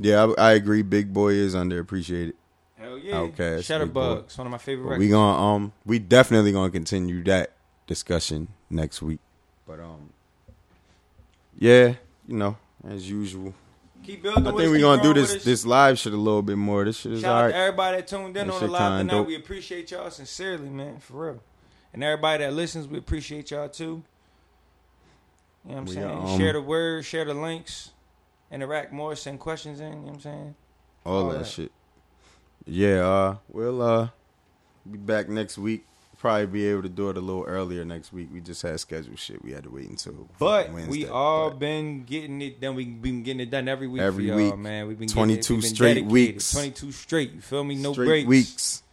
yeah, I, I agree. Big Boy is underappreciated. Hell yeah, Outkast, Big Boy. Shutterbugs, one of my favorite But records. we gonna, um, we definitely gonna continue that discussion next week. But um, yeah, you know, as usual, Keep building. I with think us, we keep gonna do growing with this us. this live shit a little bit more. This shit is Shout out to alright. everybody that tuned in That on the shit live kinda tonight. dope. We appreciate y'all sincerely, man, for real. And everybody that listens, we appreciate y'all too. You know what I'm We, saying? um, share the word, share the links, interact more, send questions in, you know what I'm saying? All all that that. shit. Yeah, uh, we'll uh be back next week. Probably be able to do it a little earlier next week. We just had scheduled shit. We had to wait until But Wednesday. we all But- been getting it done. We've been getting it done every week Every for y'all, week. man. We've been getting it. We've 22 been straight dedicated. weeks. 22 straight. You feel me? No straight breaks. weeks.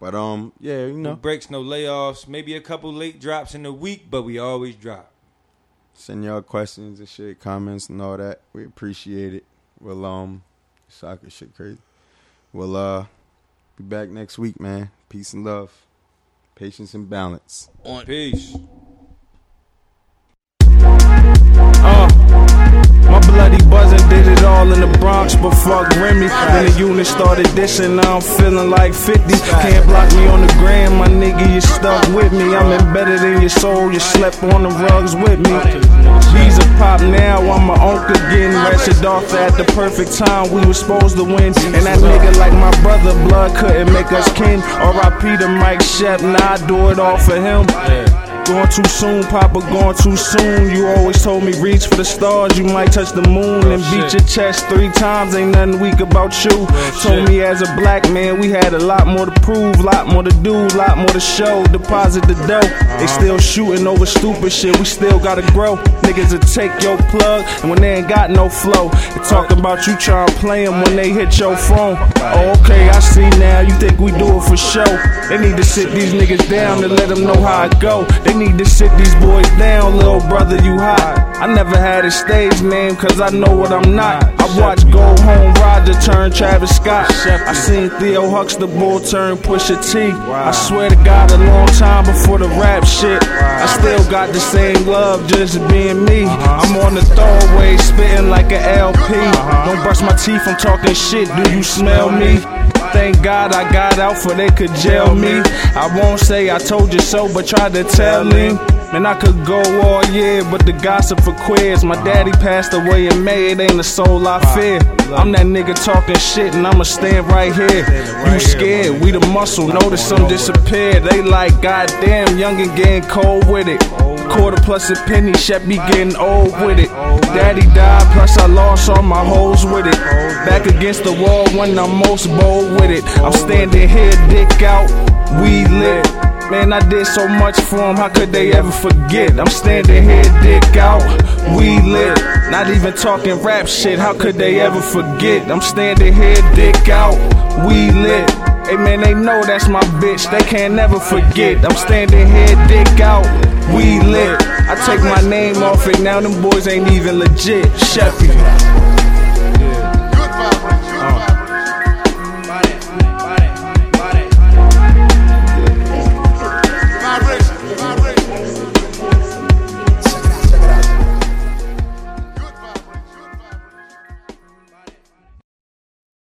But um, yeah, you No. know, breaks, no layoffs. Maybe a couple late drops in the week, but we always drop. send y'all questions and shit, comments and all that. We appreciate it. We'll um, soccer shit crazy. We'll uh, be back next week, man. Peace and love, patience and balance. Peace. Uh, my bloody buzzer did it all in the Bronx, but fuck Remy. When the unit started dissing, now I'm feeling like 50. Can't block me on the gram, my nigga, you stuck with me. I'm embedded in your soul, you slept on the rugs with me. These are pop now, I'm a uncle again. Ratchet doctor at the perfect time, we was supposed to win. And that nigga like my brother, blood couldn't make us kin. R.I.P. to Mike Shep, now I do it all for him. Gone too soon, Papa, gone too soon. You always told me reach for the stars, you might touch the moon and beat Oh, shit. Oh, your chest three times. Ain't nothing weak about you. told shit. me as a black man, we had a lot more to prove, lot more to do, lot more to show. Deposit the dough. They still shooting over stupid shit. We still gotta grow. Niggas will take your plug, and when they ain't got no flow, they talking about you trying to play 'em when they hit your phone. Oh, okay, I see now. You think we do it for show? They need to sit these niggas down and let them know how it go. They need to sit these boys down, little brother. You hot? I never had a stage name, cause I know what I'm not. I watch Go Home Roger turn Travis Scott. I seen Theo Huxtable turn Pusha T. I swear to God, a long time before the rap shit. I still got the same love, just being me. I'm on the throwaway, spitting like an LP. Don't brush my teeth, I'm talking shit. Do you smell me? Thank God I got out for they could jail me. I won't say I told you so, but try to tell him. And I could go all year, but the gossip for quiz. My daddy passed away in May, it ain't a soul I fear. I'm that nigga talking shit, and I'ma stand right here. You scared, we the muscle, notice some disappear. They like, goddamn, youngin' getting cold with it. Quarter plus a penny, Shep be getting old with it. Daddy died, plus I lost all my hoes with it. Back against the wall when I'm most bold with it. I'm standing here, dick out, we lit. Man, I did so much for 'em, how could they ever forget? I'm standing here, dick out, we lit. Not even talking rap shit, how could they ever forget? I'm standing here, dick out, we lit. Hey man, they know that's my bitch, they can't never forget. I'm standing here, dick out, we lit. I take my name off it now, them boys ain't even legit. Sheffy. Yeah. Good vibration.